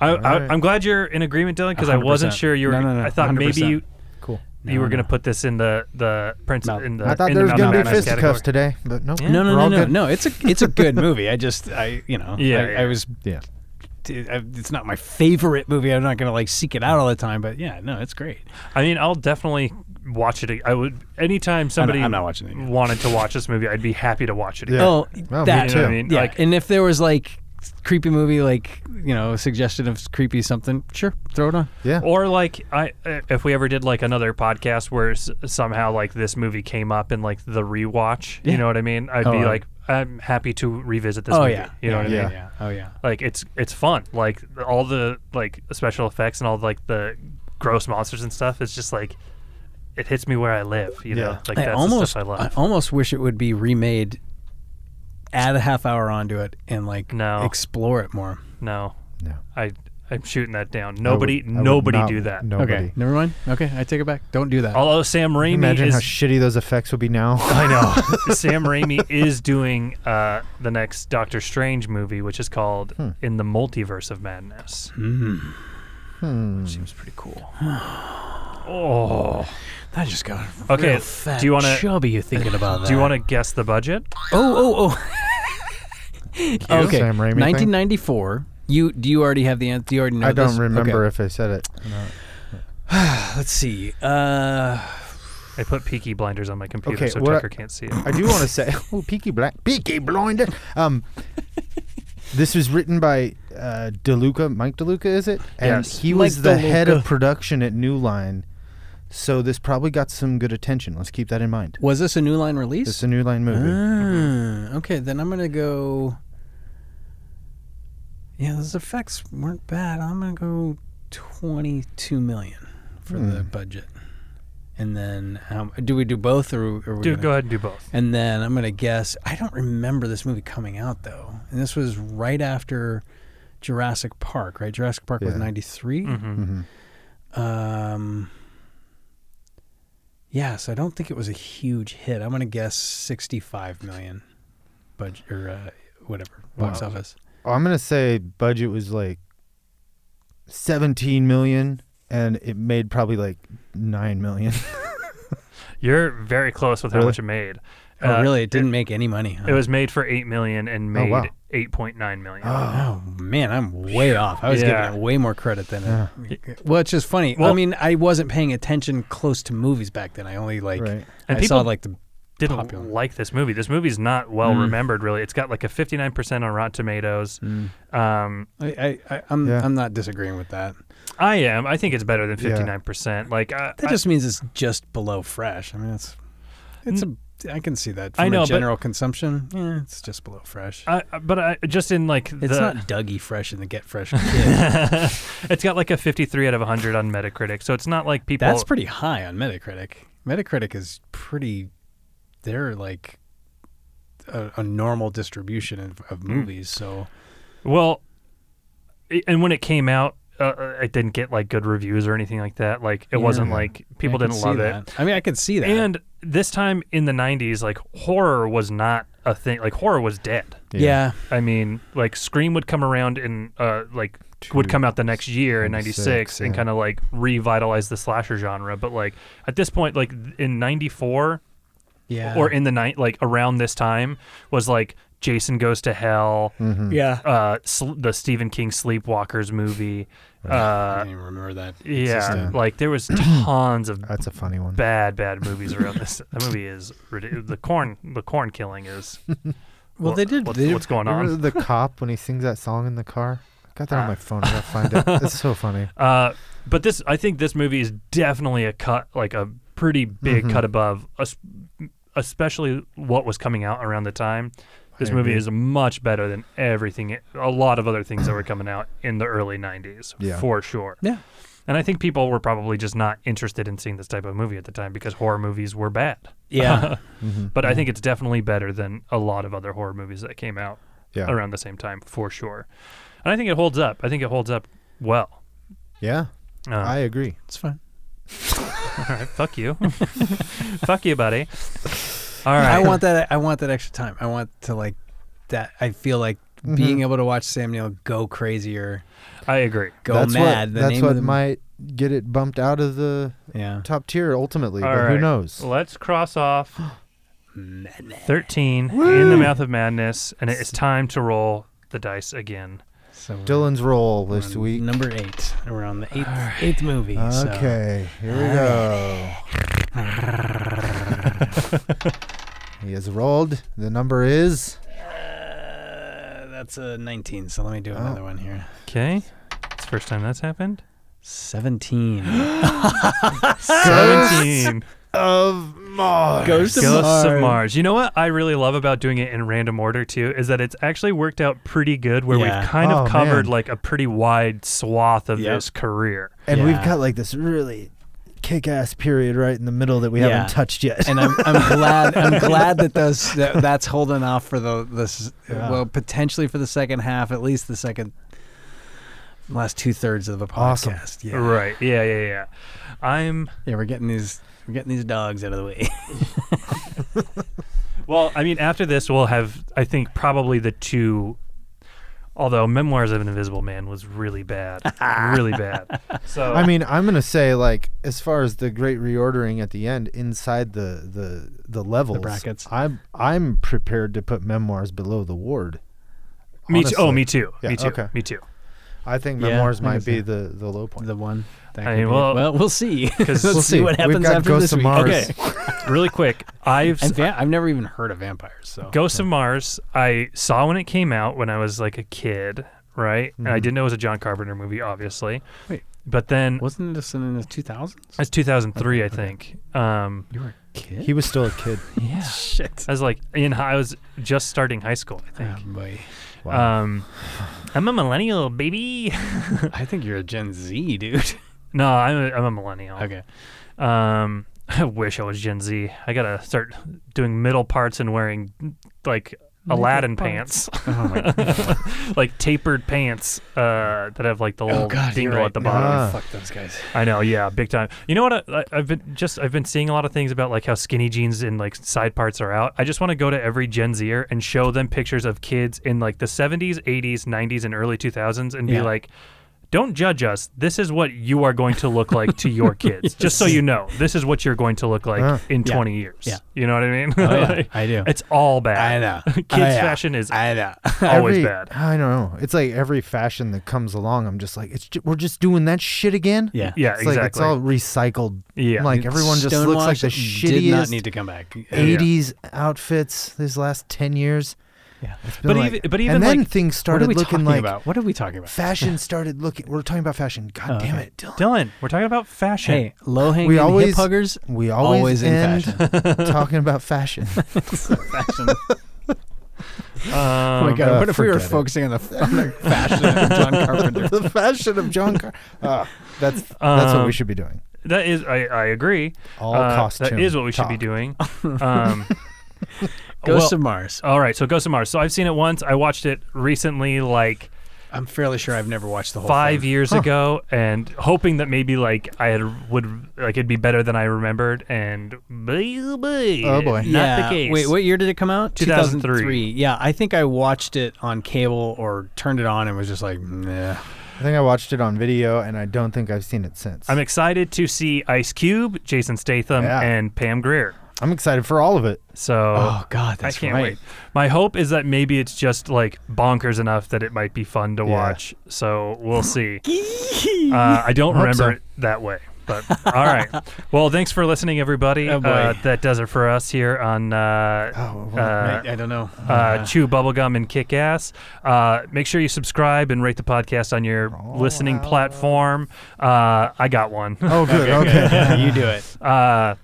I,
right.
I, I'm glad you're in agreement, Dylan, because I wasn't
100%.
sure you were.
No, no, no,
I thought maybe
100%.
you
Cool.
you were gonna put this in the the Prince
Mouth-
in the.
I thought
in
there was
the
gonna
Mouth
be
of Madness
fisticuffs
category.
today, but nope.
Yeah.
No, no,
We're
no,
all
no,
good.
no. It's a it's a good movie. I just I you know
Yeah,
I,
yeah.
I was
Yeah.
t- I- it's not my favorite movie. I'm not gonna like seek it out all the time, but yeah, no, it's great.
I mean, I'll definitely watch it. ag- I would anytime somebody
I'm not watching it again.
wanted to watch this movie, I'd be happy to watch it. Again.
Yeah.
Oh,
Well, me
that
too. You know what I
mean?
Yeah.
Like-
and if there was like creepy movie, like you know, suggestion of creepy something, sure, throw it on.
Yeah.
Or like I, uh, if we ever did like another podcast where s- somehow like this movie came up in like the rewatch, you
Yeah.
know what I mean? I'd
Oh,
be
uh,
like, I'm happy to revisit this
Oh
movie.
yeah,
You know
yeah,
what I
yeah,
mean?
yeah. Oh yeah.
Like it's it's fun. Like all the like special effects and all like the gross monsters and stuff. It's just like it hits me where I live. You know,
Yeah.
like
I
that's
almost
the stuff I love.
almost wish it would be remade add a half hour onto it and like
No.
explore it more.
No.
No.
I I'm shooting that down.
I would-
Nobody
I would
nobody
not-
do that.
Okay, never mind. Okay, I take it back. Don't do that.
Although Sam Raimi
Imagine
is
how shitty those effects would be now. I
know. Sam Raimi is doing uh, the next Doctor Strange movie, which is called
Hmm.
In the Multiverse of Madness.
Hmm.
Seems pretty cool. Oh,
that just got
okay.
real fat
do you want to
chubby you thinking about
Do you
that.
want to guess the budget?
Oh, oh, oh. okay,
Sam Raimi thing?
1994. You do you already have the answer? Do you already know?
I don't
this?
remember
Okay.
if I said it. or not.
Let's see. Uh,
I put Peaky Blinders on my computer,
Okay,
so
what I-
Tucker can't see it.
I do want to say, oh, Peaky Blind, Peaky Blinder. Um, this was written by uh, DeLuca, Mike DeLuca, is it? And
Yes.
he was
Mike
the head
DeLuca.
of production at New Line, so this probably got some good attention. Let's keep that in mind.
was this a New Line release?
It's a New Line movie.
Ah, okay, then I'm gonna go. Yeah, those effects weren't bad. I'm gonna go 22 million for the
Hmm.
budget, and then um, do we do both or? or we
Do
gonna-
go ahead and do both.
And then I'm gonna guess. I don't remember this movie coming out though, and this was right after Jurassic Park, right? Jurassic Park was
Yeah.
'93.
Mhm.
Um. Yeah, so I don't think it was a huge hit. I'm gonna guess 65 million, budget or uh, whatever box
Wow.
office.
Oh, I'm gonna say budget was like 17 million, and it made probably like nine million.
You're very close with how
Really?
much it made.
Oh,
Uh,
really? It didn't make any money. huh?
It was made for eight million and
Oh,
made
wow.
eight point nine million.
Oh, man, I'm way off. I was
Yeah.
giving it way more credit than. It, well, it's just funny. I
Well-
mean, I wasn't paying attention close to movies back then. I only like
And
I
people
saw like the
didn't
popular.
like this movie. This movie's not well
Mm.
remembered, really. It's got like a fifty nine percent on Rotten Tomatoes.
Hmm.
Um,
I, I, I I'm
Yeah.
I'm not disagreeing with that.
I am. I think it's better than
Yeah.
fifty nine percent. Like I,
That
I-
just means it's just below fresh. I mean, it's it's a I can see that. From
Mm. I know,
a
but-
general consumption, yeah, it's just below fresh.
I, I- but I, just in like the,
It's not Dougie Fresh and the Get Fresh Kid.
it's got like a fifty three out of hundred on Metacritic. So it's not like people.
That's pretty high on Metacritic. Metacritic is pretty. They're like a, a normal distribution of, of
Hmm.
movies. So
Well, i- and when it came out, uh, uh, it didn't get like good reviews or anything like that. Like it
Yeah.
wasn't like people
I can
didn't
see
love
that.
it.
I mean, I could see that.
And this time in the '90s, like horror was not a thing. Like horror was dead.
Yeah.
I mean, like Scream would come around and uh, like would come out the next year in '96
96,
and
yeah.
kind of like revitalize the slasher genre. But like at this point, like th- in '94,
Yeah.
or in the night, like around this time, was like Jason Goes to Hell.
Mhm. Yeah.
uh, sl- the Stephen King Sleepwalkers movie. Uh,
I didn't even remember that.
Yeah,
existed.
like there was tons of
that's a funny one.
Bad, bad movies around this. That movie is ridiculous. The corn, the corn killing is.
Well, they did-
What's,
they did-
what's going on?
Remember the cop when he sings that song in the car? I got that on my phone. I gotta find it. That's so funny.
Uh, but this, I think this movie is definitely a cut, like a pretty big
Mhm.
cut above, es- especially what was coming out around the time. This
I
movie
agree.
is much better than everything, a lot of other things that were coming out in the early 90s,
Yeah.
for sure.
Yeah.
And I think people were probably just not interested in seeing this type of movie at the time because horror movies were bad.
Yeah.
Mhm.
But I
Mhm.
think it's definitely better than a lot of other horror movies that came out
Yeah.
around the same time, for sure. And I think it holds up. I think it holds up well.
Yeah,
Uh,
I agree.
It's fine.
All right, fuck you, fuck you, buddy. All right,
I want that. I want that extra time. I want to like that. I feel like
Mm-hmm.
being able to watch Sam Neill go crazier.
I agree.
Go
that's
mad.
What,
the
that's
name of
what
the-
might get it bumped out of the
Yeah.
top tier ultimately.
All
but who
right,
knows?
Let's cross off thirteen in the mouth of madness, and it is time to roll the dice again.
So
Dylan's roll this
on
week.
Um, Number eight. And We're on the eighth, eighth movie. so-
Okay, here we go. he has rolled. The number is
Uh, that's a 19. So let me do
Oh.
another one here.
Okay, it's the first time that's happened.
17.
17.
of Mars.
Ghosts of Mars. You know what I really love about doing it in random order too is that it's actually worked out pretty good where
Yeah.
we've kind
Oh,
of covered
man.
like a pretty wide swath of
Yep.
this career.
And
Yeah.
we've got like this really kick-ass period right in the middle that we haven't touched yet.
and I'm, I'm glad I'm glad that those that, that's holding off for the this
Yeah.
well potentially for the second half, at least the second last two thirds of the podcast.
Awesome.
Yeah.
Right. Yeah, yeah, yeah. I'm
Yeah, we're getting these we're getting these dogs out of the way.
Well, I mean, after this, we'll have, I think, probably the two. Although Memoirs of an Invisible Man was really bad, really bad. So
I mean, I'm gonna say like as far as the great reordering at the end inside the the the levels
brackets.
I'm I'm prepared to put memoirs below the ward.
Me too- oh,
Honestly.
me too.
Yeah,
Me too.
Okay.
Me too.
I think
Yeah,
memoirs
I
might
guess
be
so.
the the low point.
The one. That
I mean, well,
we'll see.
'cause-
Let's see what happens
We've got
after
Ghosts
this
of
week.
Mars.
Okay.
really quick, I've
And va- I've never even heard of vampires. So
Ghosts of Mars, I saw when it came out when I was like a kid, right? And I
Mhm.
didn't know it was a John Carpenter movie, obviously.
Wait.
But then
wasn't it in the two thousands?
that's 2003, I think. Um,
You were a kid.
He was still a kid.
yeah.
Shit.
I was like in hi- I was just starting high school, I think.
Oh, boy.
Um, I'm a millennial, baby. I
think you're a Gen Z, dude.
No, I'm a, I'm a millennial.
Okay.
Um, I wish I was Gen Z. I gotta start doing middle parts and wearing like
Middle
Aladdin
parts.
pants,
Oh my God. Oh
like tapered pants uh, that have like the little
God, you're
dingle
right. Ah.
at the
No,
bottom.
fuck those guys.
I know, yeah, big time. You know what? I, I- I've been just I've been seeing a lot of things about like how skinny jeans and like side parts are out. I just want to go to every Gen Zer and show them pictures of kids in like the 70s, 80s, 90s, and early 2000s, and be
Yeah.
like. Don't judge us. This is what you are going to look like to your kids. Just so you know, this is what you're going to look like
Uh,
in
yeah.
20 years.
Yeah.
You know what I mean?
Oh, yeah.
Like,
I do.
It's all bad. I know. Kids'
Oh, yeah.
fashion is
I know.
always
Every-
bad.
I don't know. It's like every fashion that comes along, I'm just like, it's ju- we're just doing that shit again.
Yeah.
Yeah,
it's Like, it's
exactly.
all recycled.
Yeah.
like everyone just looks like the
Stonewashed
shittiest.
did not need to come back. Yeah.
Eighties outfits these last ten years.
Yeah,
But even- but even,
and then
like,
things
What are
started
we
looking
talking
like
about? What are we talking about?
fashion started looking. We're talking about fashion. God
Oh,
damn
okay.
it, Dylan.
Dylan, we're talking about fashion.
Hey, low hanging
We always
hip huggers.
we always, end
in fashion.
talking about fashion.
fashion.
Um,
oh my god!
uh,
what if we were
forget it.
focusing on the, on the fashion of John Carpenter?
the fashion of John Car. Ah, that's that's what
Um,
we should be doing.
That is, I, I agree. Uh,
All
That
costume
is what we should be
talk.
doing. Um,
Ghost
well,
of Mars.
All right, so Ghost of Mars. So I've seen it once. I watched it recently, like
I'm fairly sure I've never watched the whole
five
thing.
years ago, and hoping that maybe like I had would like it'd be better than I remembered. And oh
Oh, boy.
not
yeah.
the case.
Wait, what year did it come out?
2003.
Yeah, I think I watched it on cable or turned it on and was just like, nah.
I think I watched it on video, and I don't think I've seen it since.
I'm excited to see Ice Cube, Jason Statham,
Yeah.
and Pam Grier.
I'm excited for all of it.
So
Oh God,
I
that's
can't
right.
wait. My hope is that maybe it's just like bonkers enough that it might be fun to watch. So we'll see. uh, I don't
Hope
remember
so.
it that way. But all right. Well, thanks for listening, everybody.
Oh, boy.
Uh, that does it for us here on uh,
Oh, well,
uh,
I, I don't know.
uh, Chew Bubblegum and Kick Ass. Uh, make sure you subscribe and rate the podcast on your
Oh,
listening platform. Uh, I got one.
Oh, good. Okay.
you do it.
Uh,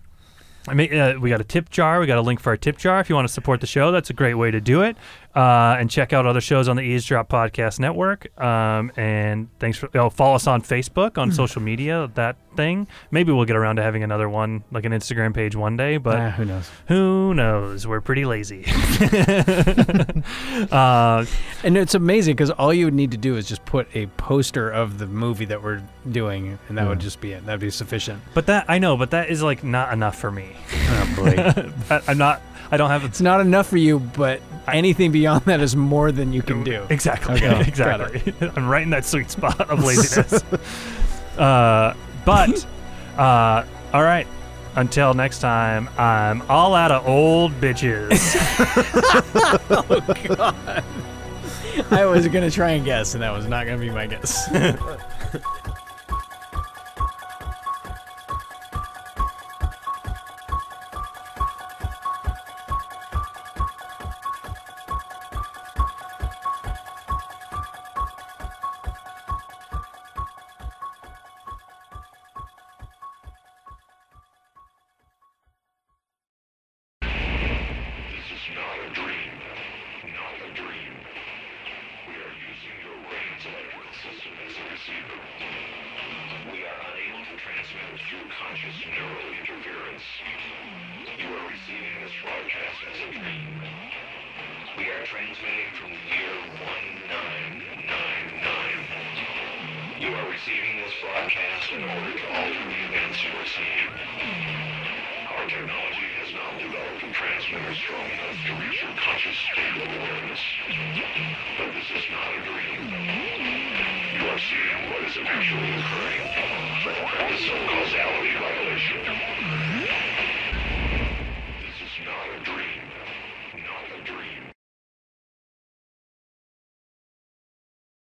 I mean, uh, we got a tip jar. We got a link for our tip jar. If you want to support the show, that's a great way to do it. Uh, and check out other shows on the Eavesdrop Podcast Network. Um, and thanks for oh, follow us on Facebook,
Hmm.
on social media, that thing. Maybe we'll get around to having another one, like an Instagram page one day. But
Ah, who knows?
who knows? We're pretty lazy. uh,
And it's amazing because all you would need to do is just put a poster of the movie that we're doing, and that would just be it. That'd be sufficient.
but that I know, but that is like not enough for me.
Oh boy,
I, I'm not. I don't have
it's not enough for you, but anything beyond that is more than you can do.
Exactly.
Okay, got
exactly. I'm right in that sweet spot of laziness. uh, but, uh, all right. Until next time, I'm all out of old bitches.
I was gonna try and guess, and that was not gonna be my guess.
We are using your brain's electric system as a receiver.
unconscious neural interference. You are receiving this broadcast as a dream. We are transmitting from year 1999. You are receiving this broadcast in order to alter the events you are seeing. Our technology has now developed a transmitter strong enough to reach your conscious state of awareness. But this is not a dream. You are seeing what is actually occurring. But the episode